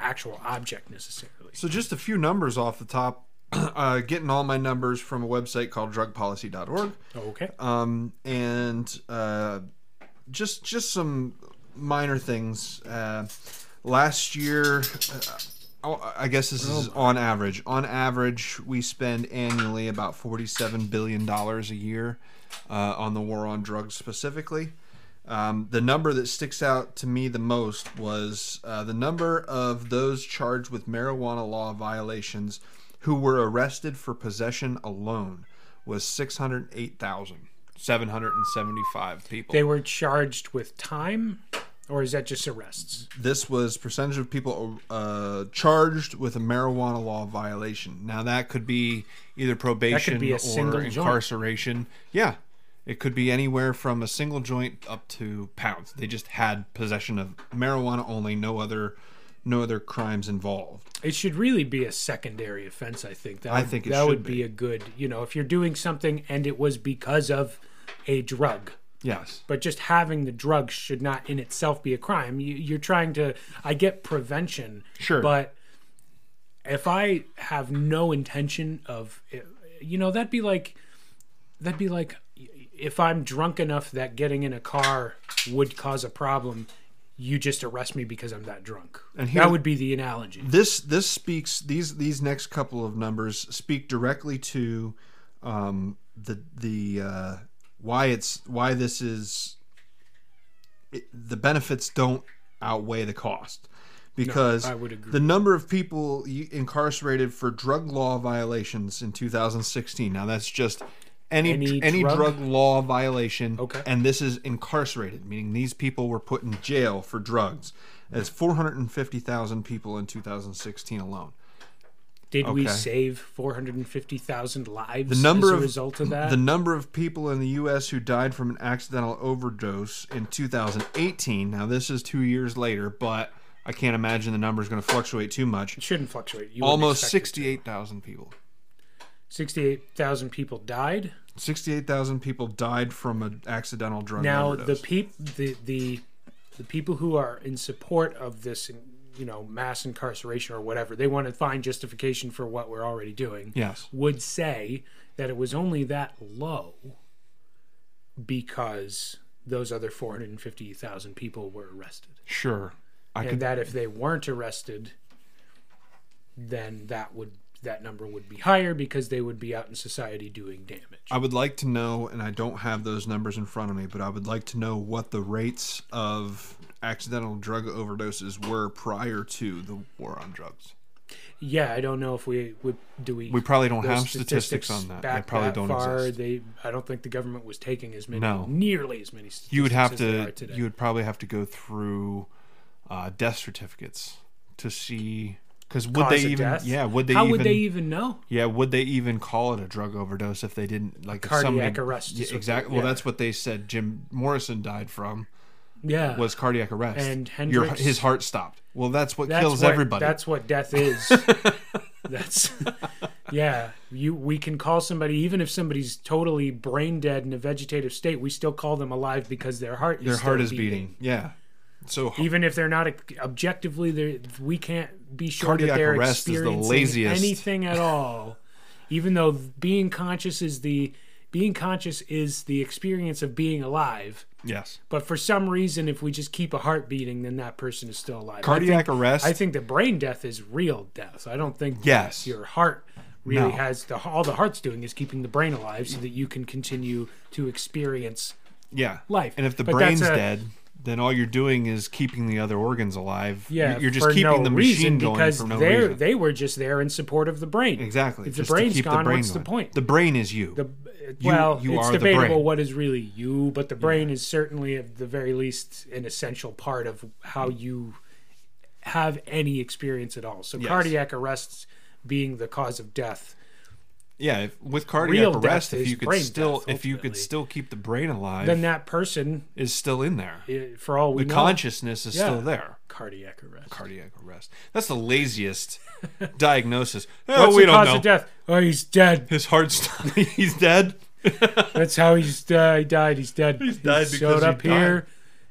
Speaker 2: actual object necessarily.
Speaker 1: So just a few numbers off the top. <clears throat> Uh, getting all my numbers from a website called drugpolicy.org.
Speaker 2: Okay.
Speaker 1: Um, and uh, just just some minor things. Uh, last year, uh, oh, I guess this is on average. On average, we spend annually about forty-seven billion dollars a year uh, on the war on drugs specifically. Um, the number that sticks out to me the most was uh, the number of those charged with marijuana law violations who were arrested for possession alone was 608,775 people.
Speaker 2: they were charged with time, or is that just arrests?
Speaker 1: this was percentage of people uh, charged with a marijuana law violation. Now that could be either probation
Speaker 2: be a single
Speaker 1: or
Speaker 2: joint.
Speaker 1: incarceration. Yeah, it could be anywhere from a single joint up to pounds. They just had possession of marijuana only, no other, no other crimes involved.
Speaker 2: It should really be a secondary offense, I think. That
Speaker 1: I
Speaker 2: would-
Speaker 1: think it
Speaker 2: that
Speaker 1: should
Speaker 2: would
Speaker 1: be.
Speaker 2: be a good, you know, if you're doing something and it was because of a drug.
Speaker 1: Yes,
Speaker 2: but just having the drug should not in itself be a crime. You, you're trying to. I get prevention,
Speaker 1: Sure.
Speaker 2: but if I have no intention of, eh, you know, that'd be like, that'd be like, if I'm drunk enough that getting in a car would cause a problem, you just arrest me because I'm that drunk.
Speaker 1: And
Speaker 2: And
Speaker 1: here-
Speaker 2: that would be the analogy.
Speaker 1: this this speaks these these next couple of numbers speak directly to um, the the uh, why it's why this is it, the benefits don't outweigh the cost because
Speaker 2: I would agree.
Speaker 1: the number of people y- incarcerated for drug law violations in 2016 now that's just any any,
Speaker 2: Any
Speaker 1: drug?
Speaker 2: drug?
Speaker 1: law violation
Speaker 2: Okay.
Speaker 1: and this is incarcerated meaning these people were put in jail for drugs that's 450,000 people in 2016 alone
Speaker 2: Did we
Speaker 1: okay.
Speaker 2: save 450,000 lives
Speaker 1: the number
Speaker 2: as a
Speaker 1: of
Speaker 2: result of that?
Speaker 1: the number of people in the U.S. who died from an accidental overdose in 2018. Now this is two years later, but I can't imagine the number is going to fluctuate too much.
Speaker 2: shouldn't fluctuate. You wouldn't
Speaker 1: Almost
Speaker 2: expect it.
Speaker 1: 68,000 people.
Speaker 2: 68,000 people died.
Speaker 1: 68,000 people died from an accidental drug
Speaker 2: now the
Speaker 1: overdose.
Speaker 2: peop the, the the people who are in support of this you know mass incarceration or whatever they want to find justification for what we're already doing
Speaker 1: yes,
Speaker 2: would say that it was only that low because those other 450,000 people were arrested
Speaker 1: sure. I
Speaker 2: and
Speaker 1: could
Speaker 2: that if they weren't arrested then that would that number would be higher because they would be out in society doing damage
Speaker 1: I would like to know, and I don't have those numbers in front of me, but I would like to know what the rates of accidental drug overdoses were prior to the war on drugs.
Speaker 2: Yeah, I don't know if we would do we.
Speaker 1: We probably don't
Speaker 2: those
Speaker 1: have statistics on that. They
Speaker 2: back
Speaker 1: probably
Speaker 2: that
Speaker 1: don't
Speaker 2: far.
Speaker 1: exist.
Speaker 2: They, I don't think the government was taking as many,
Speaker 1: No.
Speaker 2: nearly as many. Statistics
Speaker 1: you would have
Speaker 2: as they are
Speaker 1: to
Speaker 2: today.
Speaker 1: you would probably have to go through uh, death certificates to see Because would
Speaker 2: Cause
Speaker 1: they
Speaker 2: of
Speaker 1: even?
Speaker 2: death?
Speaker 1: Yeah, would they?
Speaker 2: How
Speaker 1: even,
Speaker 2: would they even know?
Speaker 1: Yeah, would they even call it a drug overdose if they didn't like if
Speaker 2: Cardiac
Speaker 1: somebody-
Speaker 2: arrest is
Speaker 1: Yeah,
Speaker 2: what they-
Speaker 1: exactly. Well,
Speaker 2: yeah.
Speaker 1: that's what they said. Jim Morrison died from
Speaker 2: Yeah,
Speaker 1: was cardiac arrest,
Speaker 2: And
Speaker 1: Your-
Speaker 2: Hendrix-
Speaker 1: his heart stopped. Well, that's what kills
Speaker 2: what,
Speaker 1: everybody.
Speaker 2: That's what death
Speaker 1: <laughs>
Speaker 2: is. that's yeah. You we can call somebody even if somebody's totally brain dead in a vegetative state. We still call them alive because their heart is
Speaker 1: Their
Speaker 2: still
Speaker 1: heart is beating. Yeah. So
Speaker 2: Even if they're not objectively, they we can't be sure
Speaker 1: Cardiac
Speaker 2: that they're
Speaker 1: arrest is the
Speaker 2: experiencing
Speaker 1: laziest.
Speaker 2: anything at all. even though being conscious is the being conscious is the experience of being alive.
Speaker 1: yes,
Speaker 2: But for some reason, if we just keep a heart beating, then that person is still alive. I
Speaker 1: cardiac
Speaker 2: think-
Speaker 1: arrest.
Speaker 2: I think the brain death is real death. I don't think
Speaker 1: Yes.
Speaker 2: your heart really
Speaker 1: No.
Speaker 2: has the all the heart's doing is keeping the brain alive so that you can continue to experience
Speaker 1: yeah,
Speaker 2: life.
Speaker 1: And if the
Speaker 2: But that's
Speaker 1: brain's
Speaker 2: a-
Speaker 1: dead, then all you're doing is keeping the other organs alive.
Speaker 2: yeah
Speaker 1: you're, you're just
Speaker 2: for
Speaker 1: keeping
Speaker 2: no
Speaker 1: the
Speaker 2: reason
Speaker 1: machine going
Speaker 2: because
Speaker 1: for no
Speaker 2: they
Speaker 1: reason.
Speaker 2: they were just there in support of the brain.
Speaker 1: exactly.
Speaker 2: If the
Speaker 1: just to
Speaker 2: brain's
Speaker 1: keep
Speaker 2: gone,
Speaker 1: the brain
Speaker 2: what's the
Speaker 1: going.
Speaker 2: point?
Speaker 1: The brain is you.
Speaker 2: The well,
Speaker 1: you
Speaker 2: it's
Speaker 1: are the
Speaker 2: debatable
Speaker 1: brain.
Speaker 2: what is really you, but the brain is certainly at the very least an essential part of how you have any experience at all. So
Speaker 1: Yes.
Speaker 2: cardiac arrests being the cause of death.
Speaker 1: yeah, if, with cardiac
Speaker 2: Real death
Speaker 1: arrest, if
Speaker 2: is
Speaker 1: you could
Speaker 2: brain
Speaker 1: still,
Speaker 2: death,
Speaker 1: if you could
Speaker 2: ultimately.
Speaker 1: still keep the brain alive,
Speaker 2: Then that person,
Speaker 1: is still in there.
Speaker 2: i- for all we
Speaker 1: The
Speaker 2: know,
Speaker 1: consciousness is
Speaker 2: Yeah.
Speaker 1: still there.
Speaker 2: cardiac arrest.
Speaker 1: Cardiac arrest. That's
Speaker 2: <laughs>
Speaker 1: the laziest diagnosis. Oh,
Speaker 2: What's
Speaker 1: we
Speaker 2: the
Speaker 1: don't
Speaker 2: cause
Speaker 1: know.
Speaker 2: of death? Oh, he's dead.
Speaker 1: His heart stopped. <laughs> He's dead.
Speaker 2: That's how he's uh, he died. He's dead. He's
Speaker 1: died
Speaker 2: he
Speaker 1: because
Speaker 2: showed
Speaker 1: he
Speaker 2: up here,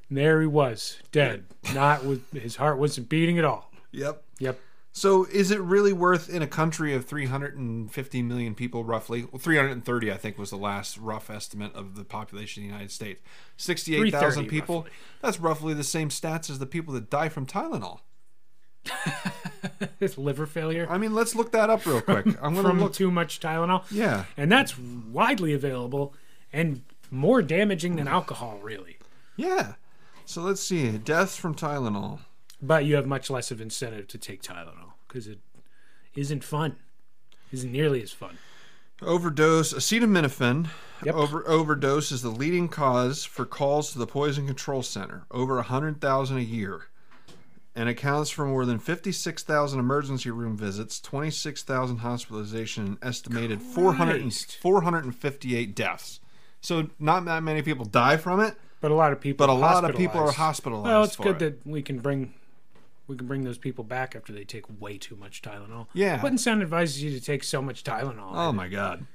Speaker 2: and there he was, dead. <laughs> Not with his heart wasn't beating at all.
Speaker 1: Yep.
Speaker 2: Yep. <laughs>
Speaker 1: So is it really worth in a country of 350 million people roughly, well, 330 I think was the last rough estimate of the population of the United States. 68,000
Speaker 2: 330
Speaker 1: people.
Speaker 2: roughly.
Speaker 1: That's roughly the same stats as the people that die from Tylenol.
Speaker 2: His liver failure.
Speaker 1: I mean, let's look that up
Speaker 2: <laughs>
Speaker 1: real quick. I'm going to
Speaker 2: from
Speaker 1: look
Speaker 2: too much Tylenol.
Speaker 1: Yeah.
Speaker 2: And that's widely available and more damaging than alcohol, really.
Speaker 1: Yeah. So let's see. Deaths from Tylenol.
Speaker 2: But you have much less of incentive to take Tylenol because it isn't fun. Isn't nearly as fun.
Speaker 1: Overdose, acetaminophen.
Speaker 2: Yep.
Speaker 1: Over, overdose is the leading cause for calls to the Poison Control Center, over 100,000 a year, and accounts for more than 56,000 emergency room visits, 26,000 hospitalization, and estimated 400, and-
Speaker 2: Christ.
Speaker 1: 458 deaths. So not that many people die from it,
Speaker 2: But a lot of people.
Speaker 1: but a lot of people are
Speaker 2: hospitalized.
Speaker 1: hospitalized.
Speaker 2: Well, it's
Speaker 1: for
Speaker 2: good
Speaker 1: it.
Speaker 2: that we can bring we can bring those people back after they take way too much Tylenol.
Speaker 1: Yeah.
Speaker 2: What incentivizes you to take so much Tylenol?
Speaker 1: Oh my god.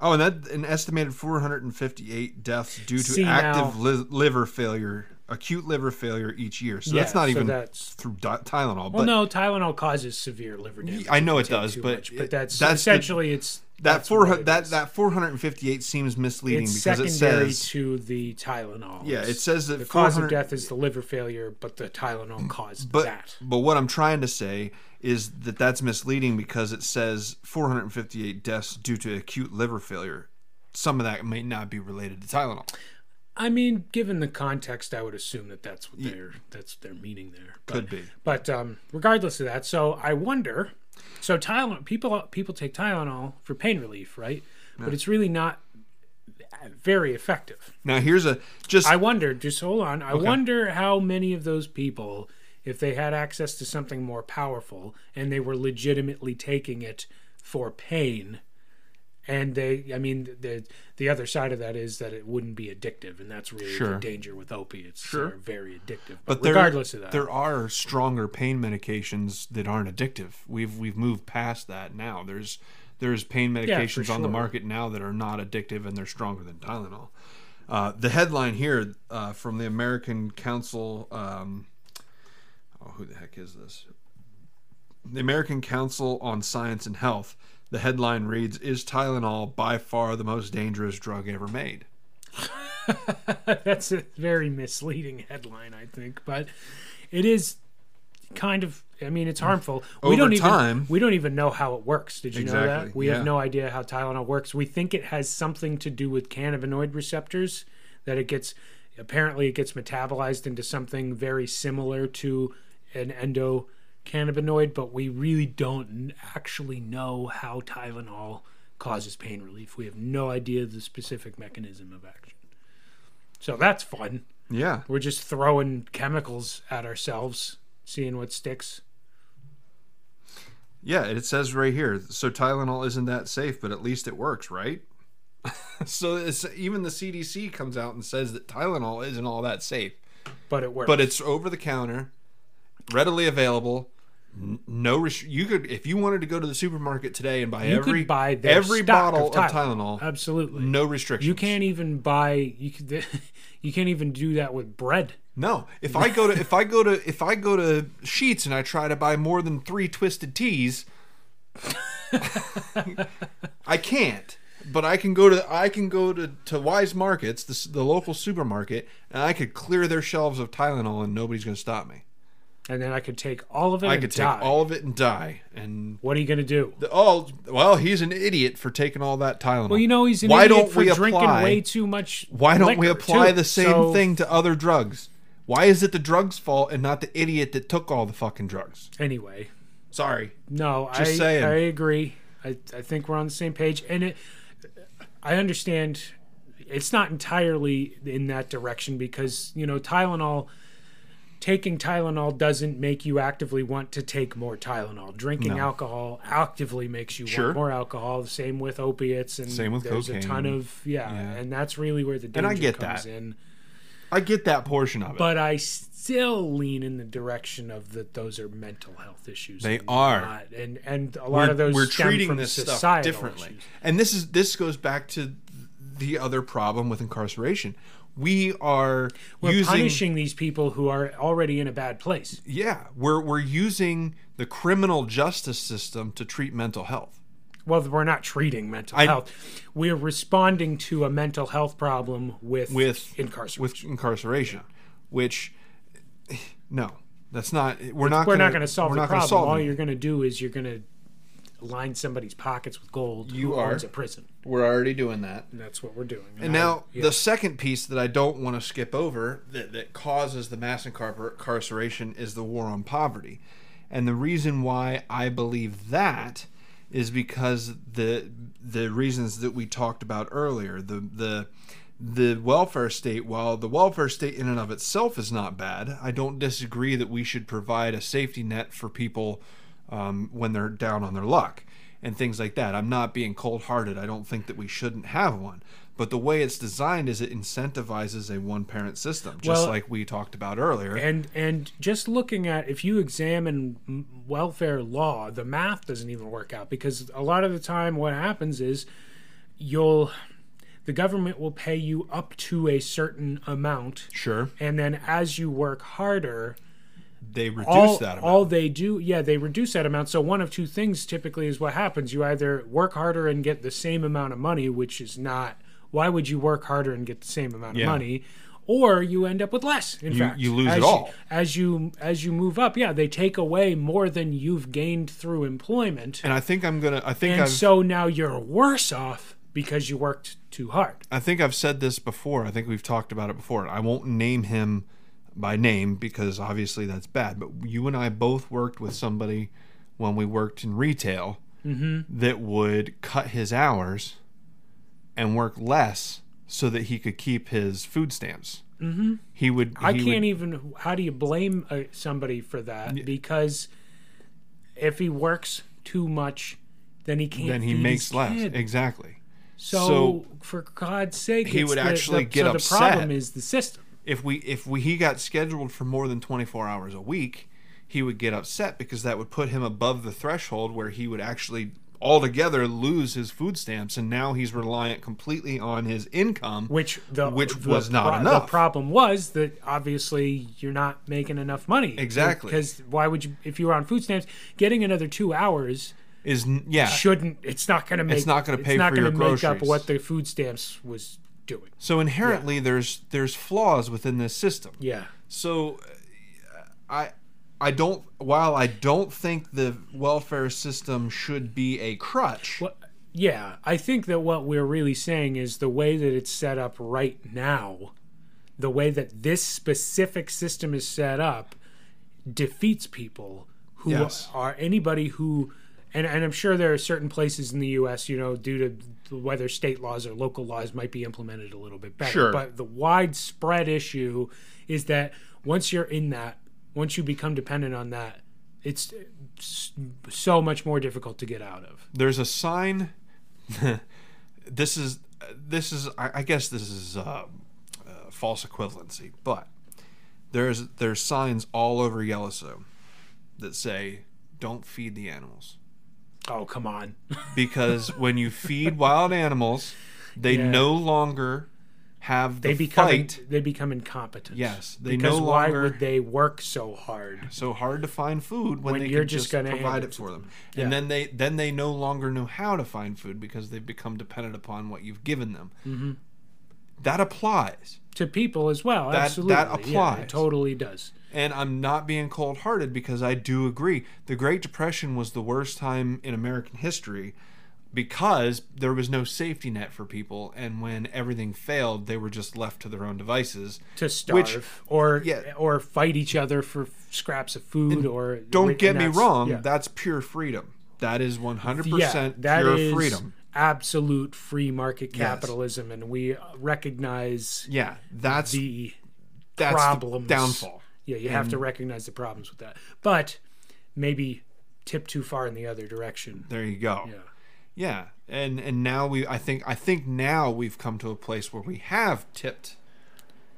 Speaker 1: Oh, and that an estimated 458 deaths due to
Speaker 2: See,
Speaker 1: active
Speaker 2: now-
Speaker 1: li- liver failure, acute liver failure each year. So that's
Speaker 2: Yeah,
Speaker 1: not
Speaker 2: so
Speaker 1: even
Speaker 2: that's-
Speaker 1: through di- Tylenol,
Speaker 2: well,
Speaker 1: but
Speaker 2: no, Tylenol causes severe liver damage.
Speaker 1: I know it
Speaker 2: if you take
Speaker 1: does,
Speaker 2: too
Speaker 1: but
Speaker 2: much,
Speaker 1: it-
Speaker 2: but that's,
Speaker 1: that's the-
Speaker 2: essentially it's
Speaker 1: that
Speaker 2: that's what
Speaker 1: 400
Speaker 2: it
Speaker 1: that
Speaker 2: is.
Speaker 1: that 458 seems misleading
Speaker 2: it's
Speaker 1: because it
Speaker 2: secondary
Speaker 1: says
Speaker 2: to the Tylenol.
Speaker 1: Yeah, it says that
Speaker 2: the cause of
Speaker 1: 400
Speaker 2: death is the liver failure, but the Tylenol caused
Speaker 1: but
Speaker 2: that.
Speaker 1: but what I'm trying to say is that that's misleading because it says 458 deaths due to acute liver failure. Some of that may not be related to Tylenol.
Speaker 2: I mean, given the context, I would assume that that's what they're that's their meaning there. But,
Speaker 1: Could be.
Speaker 2: but um, regardless of that, so I wonder. So Tylenol, people people take Tylenol for pain relief, right? But it's really not uh, very effective.
Speaker 1: Now here's a just
Speaker 2: I wonder, just hold on. I wonder how many of those people, if they had access to something more powerful and they were legitimately taking it for pain, and they, I mean, the the other side of that is that it wouldn't be addictive, and that's really
Speaker 1: Sure.
Speaker 2: the danger with opiates. They're very addictive. But,
Speaker 1: But there,
Speaker 2: regardless of that,
Speaker 1: there are stronger pain medications that aren't addictive. We've we've moved past that now. There's there's pain medications on the
Speaker 2: sure.
Speaker 1: market now that are not addictive and they're stronger than Tylenol. Uh, the headline here uh, from the American Council. Um, oh, who the heck is this? The American Council on Science and Health. The headline reads: "Is Tylenol by far the most dangerous drug ever made?"
Speaker 2: <laughs> that's a very misleading headline, I think, but it is kind of. I mean, it's harmful. we
Speaker 1: Hmm. Over
Speaker 2: don't even
Speaker 1: time-
Speaker 2: we don't even know how it works. Did you know
Speaker 1: Exactly,
Speaker 2: that? We
Speaker 1: yeah.
Speaker 2: have no idea how Tylenol works. We think it has something to do with cannabinoid receptors that it gets. Apparently, it gets metabolized into something very similar to an endocannabinoid, but we really don't n- actually know how Tylenol causes pain relief. We have no idea the specific mechanism of action. So that's fun.
Speaker 1: Yeah,
Speaker 2: We're just throwing chemicals at ourselves, seeing what sticks.
Speaker 1: Yeah, it says right here. So Tylenol isn't that safe, but at least it works, right? <laughs> so it's, even the CDC comes out and says that Tylenol isn't all that safe,
Speaker 2: but it works.
Speaker 1: but it's over the counter, readily available. n- No, res- you could if you wanted to go to the supermarket today and buy
Speaker 2: you
Speaker 1: every
Speaker 2: could buy their
Speaker 1: every
Speaker 2: stock
Speaker 1: bottle
Speaker 2: of
Speaker 1: Tylenol.
Speaker 2: Absolutely,
Speaker 1: no restrictions.
Speaker 2: You can't even buy you could, <laughs> you can't even do that with bread.
Speaker 1: No, if I go to if I go to if I go to Sheets and I try to buy more than three twisted teas, I can't. But I can go to I can go to, to Wise Markets, the, s- the local supermarket, and I could clear their shelves of Tylenol, and nobody's going to stop me.
Speaker 2: And then I could take all of it.
Speaker 1: I
Speaker 2: and
Speaker 1: could take
Speaker 2: die.
Speaker 1: all of it and die. And
Speaker 2: What are you gonna do?
Speaker 1: the, oh, well, he's an idiot for taking all that Tylenol.
Speaker 2: Well, you know he's an
Speaker 1: why
Speaker 2: idiot
Speaker 1: don't
Speaker 2: for
Speaker 1: we
Speaker 2: drinking
Speaker 1: apply,
Speaker 2: way too much.
Speaker 1: Why don't we
Speaker 2: liquor,
Speaker 1: apply
Speaker 2: too.
Speaker 1: the same
Speaker 2: So,
Speaker 1: thing to other drugs? Why is it the drug's fault and not the idiot that took all the fucking drugs?
Speaker 2: Anyway,
Speaker 1: Sorry.
Speaker 2: no,
Speaker 1: Just
Speaker 2: I
Speaker 1: saying.
Speaker 2: I agree. I I think we're on the same page, and it. I understand. It's not entirely in that direction because you know Tylenol. Taking Tylenol doesn't make you actively want to take more Tylenol. Drinking
Speaker 1: No.
Speaker 2: alcohol actively makes you
Speaker 1: Sure.
Speaker 2: want more alcohol. The Same with opiates and
Speaker 1: Same with
Speaker 2: there's a ton
Speaker 1: cocaine.
Speaker 2: of yeah,
Speaker 1: Yeah.
Speaker 2: and that's really where the
Speaker 1: And
Speaker 2: danger
Speaker 1: I get
Speaker 2: comes
Speaker 1: that.
Speaker 2: in.
Speaker 1: I get that portion of it.
Speaker 2: but I still lean in the direction of that those are mental health issues.
Speaker 1: They
Speaker 2: and
Speaker 1: are.
Speaker 2: not- and and a lot of those
Speaker 1: we're
Speaker 2: stem
Speaker 1: treating
Speaker 2: from
Speaker 1: this stuff
Speaker 2: societal
Speaker 1: differently.
Speaker 2: issues.
Speaker 1: And this is this goes back to the other problem with incarceration. We are
Speaker 2: We're
Speaker 1: using
Speaker 2: punishing these people who are already in a bad place.
Speaker 1: yeah, we're we're using the criminal justice system to treat mental health.
Speaker 2: Well, we're not treating mental
Speaker 1: I-
Speaker 2: health. We're responding to a mental health problem with
Speaker 1: with
Speaker 2: incarceration.
Speaker 1: with incarceration, which no, that's not. We're not.
Speaker 2: we're
Speaker 1: gonna,
Speaker 2: not going to solve
Speaker 1: we're
Speaker 2: the
Speaker 1: not gonna
Speaker 2: problem.
Speaker 1: solve
Speaker 2: All
Speaker 1: it.
Speaker 2: you're going to do is you're going to line somebody's pockets with gold.
Speaker 1: You
Speaker 2: who
Speaker 1: are.
Speaker 2: owns a prison.
Speaker 1: We're already doing that.
Speaker 2: And that's what we're doing.
Speaker 1: And now the second piece that I don't want to skip over that, that causes the mass incar- incarceration is the war on poverty. And the reason why I believe that is because the the reasons that we talked about earlier, the the the welfare state, while the welfare state in and of itself is not bad, I don't disagree that we should provide a safety net for people um, when they're down on their luck and things like that. I'm not being cold hearted. I don't think that we shouldn't have one. But the way it's designed is it incentivizes a one parent system, just
Speaker 2: Well-
Speaker 1: like we talked about earlier.
Speaker 2: and and just looking at if you examine m- welfare law the math doesn't even work out because a lot of the time what happens is you'll the government will pay you up to a certain amount
Speaker 1: sure,
Speaker 2: and then as you work harder
Speaker 1: they reduce
Speaker 2: all,
Speaker 1: that amount.
Speaker 2: all they do yeah they reduce that amount so one of two things typically is what happens you either work harder and get the same amount of money which is not why would you work harder and get the same amount of
Speaker 1: Yeah.
Speaker 2: money or you end up with less in
Speaker 1: You-
Speaker 2: fact
Speaker 1: you lose
Speaker 2: as
Speaker 1: it all.
Speaker 2: you, as you as you move up yeah they take away more than you've gained through employment
Speaker 1: and I think I'm gonna. I think
Speaker 2: and
Speaker 1: I've.
Speaker 2: so now you're worse off because you worked too hard
Speaker 1: I think I've said this before. I think we've talked about it before. I won't name him by name because obviously that's bad. But you and I both worked with somebody when we worked in retail
Speaker 2: Mm-hmm.
Speaker 1: that would cut his hours and work less so that he could keep his food stamps. Mm-hmm. He would.
Speaker 2: I
Speaker 1: he
Speaker 2: can't
Speaker 1: would-
Speaker 2: even. How do you blame uh, somebody for that? Because if he works too much, then he can't.
Speaker 1: Then he
Speaker 2: feed
Speaker 1: makes
Speaker 2: his
Speaker 1: less.
Speaker 2: kid.
Speaker 1: Exactly.
Speaker 2: So,
Speaker 1: so-
Speaker 2: for God's sake,
Speaker 1: He
Speaker 2: it's
Speaker 1: would
Speaker 2: the-
Speaker 1: actually
Speaker 2: the,
Speaker 1: get
Speaker 2: so
Speaker 1: upset.
Speaker 2: The problem is the system.
Speaker 1: if we if we he got scheduled for more than 24 hours a week he would get upset because that would put him above the threshold where he would actually altogether lose his food stamps and now he's reliant completely on his income
Speaker 2: Which the
Speaker 1: Which
Speaker 2: the
Speaker 1: was not
Speaker 2: The
Speaker 1: enough.
Speaker 2: problem was that obviously you're not making enough money.
Speaker 1: Exactly.
Speaker 2: Because why would you? If you were on food stamps, getting another two hours
Speaker 1: is n- yeah
Speaker 2: shouldn't. It's not going to make.
Speaker 1: not gonna
Speaker 2: it's
Speaker 1: pay
Speaker 2: not
Speaker 1: for your
Speaker 2: gonna make up
Speaker 1: groceries.
Speaker 2: what the food stamps was doing.
Speaker 1: so inherently there's there's flaws within this system
Speaker 2: Yeah.
Speaker 1: So, uh, I, I don't. While I don't think the welfare system should be a crutch,
Speaker 2: Well, yeah, I think that what we're really saying is the way that it's set up right now, the way that this specific system is set up, defeats people who
Speaker 1: Yes.
Speaker 2: are anybody who. And, and I'm sure there are certain places in the U.S., you know, due to whether state laws or local laws might be implemented a little bit better.
Speaker 1: Sure.
Speaker 2: But the widespread issue is that once you're in that, once you become dependent on that, it's s- so much more difficult to get out of.
Speaker 1: there's a sign. <laughs> this is this is I, I guess this is uh, uh, false equivalency, but there's there's signs all over Yellowstone that say "Don't feed the animals"
Speaker 2: Oh come on! <laughs>
Speaker 1: because when you feed wild animals, they
Speaker 2: Yeah.
Speaker 1: no longer have the
Speaker 2: They become
Speaker 1: fight
Speaker 2: they become incompetent.
Speaker 1: Yes, they
Speaker 2: because
Speaker 1: no
Speaker 2: why
Speaker 1: longer-
Speaker 2: would they work so hard?
Speaker 1: so hard to find food when,
Speaker 2: When
Speaker 1: they
Speaker 2: you're
Speaker 1: can
Speaker 2: just
Speaker 1: just,
Speaker 2: gonna hand
Speaker 1: provide
Speaker 2: it
Speaker 1: it
Speaker 2: to
Speaker 1: for them.
Speaker 2: Yeah.
Speaker 1: And then they then they no longer know how to find food because they've become dependent upon what you've given them.
Speaker 2: Mm-hmm.
Speaker 1: That applies.
Speaker 2: to people as well.
Speaker 1: that
Speaker 2: Absolutely, Yeah,
Speaker 1: applies.
Speaker 2: it totally does.
Speaker 1: And I'm not being cold hearted because I do agree. The Great Depression was the worst time in American history because there was no safety net for people. And when everything failed, they were just left to their own devices.
Speaker 2: To starve
Speaker 1: Which-
Speaker 2: or
Speaker 1: yeah.
Speaker 2: or fight each other for f- scraps of food or
Speaker 1: Don't
Speaker 2: and
Speaker 1: get me
Speaker 2: that's-
Speaker 1: wrong,
Speaker 2: yeah.
Speaker 1: that's pure freedom. That is 100%
Speaker 2: that
Speaker 1: pure
Speaker 2: is
Speaker 1: freedom.
Speaker 2: Absolute free market capitalism, and we uh, recognize
Speaker 1: Yeah, that's
Speaker 2: the
Speaker 1: that's
Speaker 2: problems.
Speaker 1: the downfall.
Speaker 2: Yeah, you have to recognize the problems with that, but maybe tip too far in the other direction.
Speaker 1: There you go.
Speaker 2: Yeah.
Speaker 1: Yeah, and and now we I think I think now we've come to a place where we have tipped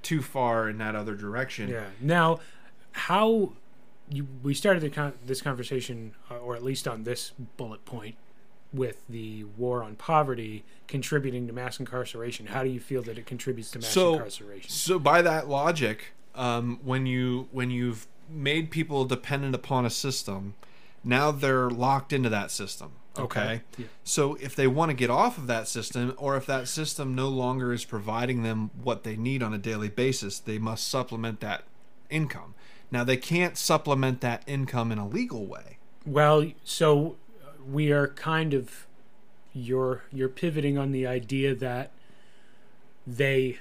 Speaker 1: too far in that other direction.
Speaker 2: Yeah. Now, how you, we started the con- this conversation, uh, or at least on this bullet point, with the war on poverty contributing to mass incarceration. How do you feel that it contributes to mass
Speaker 1: So-
Speaker 2: incarceration?
Speaker 1: So by that logic, um, when you when you've made people dependent upon a system, now they're locked into that system. Okay.
Speaker 2: Okay. Yeah.
Speaker 1: So if they want to get off of that system, or if that system no longer is providing them what they need on a daily basis, they must supplement that income. Now they can't supplement that income in a legal way.
Speaker 2: Well, so uh, we are kind of you're you're pivoting on the idea that they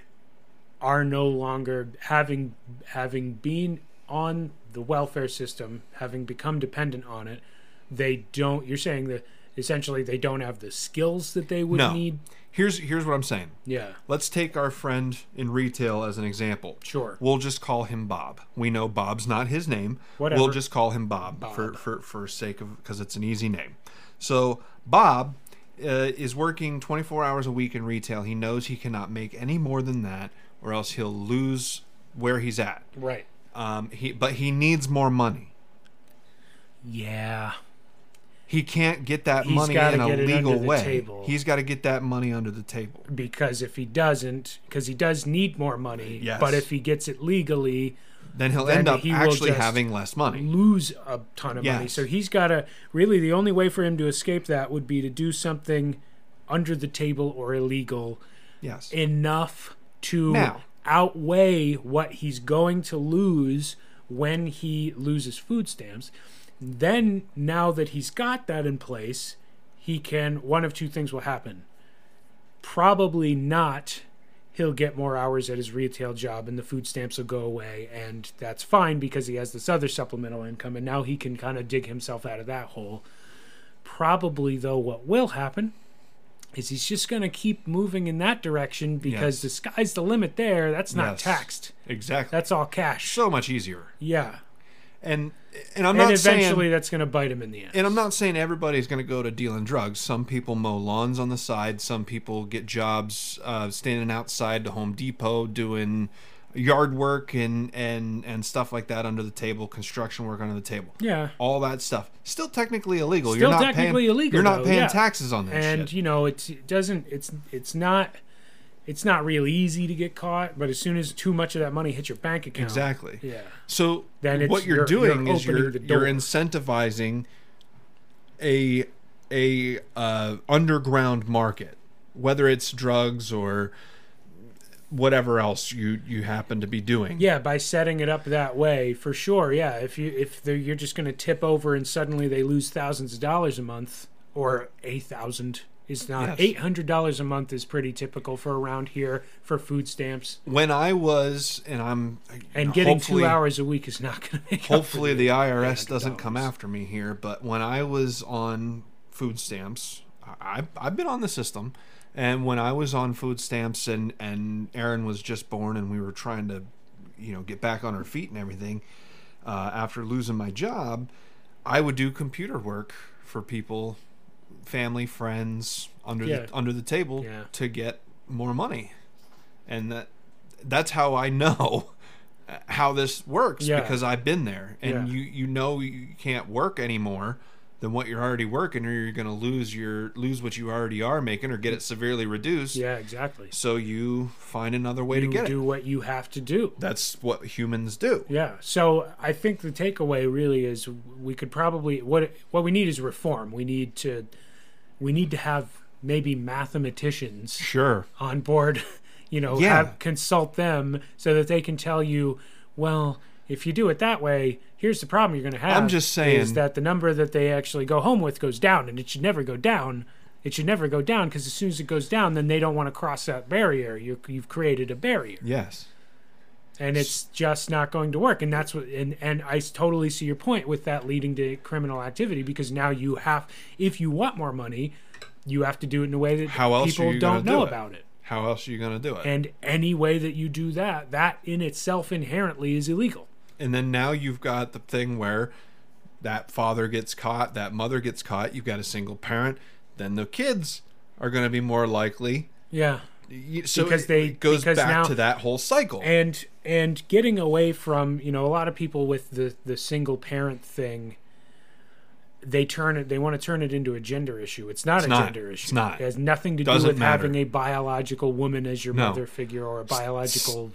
Speaker 2: are no longer having having been on the welfare system, having become dependent on it. They don't. You're saying that essentially they don't have the skills that they would
Speaker 1: No.
Speaker 2: need.
Speaker 1: Here's here's what I'm saying.
Speaker 2: Yeah,
Speaker 1: Let's take our friend in retail as an example.
Speaker 2: Sure.
Speaker 1: We'll just call him Bob. We know Bob's not his name.
Speaker 2: Whatever.
Speaker 1: We'll just call him Bob, For,
Speaker 2: Bob.
Speaker 1: for for sake of because it's an easy name. So Bob uh, is working 24 hours a week in retail. He knows he cannot make any more than that, or else he'll lose where he's at.
Speaker 2: right.
Speaker 1: Um, he but he needs more money.
Speaker 2: Yeah,
Speaker 1: He can't get that
Speaker 2: He's
Speaker 1: money
Speaker 2: gotta
Speaker 1: in a
Speaker 2: get it under
Speaker 1: legal
Speaker 2: the
Speaker 1: way.
Speaker 2: table.
Speaker 1: He's got to get that money under the table.
Speaker 2: because if he doesn't, because he does need more money.
Speaker 1: Yes.
Speaker 2: But if he gets it legally,
Speaker 1: Then he'll
Speaker 2: Then
Speaker 1: end up
Speaker 2: he will
Speaker 1: actually
Speaker 2: just
Speaker 1: having less money.
Speaker 2: lose a ton of money.
Speaker 1: Yes.
Speaker 2: So he's got to really the only way for him to escape that would be to do something under the table or illegal
Speaker 1: Yes.
Speaker 2: enough to
Speaker 1: Now.
Speaker 2: outweigh what he's going to lose when he loses food stamps. Then now that he's got that in place, he can one of two things will happen. Probably not he'll get more hours at his retail job and the food stamps will go away and that's fine because he has this other supplemental income and now he can kind of dig himself out of that hole probably though what will happen is he's just going to keep moving in that direction because
Speaker 1: Yes.
Speaker 2: the sky's the limit there that's not
Speaker 1: Yes.
Speaker 2: taxed
Speaker 1: Exactly.
Speaker 2: that's all cash
Speaker 1: so much easier.
Speaker 2: yeah
Speaker 1: And and I'm
Speaker 2: and
Speaker 1: not
Speaker 2: eventually
Speaker 1: saying
Speaker 2: that's going to bite him in the end
Speaker 1: and I'm not saying everybody's going to go to dealing drugs. Some people mow lawns on the side. Some people get jobs uh, standing outside the Home Depot doing yard work and and and stuff like that under the table, construction work under the table.
Speaker 2: yeah
Speaker 1: All that stuff still technically illegal.
Speaker 2: Still
Speaker 1: you're not
Speaker 2: technically
Speaker 1: paying,
Speaker 2: illegal,
Speaker 1: You're not
Speaker 2: though,
Speaker 1: paying
Speaker 2: yeah.
Speaker 1: taxes on that
Speaker 2: and
Speaker 1: Oh, shit.
Speaker 2: you know it's, it doesn't it's it's not it's not real easy to get caught but as soon as too much of that money hits your bank account
Speaker 1: exactly.
Speaker 2: yeah
Speaker 1: So
Speaker 2: Then it's-
Speaker 1: what you're,
Speaker 2: you're- you're
Speaker 1: doing is
Speaker 2: opening
Speaker 1: you're
Speaker 2: the
Speaker 1: you're
Speaker 2: door.
Speaker 1: incentivizing a a uh, underground market, whether it's drugs or whatever else you you happen to be doing.
Speaker 2: yeah by setting it up that way for sure yeah if you if they're, you're just going to tip over and suddenly they lose thousands of dollars a month or a thousand is not
Speaker 1: Yes.
Speaker 2: eight hundred dollars a month is pretty typical for around here for food stamps
Speaker 1: When I was, and I'm,
Speaker 2: and getting
Speaker 1: hopefully-
Speaker 2: two hours a week is not going to
Speaker 1: <laughs>
Speaker 2: <laughs> make up for
Speaker 1: Hopefully the IRS
Speaker 2: $800.
Speaker 1: doesn't come after me here, but when I was on food stamps, I, I've- I've been on the system, and when I was on food stamps and and Erin was just born and we were trying to, you know, get back on her feet and everything, uh, after losing my job, I would do computer work for people, family, friends under
Speaker 2: Yeah.
Speaker 1: the under the table
Speaker 2: Yeah.
Speaker 1: to get more money, and that that's how I <laughs> know how this works
Speaker 2: Yeah.
Speaker 1: because I've been there, and
Speaker 2: Yeah.
Speaker 1: you you know you can't work anymore than what you're already working, or you're going to lose your lose what you already are making, or get it severely reduced.
Speaker 2: Yeah, exactly.
Speaker 1: So you find another way
Speaker 2: You
Speaker 1: to get
Speaker 2: do
Speaker 1: it.
Speaker 2: what you have to do.
Speaker 1: That's what humans do.
Speaker 2: Yeah. So I think the takeaway really is we could probably what what we need is reform. We need to we need to have maybe mathematicians
Speaker 1: Sure.
Speaker 2: on board, <laughs> you know,
Speaker 1: Yeah.
Speaker 2: have, consult them so that they can tell you, well, if you do it that way, here's the problem you're going to have.
Speaker 1: I'm just
Speaker 2: is
Speaker 1: saying-
Speaker 2: that the number that they actually go home with goes down, and it should never go down. It should never go down because as soon as it goes down, then they don't want to cross that barrier. you you've created a barrier,
Speaker 1: Yes.
Speaker 2: and it's just not going to work. And that's what. And and I s- totally see your point with that leading to criminal activity because now you have, if you want more money, you have to do it in a way that
Speaker 1: How else are
Speaker 2: people
Speaker 1: you gonna
Speaker 2: don't know
Speaker 1: do it?
Speaker 2: about it.
Speaker 1: How else are you going to do it?
Speaker 2: And any way that you do that, that in itself inherently is illegal.
Speaker 1: and then now you've got the thing where that father gets caught, that mother gets caught, you've got a single parent, then the kids are going to be more likely.
Speaker 2: Yeah.
Speaker 1: You- So
Speaker 2: Because
Speaker 1: it-
Speaker 2: they-
Speaker 1: it goes
Speaker 2: because
Speaker 1: back
Speaker 2: now-
Speaker 1: to that whole cycle.
Speaker 2: And and getting away from, you know, a lot of people with the the single parent thing they turn it they want to turn it into a gender issue. It's not a
Speaker 1: not.
Speaker 2: gender issue.
Speaker 1: It's not.
Speaker 2: It has nothing to
Speaker 1: Doesn't
Speaker 2: do with
Speaker 1: matter.
Speaker 2: having a biological woman as your
Speaker 1: No.
Speaker 2: mother figure or a biological man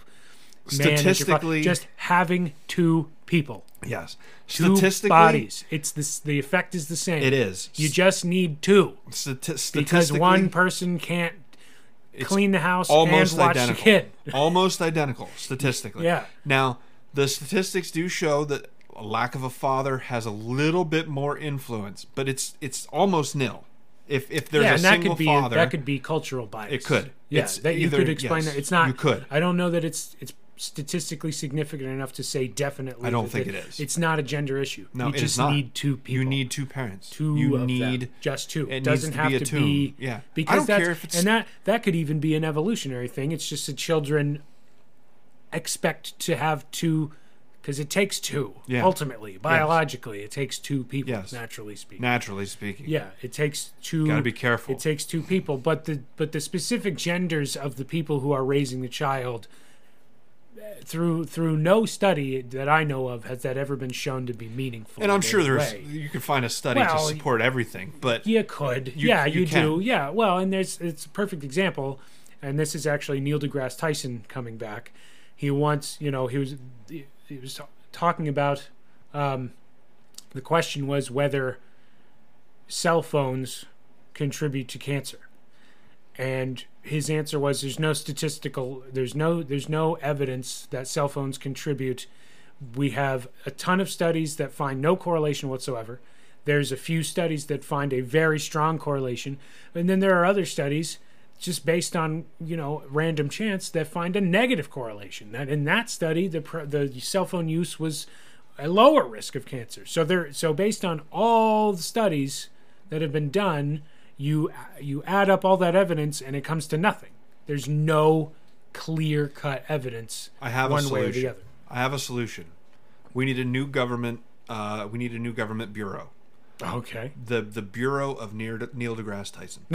Speaker 2: as your father.
Speaker 1: Statistically,
Speaker 2: Just having two people.
Speaker 1: yes.
Speaker 2: Two
Speaker 1: Statistically,
Speaker 2: bodies. It's this the effect is the same.
Speaker 1: it is.
Speaker 2: You just need two.
Speaker 1: Stati-
Speaker 2: because
Speaker 1: statistically,
Speaker 2: one person can't clean the house
Speaker 1: almost
Speaker 2: and watch
Speaker 1: identical.
Speaker 2: the kid. <laughs>
Speaker 1: almost identical statistically.
Speaker 2: Yeah.
Speaker 1: Now, the statistics do show that a lack of a father has a little bit more influence, but it's it's almost nil. If if there's
Speaker 2: yeah,
Speaker 1: a
Speaker 2: and that
Speaker 1: single
Speaker 2: could be
Speaker 1: father,
Speaker 2: that could be cultural bias.
Speaker 1: It could.
Speaker 2: Yeah,
Speaker 1: It's
Speaker 2: that
Speaker 1: either-
Speaker 2: you could explain
Speaker 1: yes,
Speaker 2: that. It's not.
Speaker 1: you could.
Speaker 2: I don't know that it's it's statistically significant enough to say definitely.
Speaker 1: I don't
Speaker 2: that
Speaker 1: think
Speaker 2: that
Speaker 1: it is.
Speaker 2: It's not a gender issue.
Speaker 1: no,
Speaker 2: you
Speaker 1: it is
Speaker 2: just
Speaker 1: not.
Speaker 2: need two people.
Speaker 1: You need two parents.
Speaker 2: two
Speaker 1: you
Speaker 2: of them.
Speaker 1: need
Speaker 2: just two.
Speaker 1: it needs
Speaker 2: doesn't
Speaker 1: to
Speaker 2: have
Speaker 1: be a
Speaker 2: to
Speaker 1: two.
Speaker 2: be
Speaker 1: Yeah. I
Speaker 2: Because
Speaker 1: don't
Speaker 2: that's
Speaker 1: care if it's-
Speaker 2: and that that could even be an evolutionary thing. It's just that children expect to have two because it takes two
Speaker 1: Yeah.
Speaker 2: ultimately biologically it takes two people
Speaker 1: Yes.
Speaker 2: naturally speaking
Speaker 1: naturally speaking.
Speaker 2: yeah it takes two
Speaker 1: Gotta be careful.
Speaker 2: it takes two people but the but the specific genders of the people who are raising the child eh, through through no study that i know of has that ever been shown to be meaningful
Speaker 1: And I'm
Speaker 2: in
Speaker 1: sure
Speaker 2: any
Speaker 1: there's
Speaker 2: way.
Speaker 1: you can find a study to
Speaker 2: Well,
Speaker 1: support everything, but
Speaker 2: You could.
Speaker 1: You-
Speaker 2: yeah,
Speaker 1: you
Speaker 2: you,
Speaker 1: can.
Speaker 2: do. Yeah. Well, and there's it's a perfect example, and this is actually Neil deGrasse Tyson coming back. He once, you know, he was he he was talking about um, the question was whether cell phones contribute to cancer, and his answer was there's no statistical there's no there's no evidence that cell phones contribute we have a ton of studies that find no correlation whatsoever. There's a few studies that find a very strong correlation, and then there are other studies just based on you know random chance that find a negative correlation. That in that study, the pr- the cell phone use was a lower risk of cancer. So there, so based on all the studies that have been done, you you add up all that evidence, and it comes to nothing. There's no clear cut evidence
Speaker 1: I have a
Speaker 2: one way
Speaker 1: solution.
Speaker 2: or the other.
Speaker 1: I have a solution. We need a new government. Uh, we need a new government bureau.
Speaker 2: Okay.
Speaker 1: the the Bureau of Neil, Neil deGrasse
Speaker 2: <laughs>
Speaker 1: Tyson.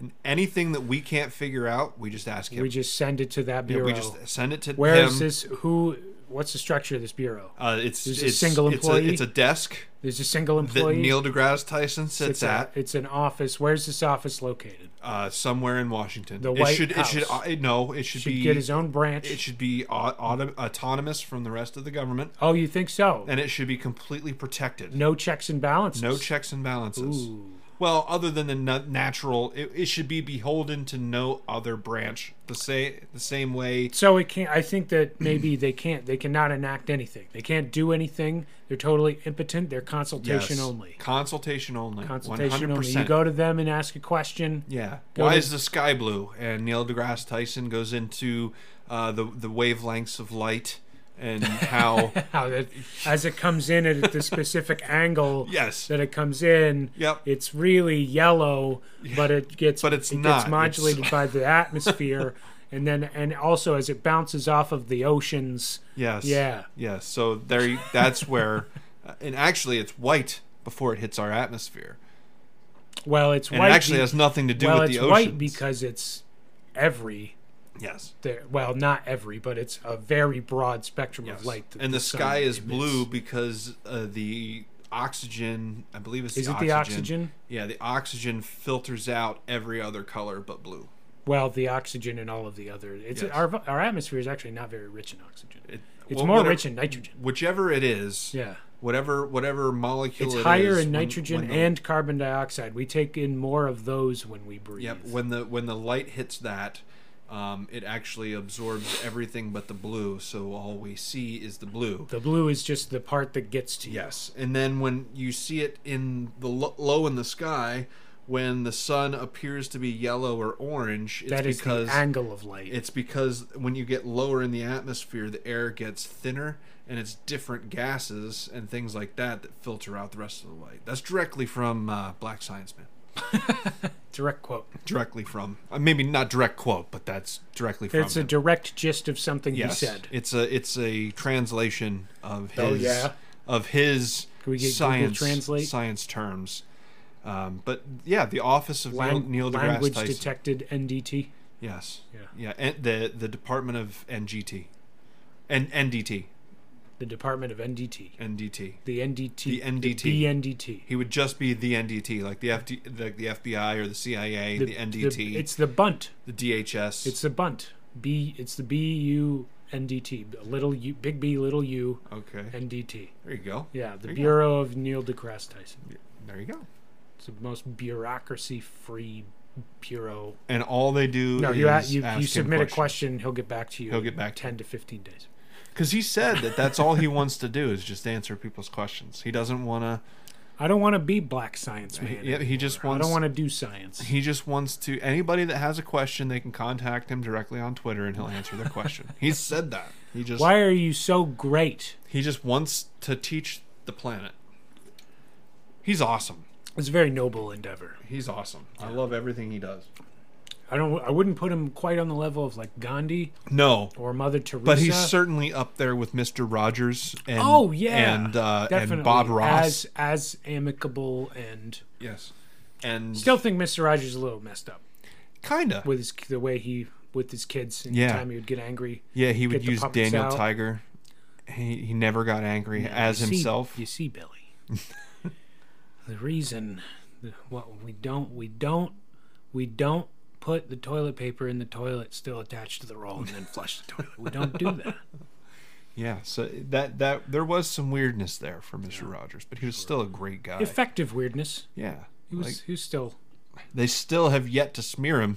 Speaker 1: and anything that we can't figure out, we just ask him.
Speaker 2: We just send it to that
Speaker 1: Yeah,
Speaker 2: bureau.
Speaker 1: we just send it to
Speaker 2: Where
Speaker 1: him.
Speaker 2: is this? Who? What's the structure of this bureau?
Speaker 1: Uh, it's
Speaker 2: There's a
Speaker 1: it's-
Speaker 2: single
Speaker 1: it's
Speaker 2: employee?
Speaker 1: It's a, desk
Speaker 2: There's a single
Speaker 1: that
Speaker 2: employee.
Speaker 1: Neil deGrasse Tyson sits
Speaker 2: it's, a,
Speaker 1: at
Speaker 2: it's an office. Where's this office located?
Speaker 1: uh, somewhere in Washington.
Speaker 2: The
Speaker 1: it
Speaker 2: White
Speaker 1: should it should
Speaker 2: House.
Speaker 1: uh, no it should,
Speaker 2: Should
Speaker 1: be
Speaker 2: get his own branch.
Speaker 1: it should be au- auto, autonomous from the rest of the government,
Speaker 2: oh, you think so?
Speaker 1: and it should be completely protected.
Speaker 2: no checks and balances.
Speaker 1: No checks and balances.
Speaker 2: Ooh.
Speaker 1: Well, other than the na- natural, it, it should be beholden to no other branch. The say the same way
Speaker 2: So it can't. I think that maybe they can't. They cannot enact anything. They can't do anything. They're totally impotent. They're consultation
Speaker 1: Yes.
Speaker 2: only.
Speaker 1: Consultation only.
Speaker 2: Consultation
Speaker 1: 100%.
Speaker 2: only. You go to them and ask a question.
Speaker 1: yeah.
Speaker 2: go
Speaker 1: Why
Speaker 2: to-
Speaker 1: is the sky blue? And Neil deGrasse Tyson goes into uh, the the wavelengths of light
Speaker 2: <laughs>
Speaker 1: and how.
Speaker 2: How that as it comes in at the
Speaker 1: <laughs>
Speaker 2: specific angle.
Speaker 1: yes.
Speaker 2: that it comes in.
Speaker 1: Yep.
Speaker 2: It's really yellow, but it gets
Speaker 1: But it's
Speaker 2: it
Speaker 1: not.
Speaker 2: gets modulated
Speaker 1: It's-
Speaker 2: by
Speaker 1: <laughs>
Speaker 2: the atmosphere, and then and also as it bounces off of the oceans.
Speaker 1: Yes.
Speaker 2: Yeah.
Speaker 1: Yes. So there. You, that's where. Uh, and actually it's white before it hits our atmosphere.
Speaker 2: Well, it's
Speaker 1: And
Speaker 2: white.
Speaker 1: it actually
Speaker 2: be-
Speaker 1: has nothing to do
Speaker 2: well,
Speaker 1: with
Speaker 2: it's
Speaker 1: the ocean.
Speaker 2: white because it's every.
Speaker 1: yes.
Speaker 2: There, well, not every, but it's a very broad spectrum
Speaker 1: Yes.
Speaker 2: of light. that
Speaker 1: and the,
Speaker 2: sun
Speaker 1: sky is
Speaker 2: emits.
Speaker 1: blue because uh, the oxygen, I believe it's
Speaker 2: Is
Speaker 1: the
Speaker 2: it the oxygen?
Speaker 1: Yeah, the oxygen filters out every other color but blue.
Speaker 2: Well, the oxygen and all of the other. It's
Speaker 1: Yes.
Speaker 2: our our atmosphere is actually not very rich in oxygen.
Speaker 1: It,
Speaker 2: It's
Speaker 1: wha-
Speaker 2: more
Speaker 1: whatever-
Speaker 2: rich in nitrogen.
Speaker 1: whichever it is.
Speaker 2: Yeah.
Speaker 1: Whatever whatever molecule
Speaker 2: It's
Speaker 1: it
Speaker 2: higher
Speaker 1: is,
Speaker 2: in
Speaker 1: when-
Speaker 2: nitrogen
Speaker 1: when the-
Speaker 2: and carbon dioxide. We take in more of those when we breathe.
Speaker 1: Yep. When the when the light hits that, um, it actually absorbs everything but the blue. So all we see is the blue.
Speaker 2: the blue is just the part that gets to you.
Speaker 1: Yes. And then when you see it in the lo- low in the sky, when the sun appears to be yellow or orange, it's
Speaker 2: That is
Speaker 1: because
Speaker 2: the angle of light.
Speaker 1: it's because when you get lower in the atmosphere, the air gets thinner and it's different gases and things like that that filter out the rest of the light. That's directly from uh, Black Science Man.
Speaker 2: direct quote.
Speaker 1: Directly from uh, maybe not direct quote, but that's directly from.
Speaker 2: It's a
Speaker 1: him.
Speaker 2: direct gist of something
Speaker 1: Yes.
Speaker 2: he said.
Speaker 1: It's a it's a translation of his
Speaker 2: Oh, yeah.
Speaker 1: of his
Speaker 2: Can we get Google
Speaker 1: science
Speaker 2: Translate?
Speaker 1: science terms. Um, but yeah, the office of
Speaker 2: Lang-
Speaker 1: Neil, Neil deGrasse
Speaker 2: language
Speaker 1: Tyson.
Speaker 2: detected NDT.
Speaker 1: yes.
Speaker 2: Yeah.
Speaker 1: Yeah. And the the Department of NGT, and NDT,
Speaker 2: The Department of NDT.
Speaker 1: NDT.
Speaker 2: The NDT.
Speaker 1: The NDT.
Speaker 2: The NDT.
Speaker 1: He would just be the NDT, like the FD, like the FBI or the CIA, the, NDT,
Speaker 2: the- it's the bunt.
Speaker 1: the DHS.
Speaker 2: It's the bunt. B. It's the B U N D T. Little U. Big B. Little U.
Speaker 1: okay.
Speaker 2: N D T.
Speaker 1: There you go.
Speaker 2: Yeah. The
Speaker 1: There you go.
Speaker 2: Bureau of Neil deGrasse Tyson.
Speaker 1: There you go.
Speaker 2: It's the most bureaucracy-free bureau.
Speaker 1: And all they do
Speaker 2: No,
Speaker 1: is
Speaker 2: you a- you,
Speaker 1: ask
Speaker 2: you
Speaker 1: him
Speaker 2: submit a
Speaker 1: questions.
Speaker 2: question, he'll get back to you.
Speaker 1: He'll
Speaker 2: in
Speaker 1: get back to
Speaker 2: ten to fifteen days.
Speaker 1: Because he said that that's all he wants to do is just answer people's questions. He doesn't want
Speaker 2: I don't want to be black science
Speaker 1: to.
Speaker 2: man.
Speaker 1: He, yeah, he just
Speaker 2: I
Speaker 1: wants.
Speaker 2: don't want to do science.
Speaker 1: He just wants to. Anybody that has a question, they can contact him directly on Twitter, and he'll answer their question. He said that. He just.
Speaker 2: Why are you so great?
Speaker 1: He just wants to teach the planet. He's awesome.
Speaker 2: It's a very noble endeavor.
Speaker 1: He's awesome. I love everything he does.
Speaker 2: I don't. I wouldn't put him quite on the level of like Gandhi
Speaker 1: No,
Speaker 2: or Mother Teresa.
Speaker 1: but he's certainly up there with Mister Rogers and
Speaker 2: Oh yeah,
Speaker 1: and uh,
Speaker 2: Definitely.
Speaker 1: and Bob Ross.
Speaker 2: as as amicable and
Speaker 1: yes, and
Speaker 2: still think Mister Rogers is a little messed up
Speaker 1: kinda.
Speaker 2: with his the way he with his kids and
Speaker 1: Yeah.
Speaker 2: the time he would get angry.
Speaker 1: Yeah, he would
Speaker 2: get the
Speaker 1: use
Speaker 2: puppets
Speaker 1: Daniel
Speaker 2: out.
Speaker 1: Tiger. He he never got angry as
Speaker 2: You see-
Speaker 1: himself.
Speaker 2: you see, Billy. <laughs> the reason that- what we don't we don't we don't put the toilet paper in the toilet still attached to the roll and then flush the toilet. We don't do
Speaker 1: <laughs>
Speaker 2: that.
Speaker 1: yeah, so that that there was some weirdness there for Mr. Rogers, but he was still a great guy.
Speaker 2: Effective weirdness.
Speaker 1: yeah.
Speaker 2: He was
Speaker 1: like,
Speaker 2: he was still
Speaker 1: they still have yet to smear him.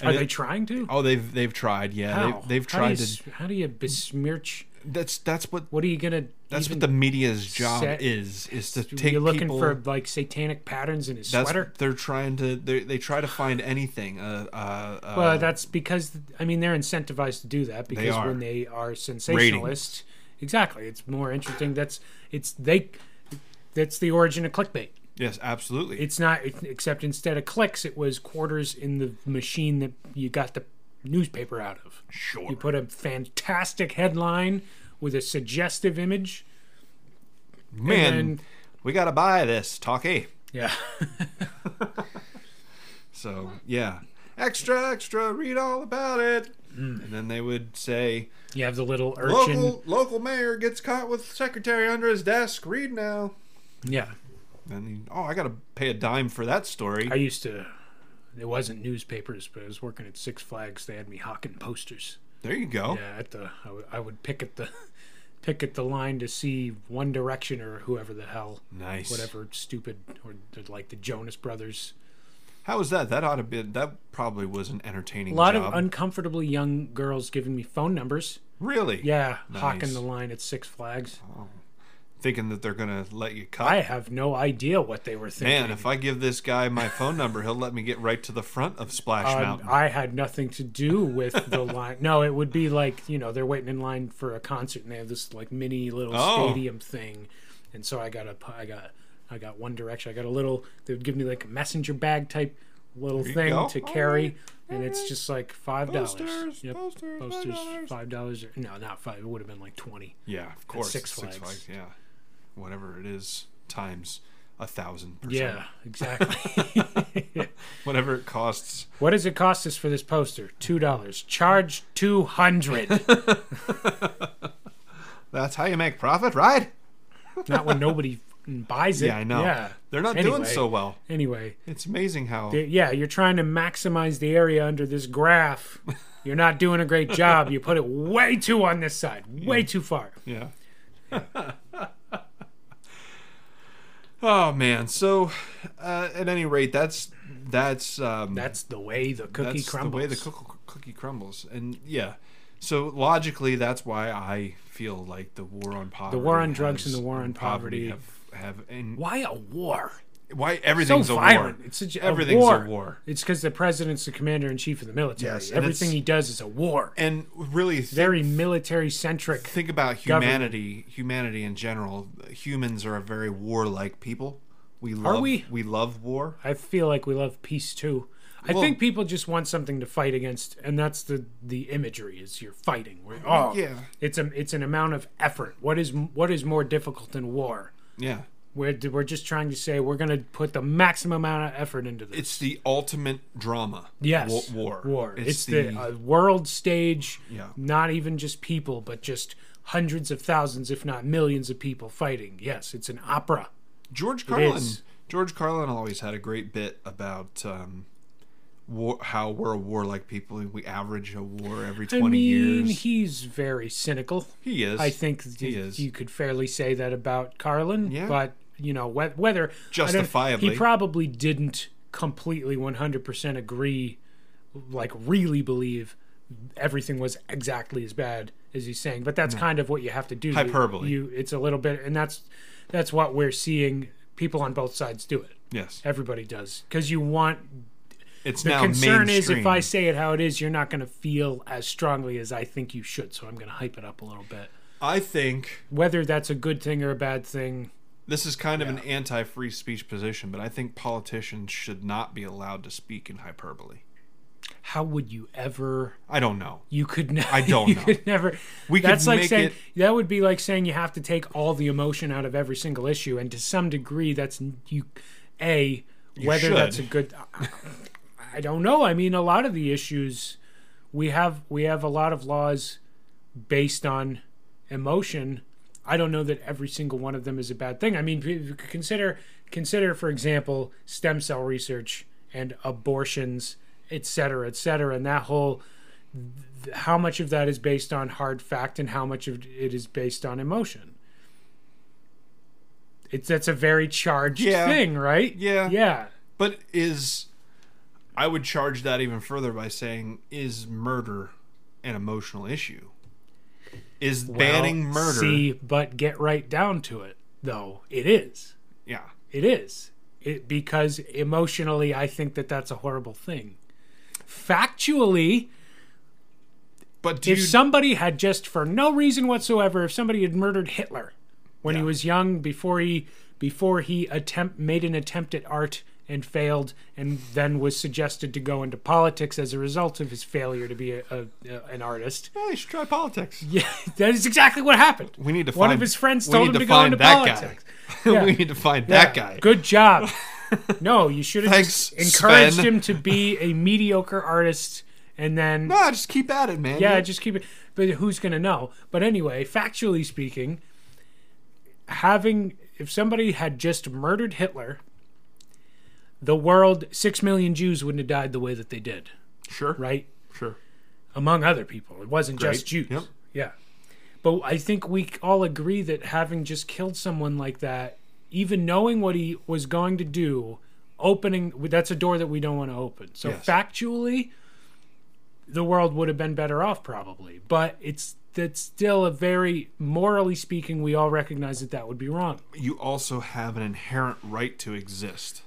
Speaker 1: And
Speaker 2: Are
Speaker 1: it-
Speaker 2: they trying to?
Speaker 1: Oh, they've they've tried. Yeah,
Speaker 2: How?
Speaker 1: They've, they've
Speaker 2: how do
Speaker 1: tried
Speaker 2: you,
Speaker 1: to.
Speaker 2: s- How do you besmirch?
Speaker 1: That's that's what
Speaker 2: What are you gonna?
Speaker 1: that's
Speaker 2: even,
Speaker 1: what the media's job
Speaker 2: set-
Speaker 1: is is to take
Speaker 2: You're looking
Speaker 1: people.
Speaker 2: for like satanic patterns in his
Speaker 1: that's
Speaker 2: sweater.
Speaker 1: they're trying to they they try to find anything. Uh, uh, uh,
Speaker 2: Well, that's because I mean they're incentivized to do that because
Speaker 1: are.
Speaker 2: when they are sensationalists, exactly, it's more interesting. That's it's they. That's the origin of clickbait.
Speaker 1: yes, absolutely.
Speaker 2: It's not it- except instead of clicks, it was quarters in the machine that you got the newspaper out of.
Speaker 1: sure.
Speaker 2: You put a fantastic headline with a suggestive image.
Speaker 1: Man,
Speaker 2: and then-
Speaker 1: we gotta buy this talkie.
Speaker 2: Yeah.
Speaker 1: So yeah, extra, extra, read all about it.
Speaker 2: Mm.
Speaker 1: And then they would say,
Speaker 2: You have the little urchin.
Speaker 1: local local mayor gets caught with secretary under his desk. Read now.
Speaker 2: Yeah.
Speaker 1: And then, oh, I gotta pay a dime for that story.
Speaker 2: I used to. It wasn't newspapers, but I was working at Six Flags. They had me hawking posters.
Speaker 1: there you go.
Speaker 2: Yeah, at the I would- I would pick at the <laughs> pick at the line to see One Direction or whoever the hell,
Speaker 1: Nice.
Speaker 2: whatever stupid or the- like the Jonas Brothers.
Speaker 1: How was that? That ought to be. That probably was an entertaining
Speaker 2: A lot
Speaker 1: job.
Speaker 2: of uncomfortably young girls giving me phone numbers.
Speaker 1: really?
Speaker 2: Yeah, hawking
Speaker 1: Nice.
Speaker 2: the line at Six Flags.
Speaker 1: Thinking that they're gonna let you cut.
Speaker 2: I have no idea what they were thinking.
Speaker 1: Man, if I give this guy my phone number, he'll let me get right to the front of Splash
Speaker 2: Um,
Speaker 1: Mountain.
Speaker 2: I had nothing to do with
Speaker 1: <laughs>
Speaker 2: the line. No, it would be like you know they're waiting in line for a concert, and they have this like mini little
Speaker 1: Oh.
Speaker 2: stadium thing, and so I got a pu- I got I got One Direction. I got a little. They would give me like a messenger bag type little
Speaker 1: you
Speaker 2: thing
Speaker 1: go.
Speaker 2: to
Speaker 1: All
Speaker 2: carry,
Speaker 1: right,
Speaker 2: and
Speaker 1: all
Speaker 2: it's
Speaker 1: right.
Speaker 2: just like five dollars.
Speaker 1: Posters, posters, $5.
Speaker 2: five dollars. No, not five. It would have been like twenty.
Speaker 1: yeah, of course.
Speaker 2: Six Flags.
Speaker 1: Yeah. whatever it is times a thousand percent.
Speaker 2: <laughs> Yeah, exactly.
Speaker 1: Whatever it costs.
Speaker 2: <laughs> what does it cost us for this poster? Two dollars. Charge two
Speaker 1: <laughs>
Speaker 2: hundred.
Speaker 1: That's how you make profit, right?
Speaker 2: Not when nobody <laughs> fucking buys it.
Speaker 1: Yeah, I know.
Speaker 2: Yeah.
Speaker 1: They're not doing
Speaker 2: Anyway.
Speaker 1: so well.
Speaker 2: Anyway,
Speaker 1: It's amazing how
Speaker 2: th- yeah, you're trying to maximize the area under this graph. You're not doing a great job. You put it way too on this side, way too far. <laughs>
Speaker 1: Yeah. oh man. So, uh, at any rate, that's that's um,
Speaker 2: That's the way the cookie
Speaker 1: that's
Speaker 2: crumbles.
Speaker 1: the way the cook- cookie crumbles, and yeah. So logically, that's why I feel like the war on poverty,
Speaker 2: war on drugs
Speaker 1: has-
Speaker 2: and the war on poverty.
Speaker 1: have have and why,
Speaker 2: Why a war?
Speaker 1: everything's
Speaker 2: so
Speaker 1: a
Speaker 2: violent.
Speaker 1: war.
Speaker 2: It's such a,
Speaker 1: everything's
Speaker 2: war.
Speaker 1: a war.
Speaker 2: It's because the president's the commander in chief of the military.
Speaker 1: Yes, and
Speaker 2: Everything
Speaker 1: it's-
Speaker 2: he does is a war.
Speaker 1: And really, th-
Speaker 2: Very military centric.
Speaker 1: think about
Speaker 2: Government.
Speaker 1: humanity humanity in general humans are a very warlike people we love
Speaker 2: we?
Speaker 1: love war
Speaker 2: I feel like we love peace too. I
Speaker 1: Well-
Speaker 2: think people just want something to fight against, and that's the the imagery is you're fighting. We're, oh,
Speaker 1: Mm, Yeah.
Speaker 2: It's a it's an amount of effort. What is what is more difficult than war?
Speaker 1: yeah
Speaker 2: We're we're just trying to say we're going to put the maximum amount of effort into this.
Speaker 1: it's the ultimate drama
Speaker 2: yes,
Speaker 1: wa- war
Speaker 2: War. It's, the, uh, world stage.
Speaker 1: Yeah.
Speaker 2: Not even just people, but just hundreds of thousands, if not millions, of people fighting. Yes, it's an opera.
Speaker 1: george carlin
Speaker 2: is.
Speaker 1: george carlin always had a great bit about um war, how we're a warlike people and we average a war every 20
Speaker 2: I mean,
Speaker 1: years
Speaker 2: he's very cynical.
Speaker 1: he is
Speaker 2: I think th-
Speaker 1: he is.
Speaker 2: you could fairly say that about Carlin,
Speaker 1: Yeah.
Speaker 2: but you know whe- whether I don't-
Speaker 1: Justifiably.
Speaker 2: he probably didn't completely 100% agree, like really believe everything was exactly as bad as he's saying. But that's kind of what you have to do. You-
Speaker 1: Hyperbole.
Speaker 2: You, it's a little bit, and that's that's what we're seeing. People on both sides do it.
Speaker 1: yes
Speaker 2: Everybody does because you want.
Speaker 1: it's
Speaker 2: The
Speaker 1: now
Speaker 2: concern is
Speaker 1: mainstream.
Speaker 2: if I say it how it is, you're not going to feel as strongly as I think you should. So I'm going to hype it up a little bit
Speaker 1: i think
Speaker 2: whether that's a good thing or a bad thing.
Speaker 1: This is kind of an anti free speech position, but I think politicians should not be allowed to speak in hyperbole.
Speaker 2: How would you ever?
Speaker 1: I don't know.
Speaker 2: You could never.
Speaker 1: I
Speaker 2: <laughs>
Speaker 1: don't
Speaker 2: you
Speaker 1: know.
Speaker 2: Could never.
Speaker 1: We could
Speaker 2: that's like
Speaker 1: make
Speaker 2: saying
Speaker 1: it-
Speaker 2: that would be like saying you have to take all the emotion out of every single issue, and to some degree, that's n- you. A whether
Speaker 1: should.
Speaker 2: that's a good. I don't know. I mean, a lot of the issues we have we have a lot of laws based on emotion. I don't know that every single one of them is a bad thing. I mean, p- consider consider for example stem cell research and abortions, et cetera, et cetera, and that whole th- how much of that is based on hard fact and how much of it is based on emotion. It's that's a very charged
Speaker 1: Yeah.
Speaker 2: thing, right?
Speaker 1: Yeah.
Speaker 2: Yeah.
Speaker 1: But is. I would charge that even further by saying, is murder an emotional issue? Is banning
Speaker 2: Well,
Speaker 1: murder.
Speaker 2: See, but get right down to it, though. It is.
Speaker 1: Yeah.
Speaker 2: It is. It because emotionally, I think that that's a horrible thing. Factually,
Speaker 1: But do
Speaker 2: if
Speaker 1: you.
Speaker 2: somebody had just for no reason whatsoever, if somebody had murdered Hitler when he
Speaker 1: Yeah.
Speaker 2: was young, before he before he attempt made an attempt at art and failed, and then was suggested to go into politics as a result of his failure to be a, a, a- an artist.
Speaker 1: Well, you should try politics.
Speaker 2: Yeah, <laughs> that is exactly what happened.
Speaker 1: We need to
Speaker 2: One
Speaker 1: find.
Speaker 2: of his friends
Speaker 1: we
Speaker 2: told
Speaker 1: need
Speaker 2: him to go
Speaker 1: find
Speaker 2: into
Speaker 1: that <laughs>
Speaker 2: politics.
Speaker 1: Guy.
Speaker 2: Yeah.
Speaker 1: we need to find that
Speaker 2: Yeah.
Speaker 1: guy.
Speaker 2: Good
Speaker 1: <laughs>
Speaker 2: job. No, you should have
Speaker 1: Thanks,
Speaker 2: just encouraged
Speaker 1: Sven.
Speaker 2: him to be a mediocre artist and then
Speaker 1: No, Ah, just keep at it, man.
Speaker 2: yeah, just keep it but who's going to know? But anyway, factually speaking, having if somebody had just murdered Hitler, the world 6 million Jews wouldn't have died the way that they did,
Speaker 1: sure.
Speaker 2: right?
Speaker 1: Sure.
Speaker 2: among other people. It wasn't just
Speaker 1: Great.
Speaker 2: Jews.
Speaker 1: Yep.
Speaker 2: Yeah. But I think we all agree that having just killed someone like that, even knowing what he was going to do, opening that's a door that we don't want to open. So
Speaker 1: Yes.
Speaker 2: factually, the world would have been better off probably. But it's that's still a very morally speaking, we all recognize that that would be wrong.
Speaker 1: You also have an inherent right to exist.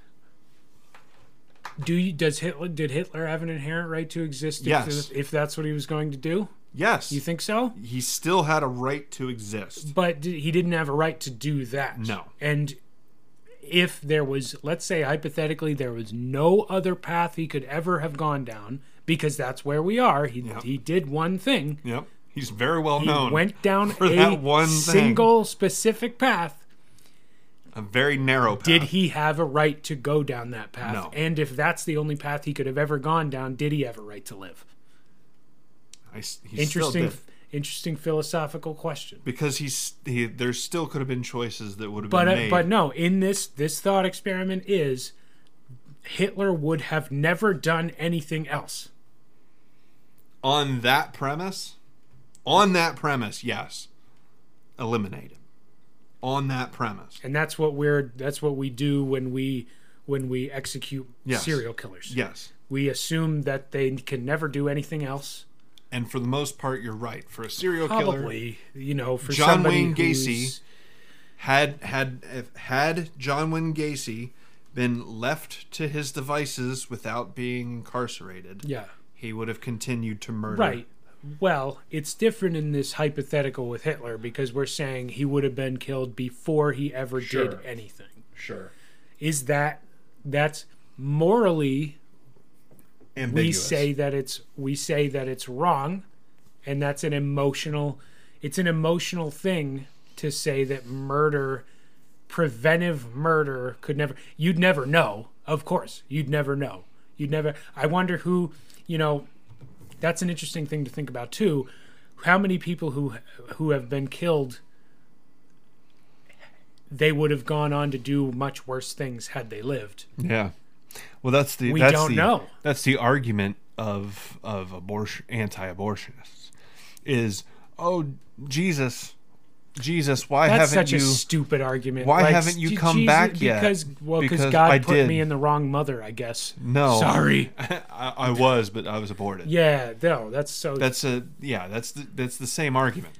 Speaker 2: Do you does Hitler did Hitler have an inherent right to exist if,
Speaker 1: Yes.
Speaker 2: if that's what he was going to do?
Speaker 1: Yes.
Speaker 2: You think so?
Speaker 1: he still had a right to exist.
Speaker 2: but d- he didn't have a right to do that.
Speaker 1: No.
Speaker 2: And if there was, let's say hypothetically, there was no other path he could ever have gone down because that's where we are. He he did one thing.
Speaker 1: Yep. He's very well
Speaker 2: He
Speaker 1: known.
Speaker 2: went down
Speaker 1: for
Speaker 2: a
Speaker 1: that one thing.
Speaker 2: single specific path.
Speaker 1: a very narrow path.
Speaker 2: Did he have a right to go down that path?
Speaker 1: No.
Speaker 2: And if that's the only path he could have ever gone down, did he have a right to live?
Speaker 1: I s- he still
Speaker 2: Interesting,
Speaker 1: did.
Speaker 2: interesting philosophical question.
Speaker 1: because he's he. There still could have been choices that would have
Speaker 2: But
Speaker 1: been
Speaker 2: uh,
Speaker 1: made.
Speaker 2: but no, in this this thought experiment is Hitler would have never done anything else.
Speaker 1: on that premise, on that premise, yes, eliminate him. On that premise,
Speaker 2: And that's what we're that's what we do when we when we execute
Speaker 1: Yes.
Speaker 2: serial killers.
Speaker 1: yes.
Speaker 2: We assume that they can never do anything else.
Speaker 1: And for the most part, you're right. For a serial killer,
Speaker 2: Probably, you know, for
Speaker 1: John
Speaker 2: somebody
Speaker 1: Wayne Gacy
Speaker 2: who's-
Speaker 1: had had if- had John Wayne Gacy been left to his devices without being incarcerated,
Speaker 2: Yeah.
Speaker 1: he would have continued to murder.
Speaker 2: Right. Well, it's different in this hypothetical with Hitler because we're saying he would have been killed before he ever
Speaker 1: Sure.
Speaker 2: did anything.
Speaker 1: Sure.
Speaker 2: Is that that's morally we
Speaker 1: Ambiguous.
Speaker 2: say that it's we say that it's wrong and that's an emotional it's an emotional thing to say that murder preventive murder could never you'd never know of course you'd never know you'd never i wonder who you know that's an interesting thing to think about too how many people who who have been killed they would have gone on to do much worse things had they lived
Speaker 1: Yeah. Well, that's the
Speaker 2: We
Speaker 1: that's
Speaker 2: don't
Speaker 1: the,
Speaker 2: know.
Speaker 1: That's the argument of of abortion anti-abortionists is oh Jesus, Jesus, why
Speaker 2: That's
Speaker 1: haven't
Speaker 2: such
Speaker 1: you?
Speaker 2: a stupid argument.
Speaker 1: Why haven't you
Speaker 2: "Je-
Speaker 1: come back yet?"
Speaker 2: Because well, because
Speaker 1: Because
Speaker 2: God
Speaker 1: I
Speaker 2: put
Speaker 1: did.
Speaker 2: me in the wrong mother, I guess.
Speaker 1: no,
Speaker 2: sorry.
Speaker 1: I, <laughs> I was, but I was aborted.
Speaker 2: Yeah, no, that's so.
Speaker 1: That's a yeah. That's the that's the same argument.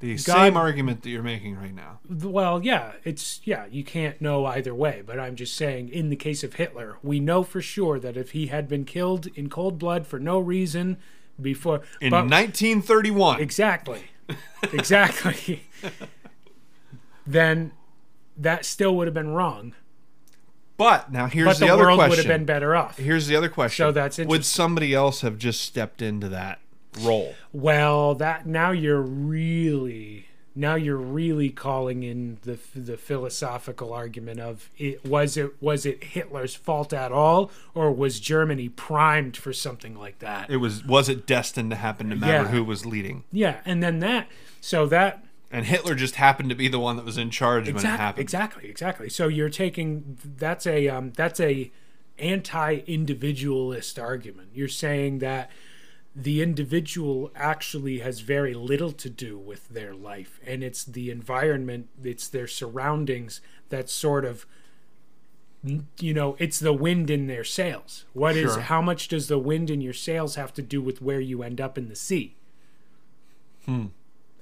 Speaker 1: The
Speaker 2: God-
Speaker 1: same argument that you're making right now.
Speaker 2: well, yeah, it's yeah. You can't know either way, but I'm just saying. In the case of Hitler, we know for sure that if he had been killed in cold blood for no reason before,
Speaker 1: In
Speaker 2: but
Speaker 1: 1931,
Speaker 2: Exactly.
Speaker 1: <laughs>
Speaker 2: Exactly. then that still would have been wrong,
Speaker 1: but now here's
Speaker 2: but the,
Speaker 1: the, other
Speaker 2: world
Speaker 1: question.
Speaker 2: would have been better off.
Speaker 1: Here's the other question.
Speaker 2: So that's
Speaker 1: would somebody else have just stepped into that role?
Speaker 2: Well, that now you're really now you're really calling in the the philosophical argument of it was it was it Hitler's fault at all or was Germany primed for something like that?
Speaker 1: It was was it destined to happen no matter
Speaker 2: Yeah.
Speaker 1: who was leading?
Speaker 2: yeah, and then that so that
Speaker 1: And Hitler just happened to be the one that was in charge when it
Speaker 2: exactly
Speaker 1: happened.
Speaker 2: exactly exactly. So you're taking that's a um, that's a anti-individualist argument. You're saying that the individual actually has very little to do with their life and it's the environment it's their surroundings that sort of you know it's the wind in their sails What is
Speaker 1: Sure.
Speaker 2: how much does the wind in your sails have to do with where you end up in the sea hmm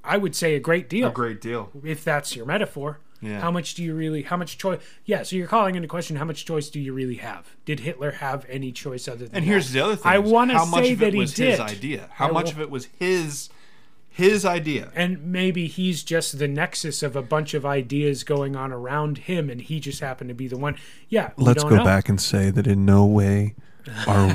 Speaker 2: i would say a great deal
Speaker 1: A great deal.
Speaker 2: if that's your metaphor.
Speaker 1: Yeah.
Speaker 2: How much do you really? How much choice? Yeah. So you're calling into question how much choice do you really have? Did Hitler have any choice other than?
Speaker 1: And here's
Speaker 2: that?
Speaker 1: the other thing:
Speaker 2: I
Speaker 1: is
Speaker 2: want to
Speaker 1: how much
Speaker 2: say
Speaker 1: of it
Speaker 2: that he
Speaker 1: was
Speaker 2: did.
Speaker 1: his idea. How
Speaker 2: I
Speaker 1: much
Speaker 2: wa-
Speaker 1: of it was his his idea?
Speaker 2: And maybe he's just the nexus of a bunch of ideas going on around him, and he just happened to be the one. Yeah. we don't know.
Speaker 1: and say that in no way are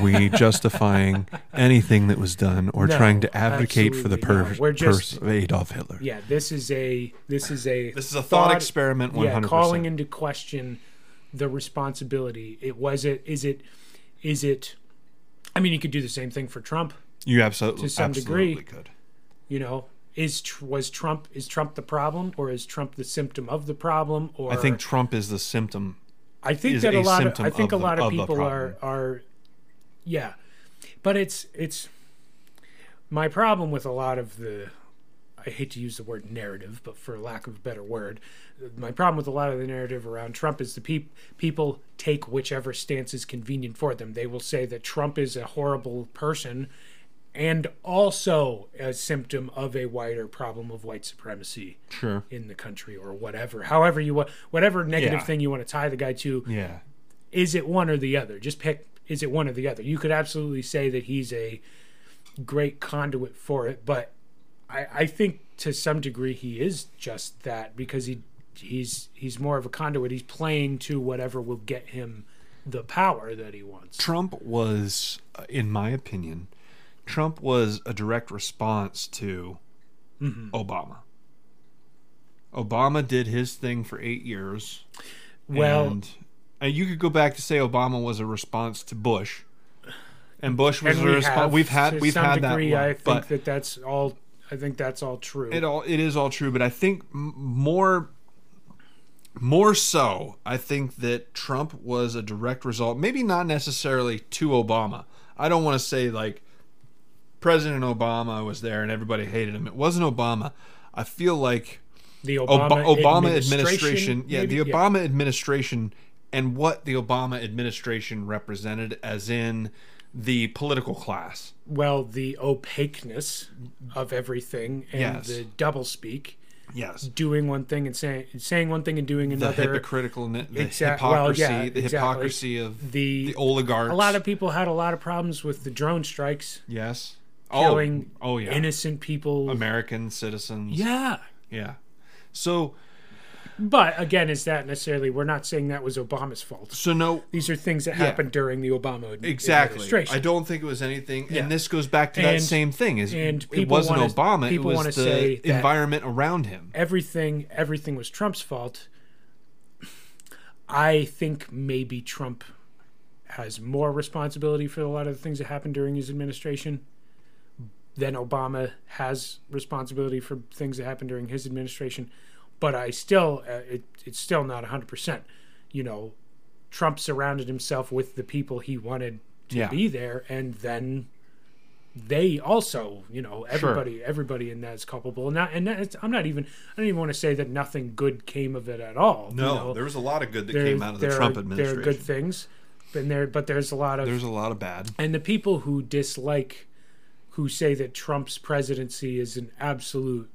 Speaker 2: <laughs>
Speaker 1: we justifying anything that was done or
Speaker 2: No, trying to advocate for the absolutely not. per- We're just-
Speaker 1: of Adolf Hitler.
Speaker 2: Yeah. This is a. This is a.
Speaker 1: This is a thought experiment, one
Speaker 2: Yeah.
Speaker 1: hundred
Speaker 2: Calling
Speaker 1: percent.
Speaker 2: into question the responsibility. It was it. Is it? Is it? I mean, you could do the same thing for Trump.
Speaker 1: You absolutely,
Speaker 2: to some
Speaker 1: absolutely
Speaker 2: degree.
Speaker 1: could.
Speaker 2: you know is tr- was trump is trump the problem or is trump the symptom of the problem or
Speaker 1: I think Trump is the symptom.
Speaker 2: i think
Speaker 1: is
Speaker 2: that a
Speaker 1: a
Speaker 2: lot of
Speaker 1: symptom
Speaker 2: i think a
Speaker 1: of the-
Speaker 2: lot of,
Speaker 1: of the
Speaker 2: people are are yeah but it's it's my problem with a lot of the i hate to use the word narrative but for lack of a better word my problem with a lot of the narrative around trump is the peop- people take whichever stance is convenient for them they will say that trump is a horrible person and also a symptom of a wider problem of white supremacy
Speaker 1: Sure.
Speaker 2: in the country or whatever however you want whatever negative
Speaker 1: Yeah.
Speaker 2: thing you want to tie the guy to
Speaker 1: Yeah.
Speaker 2: is it one or the other just pick is it one or the other you could absolutely say that he's a great conduit for it but i i think to some degree he is just that because he he's he's more of a conduit he's playing to whatever will get him the power that he wants
Speaker 1: Trump was, uh, in my opinion, Trump was a direct response to
Speaker 2: Mm-hmm.
Speaker 1: Obama. Obama did his thing for eight years,
Speaker 2: Well-
Speaker 1: and, and you could go back to say Obama was a response to Bush, and Bush was
Speaker 2: And
Speaker 1: a response. We've had
Speaker 2: to
Speaker 1: we've
Speaker 2: some
Speaker 1: had
Speaker 2: degree,
Speaker 1: that, one,
Speaker 2: I think
Speaker 1: but
Speaker 2: that that's all. I think that's all true.
Speaker 1: it all it is all true. But I think m- more more so, I think that Trump was a direct result, maybe not necessarily to Obama. I don't want to say like President Obama was there and everybody hated him. It wasn't Obama. I feel like
Speaker 2: the
Speaker 1: Ob-
Speaker 2: Obama,
Speaker 1: Obama, administration,
Speaker 2: administration.
Speaker 1: yeah,
Speaker 2: maybe?
Speaker 1: the Obama administration and what the Obama administration represented, as in the political class.
Speaker 2: Well, the opaqueness of everything and
Speaker 1: Yes.
Speaker 2: the doublespeak,
Speaker 1: Yes,
Speaker 2: doing one thing and saying saying one thing and doing
Speaker 1: the
Speaker 2: another.
Speaker 1: hypocritical, the
Speaker 2: Exact- well,
Speaker 1: hypocrisy,
Speaker 2: yeah,
Speaker 1: the
Speaker 2: exactly.
Speaker 1: hypocrisy of
Speaker 2: The-
Speaker 1: the oligarchs.
Speaker 2: a lot of people had a lot of problems with the drone strikes,
Speaker 1: yes,
Speaker 2: killing
Speaker 1: oh, oh yeah,
Speaker 2: innocent people.
Speaker 1: American citizens.
Speaker 2: Yeah,
Speaker 1: yeah. So
Speaker 2: but again, is that necessarily? We're not saying that was Obama's fault.
Speaker 1: so no.
Speaker 2: These are things that
Speaker 1: Yeah.
Speaker 2: happened during the Obama ad-
Speaker 1: Exactly.
Speaker 2: administration.
Speaker 1: I don't think it was anything,
Speaker 2: Yeah.
Speaker 1: and this goes back to that
Speaker 2: And-
Speaker 1: same thing: is
Speaker 2: and
Speaker 1: it
Speaker 2: people
Speaker 1: wasn't
Speaker 2: wanna-
Speaker 1: Obama; it
Speaker 2: people wanna
Speaker 1: was
Speaker 2: say
Speaker 1: the
Speaker 2: that-
Speaker 1: environment around him.
Speaker 2: everything everything was Trump's fault. I think maybe Trump has more responsibility for a lot of the things that happened during his administration than Obama has responsibility for things that happened during his administration. But I still, uh, it, it's still not 100%. You know, Trump surrounded himself with the people he wanted to
Speaker 1: Yeah.
Speaker 2: be there, and then they also, you know, everybody, everybody in that is culpable. And, not, and that's, I'm not even, I don't even want to say that nothing good came of it at all. you
Speaker 1: No,
Speaker 2: know?
Speaker 1: there was a lot of good that
Speaker 2: there-
Speaker 1: came out of the
Speaker 2: there
Speaker 1: Trump
Speaker 2: are-
Speaker 1: administration.
Speaker 2: There are good things, but there but there's a lot of
Speaker 1: There's a lot of bad.
Speaker 2: and the people who dislike, who say that Trump's presidency is an absolute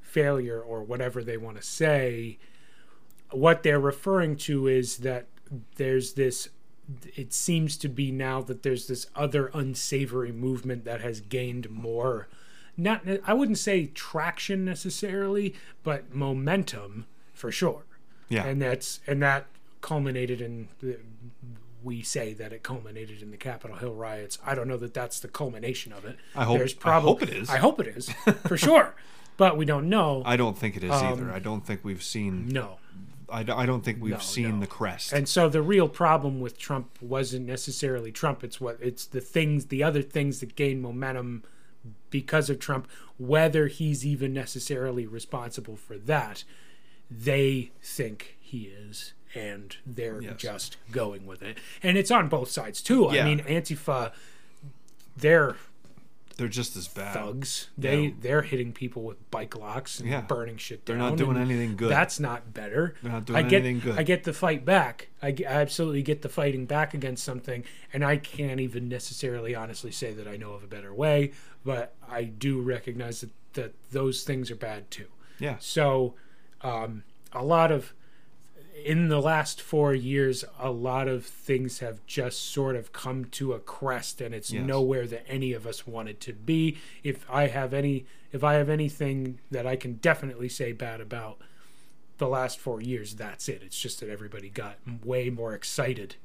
Speaker 2: failure or whatever they want to say, what they're referring to is that there's this. It seems to be now that there's this other unsavory movement that has gained more, not I wouldn't say traction necessarily, but momentum for sure
Speaker 1: Yeah.
Speaker 2: and that's and that culminated in the, we say that it culminated in the Capitol Hill riots. I don't know that that's the culmination of it.
Speaker 1: I hope- I
Speaker 2: prob-
Speaker 1: hope it is.
Speaker 2: I hope it is for
Speaker 1: <laughs>
Speaker 2: sure, but we don't know.
Speaker 1: I don't think it is
Speaker 2: Um,
Speaker 1: either. I don't think we've seen.
Speaker 2: no,
Speaker 1: I, d- I don't think we've
Speaker 2: No,
Speaker 1: seen
Speaker 2: no.
Speaker 1: the crest.
Speaker 2: and so the real problem with Trump wasn't necessarily Trump. It's what it's the things, the other things that gain momentum because of Trump. Whether he's even necessarily responsible for that, they think he is, and they're
Speaker 1: Yes.
Speaker 2: just going with it. And it's on both sides too.
Speaker 1: Yeah.
Speaker 2: I mean, Antifa, they're
Speaker 1: They're just as bad.
Speaker 2: thugs. They
Speaker 1: Yeah.
Speaker 2: they're hitting people with bike locks and
Speaker 1: Yeah.
Speaker 2: burning shit down.
Speaker 1: They're not doing
Speaker 2: and
Speaker 1: anything good.
Speaker 2: That's not better.
Speaker 1: They're not doing
Speaker 2: I get,
Speaker 1: anything good.
Speaker 2: I get the fight back. I, g- I absolutely get the fighting back against something, and I can't even necessarily honestly say that I know of a better way. But I do recognize that that those things are bad too.
Speaker 1: yeah.
Speaker 2: So, um, a lot of in the last four years, a lot of things have just sort of come to a crest, and it's
Speaker 1: Yes.
Speaker 2: nowhere that any of us wanted to be. If I have any, if I have anything that I can definitely say bad about the last four years, that's it. It's just that everybody got way more excited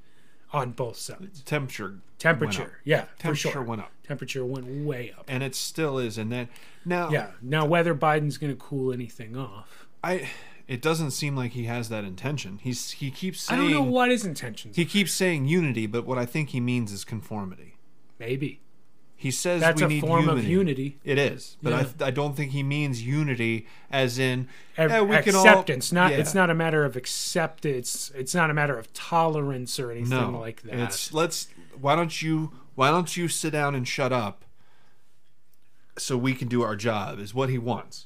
Speaker 2: on both sides.
Speaker 1: Temperature. Went
Speaker 2: Temperature,
Speaker 1: up.
Speaker 2: yeah,
Speaker 1: Temperature
Speaker 2: for sure.
Speaker 1: went up,
Speaker 2: Temperature went way up.
Speaker 1: and uh, it still is. And that now,
Speaker 2: Yeah. Now, whether Biden's going to cool anything off.
Speaker 1: I. It doesn't seem like he has that intention. He's he keeps
Speaker 2: I
Speaker 1: saying
Speaker 2: don't know what his intentions.
Speaker 1: he keeps saying unity, but what I think he means is conformity.
Speaker 2: Maybe
Speaker 1: He says
Speaker 2: That's
Speaker 1: we
Speaker 2: a
Speaker 1: need
Speaker 2: form of
Speaker 1: unity.
Speaker 2: unity.
Speaker 1: It is, but I, I don't think he means unity as in
Speaker 2: Ev-
Speaker 1: eh, we can all-
Speaker 2: acceptance. not
Speaker 1: Yeah.
Speaker 2: it's not a matter of acceptance. It's not a matter of tolerance or anything like that.
Speaker 1: It's let's why don't you why don't you sit down and shut up so we can do our job is what he wants.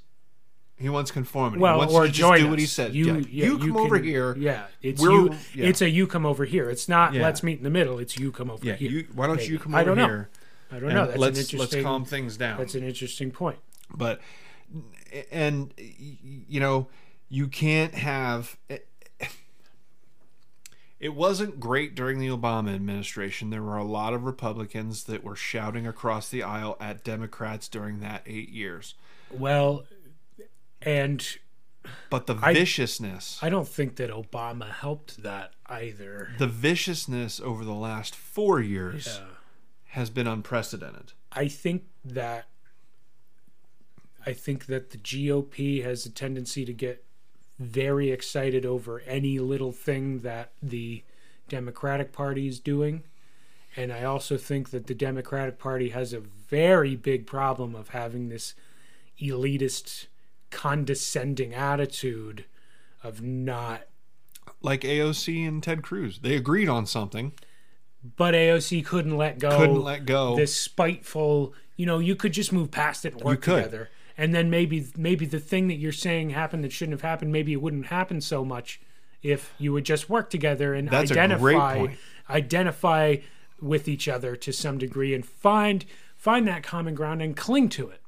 Speaker 1: He wants conformity. he
Speaker 2: well,
Speaker 1: wants
Speaker 2: or
Speaker 1: you to
Speaker 2: join
Speaker 1: just do what he
Speaker 2: us.
Speaker 1: said.
Speaker 2: You,
Speaker 1: Yeah,
Speaker 2: yeah,
Speaker 1: you come over
Speaker 2: can-
Speaker 1: here.
Speaker 2: Yeah, it's
Speaker 1: We're-
Speaker 2: you.
Speaker 1: yeah.
Speaker 2: It's a you come over here. It's not
Speaker 1: Yeah.
Speaker 2: let's meet in the middle. It's you come over
Speaker 1: Yeah,
Speaker 2: here.
Speaker 1: you, why don't you
Speaker 2: maybe.
Speaker 1: come
Speaker 2: I
Speaker 1: over
Speaker 2: don't know.
Speaker 1: here?
Speaker 2: I don't
Speaker 1: and
Speaker 2: know. That's an
Speaker 1: let's let's
Speaker 2: interesting.
Speaker 1: calm things down.
Speaker 2: that's an interesting point.
Speaker 1: but and you know you can't have it wasn't great during the Obama administration. There were a lot of Republicans that were shouting across the aisle at Democrats during that eight years.
Speaker 2: Well, and
Speaker 1: But the viciousness,
Speaker 2: I don't think that Obama helped that either.
Speaker 1: the viciousness over the last four years has been unprecedented.
Speaker 2: I think that I think that the GOP has a tendency to get very excited over any little thing that the Democratic Party is doing. And I also think that the Democratic Party has a very big problem of having this elitist, condescending attitude of not.
Speaker 1: Like AOC and Ted Cruz, they agreed on something.
Speaker 2: But AOC couldn't let go.
Speaker 1: Couldn't let go.
Speaker 2: This spiteful, you know, you could just move past it and work
Speaker 1: could.
Speaker 2: together. And then maybe maybe the thing that you're saying happened that shouldn't have happened, maybe it wouldn't happen so much if you would just work together and
Speaker 1: That's a great
Speaker 2: identify
Speaker 1: point.
Speaker 2: identify with each other to some degree and find find that common ground and cling to it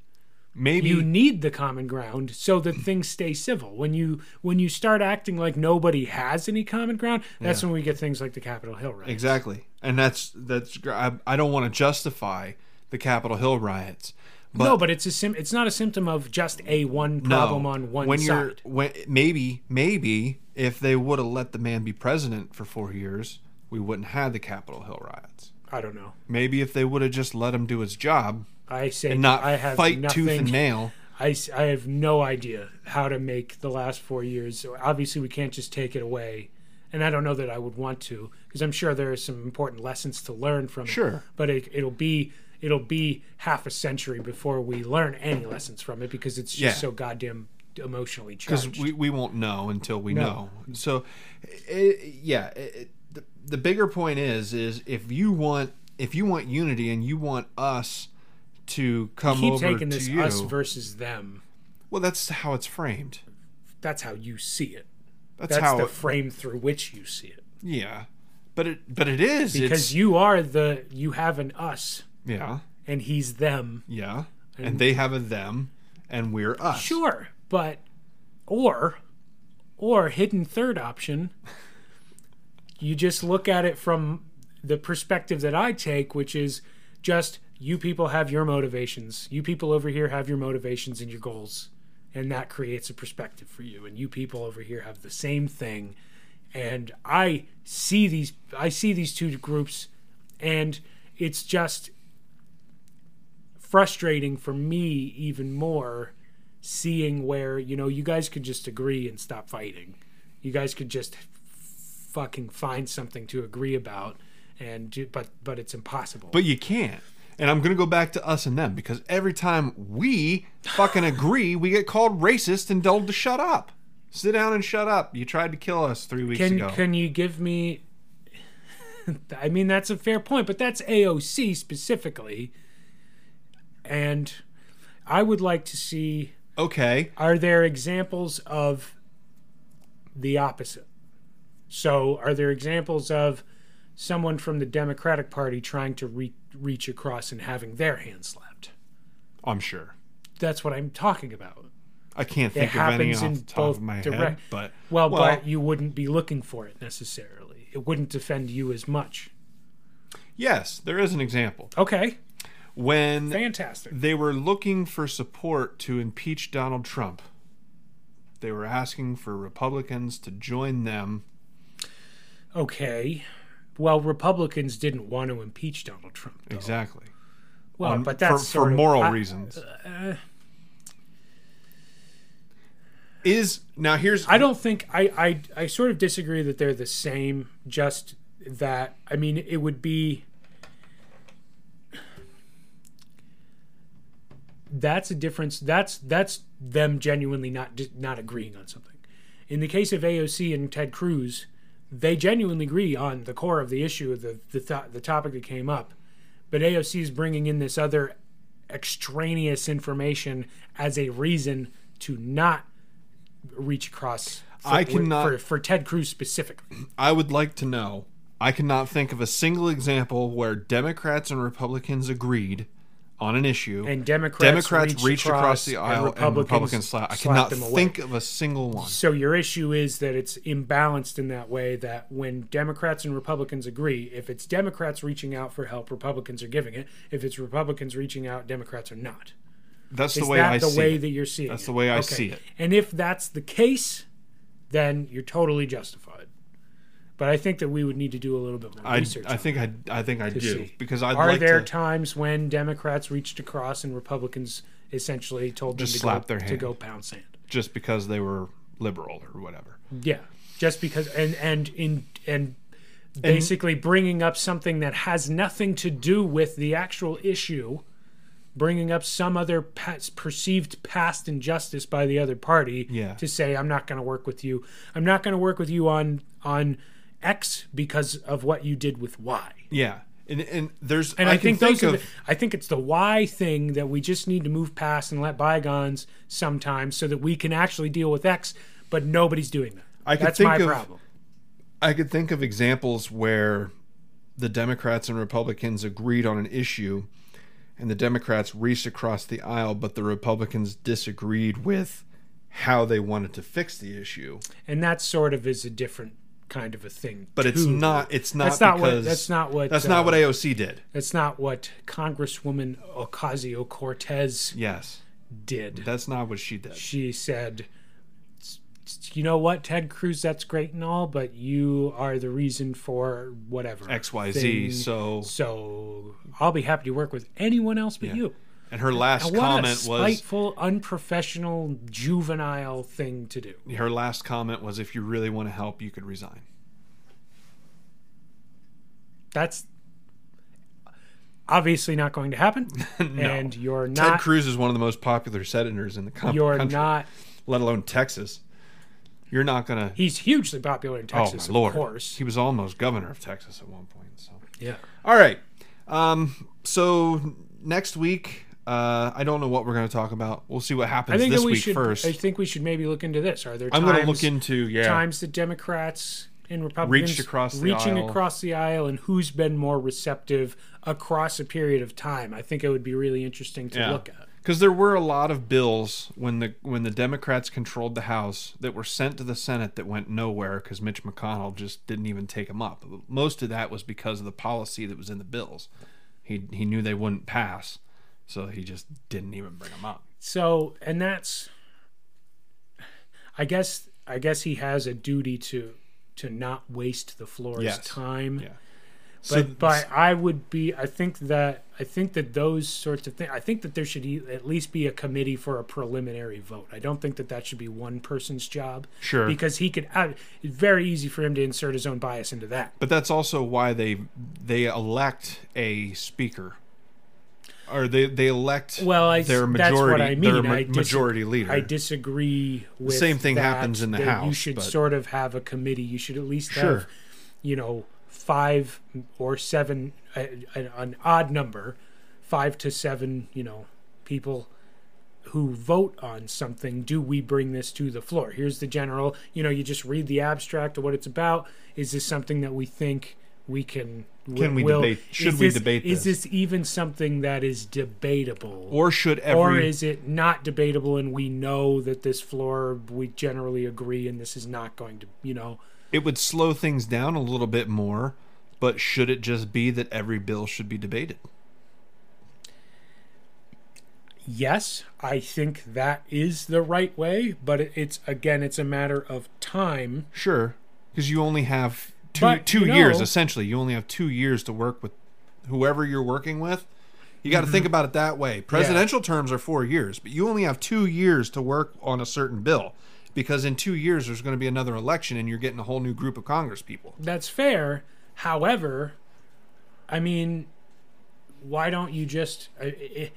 Speaker 1: Maybe
Speaker 2: you need the common ground so that things stay civil when you when you start acting like nobody has any common ground that's when we get things like the capitol hill right
Speaker 1: exactly, and that's that's. gr- I, I don't want to justify the Capitol Hill riots, but
Speaker 2: no but it's a sim- it's not a symptom of just a one problem
Speaker 1: No.
Speaker 2: on one
Speaker 1: when you're
Speaker 2: side
Speaker 1: when maybe maybe if they would have let the man be president for four years, we wouldn't have the Capitol Hill riots.
Speaker 2: i don't know
Speaker 1: Maybe if they would have just let him do his job
Speaker 2: i say
Speaker 1: and not
Speaker 2: i have
Speaker 1: fight
Speaker 2: nothing,
Speaker 1: tooth and nail.
Speaker 2: I, s- I have no idea how to make the last four years. So obviously, we can't just take it away. And I don't know that I would want to, because I'm sure there are some important lessons to learn from it.
Speaker 1: Sure.
Speaker 2: But it, it'll be it'll be half a century before we learn any lessons from it, because it's just
Speaker 1: Yeah.
Speaker 2: so goddamn emotionally
Speaker 1: because
Speaker 2: charged.
Speaker 1: we, we won't know until we
Speaker 2: No.
Speaker 1: know. So, it, yeah, it, it- the, the bigger point is is if you want if you want unity and you want us to come
Speaker 2: Keep
Speaker 1: over
Speaker 2: taking
Speaker 1: to
Speaker 2: this
Speaker 1: you,
Speaker 2: us versus them.
Speaker 1: well, that's how it's framed.
Speaker 2: That's how you see it.
Speaker 1: That's,
Speaker 2: That's
Speaker 1: how
Speaker 2: the
Speaker 1: it,
Speaker 2: frame through which you see it.
Speaker 1: yeah, but it but it is
Speaker 2: Because
Speaker 1: it's,
Speaker 2: you are the you have an us,
Speaker 1: yeah
Speaker 2: and he's them.
Speaker 1: yeah, and, they have a them and we're us.
Speaker 2: Sure, but or or hidden third option, you just look at it from the perspective that I take, which is just you people have your motivations. You people over here have your motivations and your goals, and that creates a perspective for you. And you people over here have the same thing. And I see these I see these two groups and it's just frustrating for me even more seeing where you know you guys could just agree and stop fighting you guys could just f- fucking find something to agree about and do, but but it's impossible
Speaker 1: But you can't. And I'm going to go back to us and them because every time we fucking agree, we get called racist and told to shut up. Sit down and shut up. You tried to kill us three weeks
Speaker 2: can
Speaker 1: ago.
Speaker 2: can you give me <laughs> I mean that's a fair point but that's AOC specifically and I would like to see
Speaker 1: okay.
Speaker 2: are there examples of the opposite? So, are there examples of someone from the Democratic Party trying to re- reach across and having their hand slapped?
Speaker 1: I'm sure.
Speaker 2: That's what I'm talking about.
Speaker 1: I can't think of any
Speaker 2: happens
Speaker 1: off
Speaker 2: in
Speaker 1: the top
Speaker 2: both
Speaker 1: of my head.
Speaker 2: direct-
Speaker 1: But,
Speaker 2: Well, but you wouldn't be looking for it necessarily. It wouldn't defend you as much.
Speaker 1: yes, there is an example.
Speaker 2: Okay,
Speaker 1: When
Speaker 2: fantastic.
Speaker 1: they were looking for support to impeach Donald Trump, they were asking for Republicans to join them.
Speaker 2: Okay. Well, Republicans didn't want to impeach Donald Trump. though.
Speaker 1: Exactly.
Speaker 2: Well,
Speaker 1: On-
Speaker 2: but that's
Speaker 1: Um, for,
Speaker 2: sort
Speaker 1: for
Speaker 2: of-
Speaker 1: moral
Speaker 2: I- uh,
Speaker 1: reasons. is now here's
Speaker 2: I don't think I, I I sort of disagree that they're the same. Just that I mean, it would be that's a difference. That's that's them genuinely not not agreeing on something. In the case of AOC and Ted Cruz, they genuinely agree on the core of the issue, the the th- the topic that came up. But AOC is bringing in this other extraneous information as a reason to not reach across. For,
Speaker 1: I cannot-
Speaker 2: for, for Ted Cruz specifically.
Speaker 1: I would like to know. I cannot think of a single example where Democrats and Republicans agreed on an issue
Speaker 2: And Democrats,
Speaker 1: Democrats
Speaker 2: reached,
Speaker 1: reached across, the aisle and Republicans, slapped. I cannot
Speaker 2: slapped them away.
Speaker 1: think of a single one.
Speaker 2: So your issue is that it's imbalanced in that way that when Democrats and Republicans agree, if it's Democrats reaching out for help, Republicans are giving it. If it's Republicans reaching out, Democrats are not.
Speaker 1: That's the
Speaker 2: Is
Speaker 1: way
Speaker 2: that
Speaker 1: I
Speaker 2: the
Speaker 1: see
Speaker 2: way
Speaker 1: it.
Speaker 2: that you're seeing
Speaker 1: That's
Speaker 2: it?
Speaker 1: the way I see it.
Speaker 2: And if that's the case, then you're totally justified. But I think that we would need to do a little bit more
Speaker 1: I,
Speaker 2: research.
Speaker 1: I
Speaker 2: on
Speaker 1: think I, I think I do
Speaker 2: see.
Speaker 1: because I'd
Speaker 2: Are
Speaker 1: like
Speaker 2: there
Speaker 1: to.
Speaker 2: times when Democrats reached across and Republicans essentially told them
Speaker 1: Just
Speaker 2: to,
Speaker 1: slapped
Speaker 2: go,
Speaker 1: their
Speaker 2: to
Speaker 1: hand.
Speaker 2: go pound sand?
Speaker 1: just because they were liberal or whatever.
Speaker 2: Yeah, just because and and in and basically bringing up something that has nothing to do with the actual issue, bringing up some other past, perceived past injustice by the other party
Speaker 1: Yeah.
Speaker 2: to say I'm not going to work with you. I'm not going to work with you on on X because of what you did with Y.
Speaker 1: Yeah, and and there's
Speaker 2: And I,
Speaker 1: can
Speaker 2: think, those
Speaker 1: think
Speaker 2: are
Speaker 1: of
Speaker 2: the, I think it's the why thing that we just need to move past and let bygones sometimes so that we can actually deal with X, but nobody's doing that.
Speaker 1: I could
Speaker 2: That's
Speaker 1: think
Speaker 2: my
Speaker 1: of-
Speaker 2: problem.
Speaker 1: I could think of examples where the Democrats and Republicans agreed on an issue and the Democrats reached across the aisle, but the Republicans disagreed with how they wanted to fix the issue.
Speaker 2: And that sort of is a different kind of a thing.
Speaker 1: But it's
Speaker 2: too.
Speaker 1: not it's not
Speaker 2: That's not what
Speaker 1: because
Speaker 2: that's not what
Speaker 1: that's
Speaker 2: uh,
Speaker 1: not what AOC did.
Speaker 2: that's not what Congresswoman Ocasio Cortez
Speaker 1: Yes.
Speaker 2: did.
Speaker 1: That's not what she did.
Speaker 2: she said, "S- s- "You know what, Ted Cruz? That's great and all, but you are the reason for whatever
Speaker 1: XYZ.
Speaker 2: thing.
Speaker 1: So
Speaker 2: so I'll be happy to work with anyone else but you."
Speaker 1: and her last
Speaker 2: What a
Speaker 1: comment was
Speaker 2: spiteful, unprofessional, juvenile thing to do.
Speaker 1: her last comment was if you really want to help, you could resign.
Speaker 2: That's obviously not going to
Speaker 1: <laughs>
Speaker 2: happen, and you're
Speaker 1: Ted
Speaker 2: not.
Speaker 1: Cruz is one of the most popular senators in the com-
Speaker 2: You're
Speaker 1: country.
Speaker 2: not.
Speaker 1: let alone Texas. You're not gonna.
Speaker 2: He's hugely popular in
Speaker 1: oh my
Speaker 2: Texas,
Speaker 1: lord!
Speaker 2: of course.
Speaker 1: He was almost governor of Texas at one point. So
Speaker 2: Yeah.
Speaker 1: all right. Um. So next week, uh, I don't know what we're gonna talk about. We'll see what happens
Speaker 2: I think
Speaker 1: this
Speaker 2: that we
Speaker 1: week
Speaker 2: should.
Speaker 1: first.
Speaker 2: I think we should maybe look into this. Are there?
Speaker 1: I'm
Speaker 2: times,
Speaker 1: gonna look into yeah.
Speaker 2: times the Democrats and Republicans
Speaker 1: Reached across the
Speaker 2: reaching
Speaker 1: aisle.
Speaker 2: across the aisle, and who's been more receptive across a period of time. I think it would be really interesting to look at.
Speaker 1: Because there were a lot of bills when the when the Democrats controlled the House that were sent to the Senate that went nowhere because Mitch McConnell just didn't even take them up. Most of that was because of the policy that was in the bills. He he knew they wouldn't pass, so he just didn't even bring them up.
Speaker 2: So, and that's, I guess, I guess he has a duty to to not waste the floor's
Speaker 1: Yes.
Speaker 2: time.
Speaker 1: Yeah.
Speaker 2: but but I would be. I think that I think that those sorts of things. I think that there should e- at least be a committee for a preliminary vote. I don't think that that should be one person's job.
Speaker 1: Sure.
Speaker 2: Because he could. I, it's very easy for him to insert his own bias into that.
Speaker 1: But that's also why they they elect a speaker, or they they elect
Speaker 2: Well, I,
Speaker 1: their majority
Speaker 2: that's what I mean.
Speaker 1: their ma-
Speaker 2: I dis-
Speaker 1: majority leader.
Speaker 2: I disagree with
Speaker 1: same thing
Speaker 2: that,
Speaker 1: happens in the
Speaker 2: that You
Speaker 1: House,
Speaker 2: should
Speaker 1: but-
Speaker 2: sort of have a committee. You should at least have,
Speaker 1: Sure.
Speaker 2: you know, five or seven, uh, an, an odd number, five to seven, you know, people who vote on something. Do we bring this to the floor? Here's the general. You know, you just read the abstract of what it's about. Is this something that we think we can?
Speaker 1: Can we debate- should
Speaker 2: is
Speaker 1: we debate
Speaker 2: Is
Speaker 1: this?
Speaker 2: this even something that is debatable?
Speaker 1: or should every
Speaker 2: or is it not debatable and we know that this floor we generally agree and this is not going to you know
Speaker 1: it would slow things down a little bit more but should it just be that every bill should be debated
Speaker 2: yes i think that is the right way but it- it's again it's a matter of time
Speaker 1: sure because you only have two
Speaker 2: But,
Speaker 1: two
Speaker 2: you
Speaker 1: years
Speaker 2: know-
Speaker 1: essentially you only have two years to work with whoever you're working with you got to
Speaker 2: Mm-hmm.
Speaker 1: think about it that way presidential terms are four years but you only have two years to work on a certain bill because in two years there's going to be another election and you're getting a whole new group of congress people
Speaker 2: that's fair however i mean why don't you just I- I-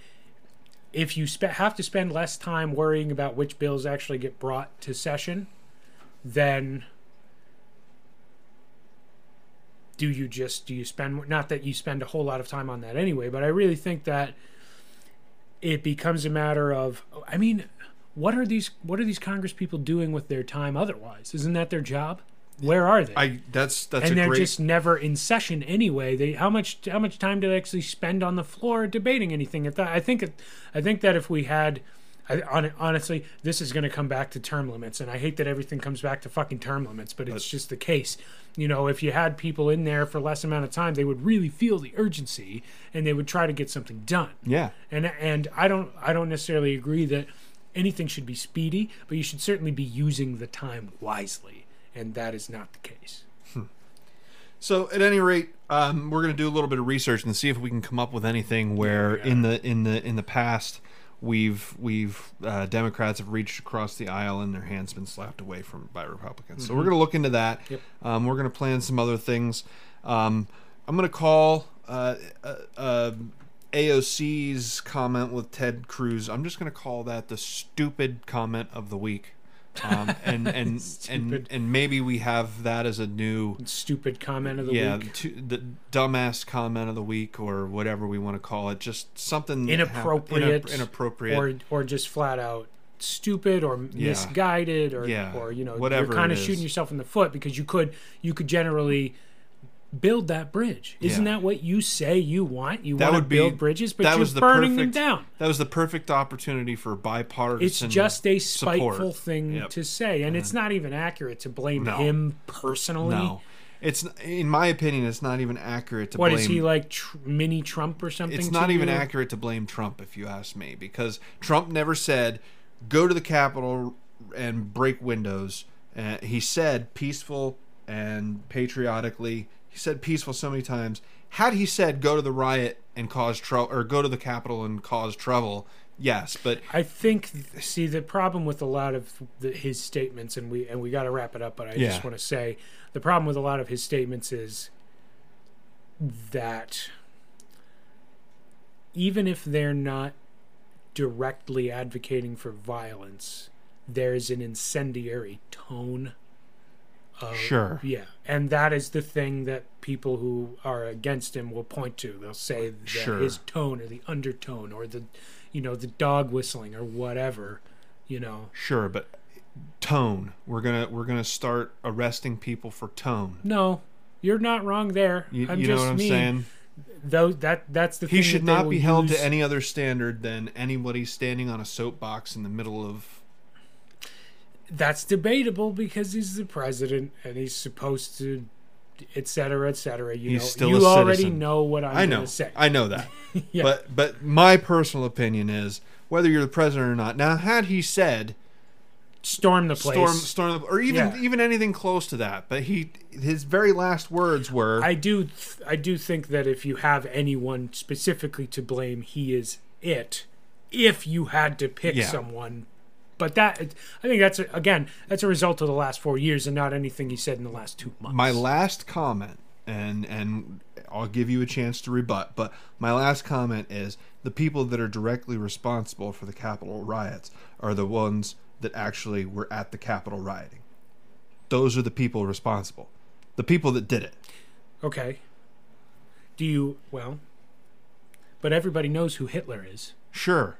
Speaker 2: if you spe- have to spend less time worrying about which bills actually get brought to session then do you just do you spend not that you spend a whole lot of time on that anyway but i really think that it becomes a matter of i mean what are these what are these congress people doing with their time otherwise isn't that their job where are they
Speaker 1: i that's that's
Speaker 2: and
Speaker 1: a
Speaker 2: they're
Speaker 1: great
Speaker 2: just never in session anyway. They how much how much time do they actually spend on the floor debating anything? If that, I think it- I think that if we had, I, hon- honestly, this is going to come back to term limits, and I hate that everything comes back to fucking term limits, but it's just the case. You know, if you had people in there for less amount of time, they would really feel the urgency, and they would try to get something done
Speaker 1: yeah
Speaker 2: and and I don't I don't necessarily agree that anything should be speedy, but you should certainly be using the time wisely, and that is not the case.
Speaker 1: So at any rate, um, we're going to do a little bit of research and see if we can come up with anything where in the in the in the past we've we've uh, Democrats have reached across the aisle and their hands been slapped away from by Republicans. So we're going to look into that. Um, we're going to plan some other things. Um, I'm going to call uh, uh, uh, AOC's comment with Ted Cruz. I'm just going to call that the stupid comment of the week. Um, and and, and
Speaker 2: Stupid.
Speaker 1: and maybe we have that as a new
Speaker 2: Stupid comment of the
Speaker 1: yeah,
Speaker 2: week.
Speaker 1: to- the dumbass comment of the week or whatever we want to call it. Just something that hap-
Speaker 2: Inappropriate.
Speaker 1: inap- inappropriate.
Speaker 2: Or or just flat out stupid or misguided or
Speaker 1: Yeah.
Speaker 2: or you know
Speaker 1: Whatever
Speaker 2: you're kind
Speaker 1: it
Speaker 2: of
Speaker 1: is.
Speaker 2: shooting yourself in the foot because you could you could generally build that bridge. Isn't
Speaker 1: Yeah.
Speaker 2: that what you say you want? You
Speaker 1: that
Speaker 2: want
Speaker 1: would
Speaker 2: to
Speaker 1: be
Speaker 2: build bridges, but
Speaker 1: that
Speaker 2: you're
Speaker 1: was the
Speaker 2: burning
Speaker 1: perfect,
Speaker 2: them down.
Speaker 1: That was the perfect opportunity for bipartisan.
Speaker 2: It's just a spiteful
Speaker 1: support.
Speaker 2: thing
Speaker 1: Yep. Uh-huh.
Speaker 2: to say, and it's not even accurate to blame
Speaker 1: No.
Speaker 2: him personally.
Speaker 1: No, it's in my opinion, it's not even accurate to
Speaker 2: What is
Speaker 1: blame.
Speaker 2: he like, tr- mini Trump or something?
Speaker 1: it's
Speaker 2: to
Speaker 1: not even
Speaker 2: you?
Speaker 1: accurate to blame Trump, if you ask me, because Trump never said, "Go to the Capitol and break windows." Uh, he said peaceful and patriotically. He said peaceful so many times. Had he said, "Go to the riot and cause trouble," or "Go to the Capitol and cause trouble," yes, but
Speaker 2: I think see the problem with a lot of the, his statements, and we and we got to wrap it up. But I
Speaker 1: Yeah.
Speaker 2: just want to say the problem with a lot of his statements is that even if they're not directly advocating for violence, there's an incendiary tone.
Speaker 1: Uh,
Speaker 2: Of,
Speaker 1: Sure.
Speaker 2: Yeah, and that is the thing that people who are against him will point to. They'll say that
Speaker 1: Sure.
Speaker 2: his tone or the undertone or the you know the dog whistling or whatever you know
Speaker 1: sure, but tone. We're gonna we're gonna start arresting people for tone.
Speaker 2: no you're not wrong there
Speaker 1: You,
Speaker 2: i'm
Speaker 1: you know
Speaker 2: just
Speaker 1: what I'm
Speaker 2: mean,
Speaker 1: saying?
Speaker 2: though that that's the
Speaker 1: He
Speaker 2: thing
Speaker 1: should
Speaker 2: that they
Speaker 1: not
Speaker 2: will
Speaker 1: be held
Speaker 2: use.
Speaker 1: to any other standard than anybody standing on a soapbox in the middle of.
Speaker 2: that's debatable because he's the president and he's supposed to et cetera, et cetera. you
Speaker 1: He's
Speaker 2: know
Speaker 1: still
Speaker 2: you
Speaker 1: a
Speaker 2: already
Speaker 1: citizen.
Speaker 2: know what i'm
Speaker 1: i know.
Speaker 2: gonna say
Speaker 1: I know that.
Speaker 2: <laughs> Yeah.
Speaker 1: But but my personal opinion is whether you're the president or not. Now, had he said
Speaker 2: storm the place
Speaker 1: storm storm or even
Speaker 2: Yeah.
Speaker 1: even anything close to that, but he his very last words were
Speaker 2: I do, th- I do think that if you have anyone specifically to blame, he is it. If you had to pick
Speaker 1: Yeah.
Speaker 2: someone, but that I think that's a, again that's a result of the last four years and not anything he said in the last two months.
Speaker 1: my last comment and and I'll give you a chance to rebut, but my last comment is the people that are directly responsible for the Capitol riots are the ones that actually were at the Capitol rioting. Those are the people responsible. The people that did it.
Speaker 2: okay. Do you well? But everybody knows who Hitler is.
Speaker 1: Sure.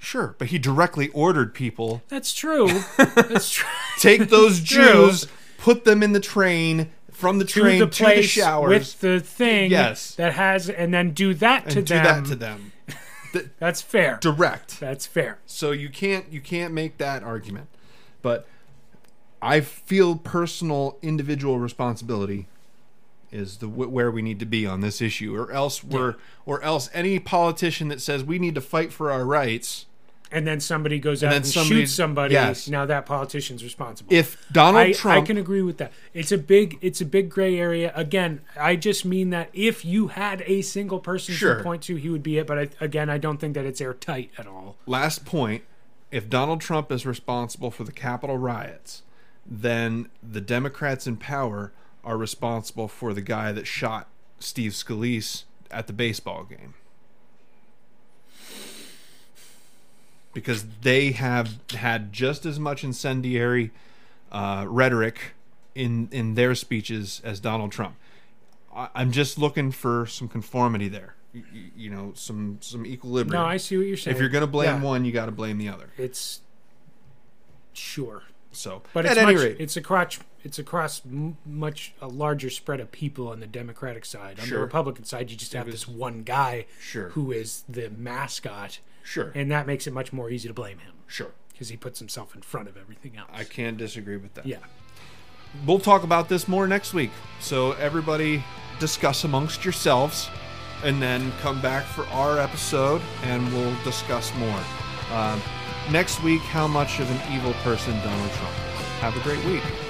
Speaker 1: Sure, but he directly ordered people
Speaker 2: That's true. that's true.
Speaker 1: <laughs> take those
Speaker 2: True.
Speaker 1: Jews, put them in the train from the
Speaker 2: To
Speaker 1: train
Speaker 2: the
Speaker 1: to the
Speaker 2: place
Speaker 1: showers,
Speaker 2: with the thing
Speaker 1: Yes.
Speaker 2: that has, and then do that
Speaker 1: and
Speaker 2: to
Speaker 1: do
Speaker 2: them.
Speaker 1: that to them.
Speaker 2: That's fair.
Speaker 1: Direct.
Speaker 2: That's fair.
Speaker 1: So you can't you can't make that argument. But I feel personal individual responsibility is the wh- where we need to be on this issue or else we're or else any politician that says we need to fight for our rights
Speaker 2: and then somebody goes out
Speaker 1: then
Speaker 2: and
Speaker 1: somebody-
Speaker 2: shoots somebody.
Speaker 1: yes.
Speaker 2: Now that politician's responsible.
Speaker 1: if Donald
Speaker 2: I,
Speaker 1: Trump
Speaker 2: I can agree with that. It's a big it's a big gray area. Again, I just mean that if you had a single person
Speaker 1: Sure.
Speaker 2: to point to, he would be it. But I, again, I don't think that it's airtight at all.
Speaker 1: last point if Donald Trump is responsible for the Capitol riots, then the Democrats in power are responsible for the guy that shot Steve Scalise at the baseball game. Because they have had just as much incendiary uh, rhetoric in, in their speeches as Donald Trump. I, I'm just looking for some conformity there, you, you know, some some equilibrium.
Speaker 2: No, I see what you're saying.
Speaker 1: If you're going to blame
Speaker 2: Yeah.
Speaker 1: one, you got to blame the other.
Speaker 2: it's sure.
Speaker 1: So,
Speaker 2: But
Speaker 1: at
Speaker 2: it's
Speaker 1: any
Speaker 2: much,
Speaker 1: rate,
Speaker 2: it's across it's across m- much a larger spread of people on the Democratic side. On
Speaker 1: Sure.
Speaker 2: the Republican side, you just have this one guy
Speaker 1: Sure.
Speaker 2: who is the mascot,
Speaker 1: sure,
Speaker 2: and that makes it much more easy to blame him.
Speaker 1: sure,
Speaker 2: because he puts himself in front of everything else.
Speaker 1: I can't disagree with that.
Speaker 2: yeah.
Speaker 1: we'll talk about this more next week. So everybody, discuss amongst yourselves, and then come back for our episode, and we'll discuss more Uh, Um next week. How much of an evil person Donald Trump? is. Have a great week.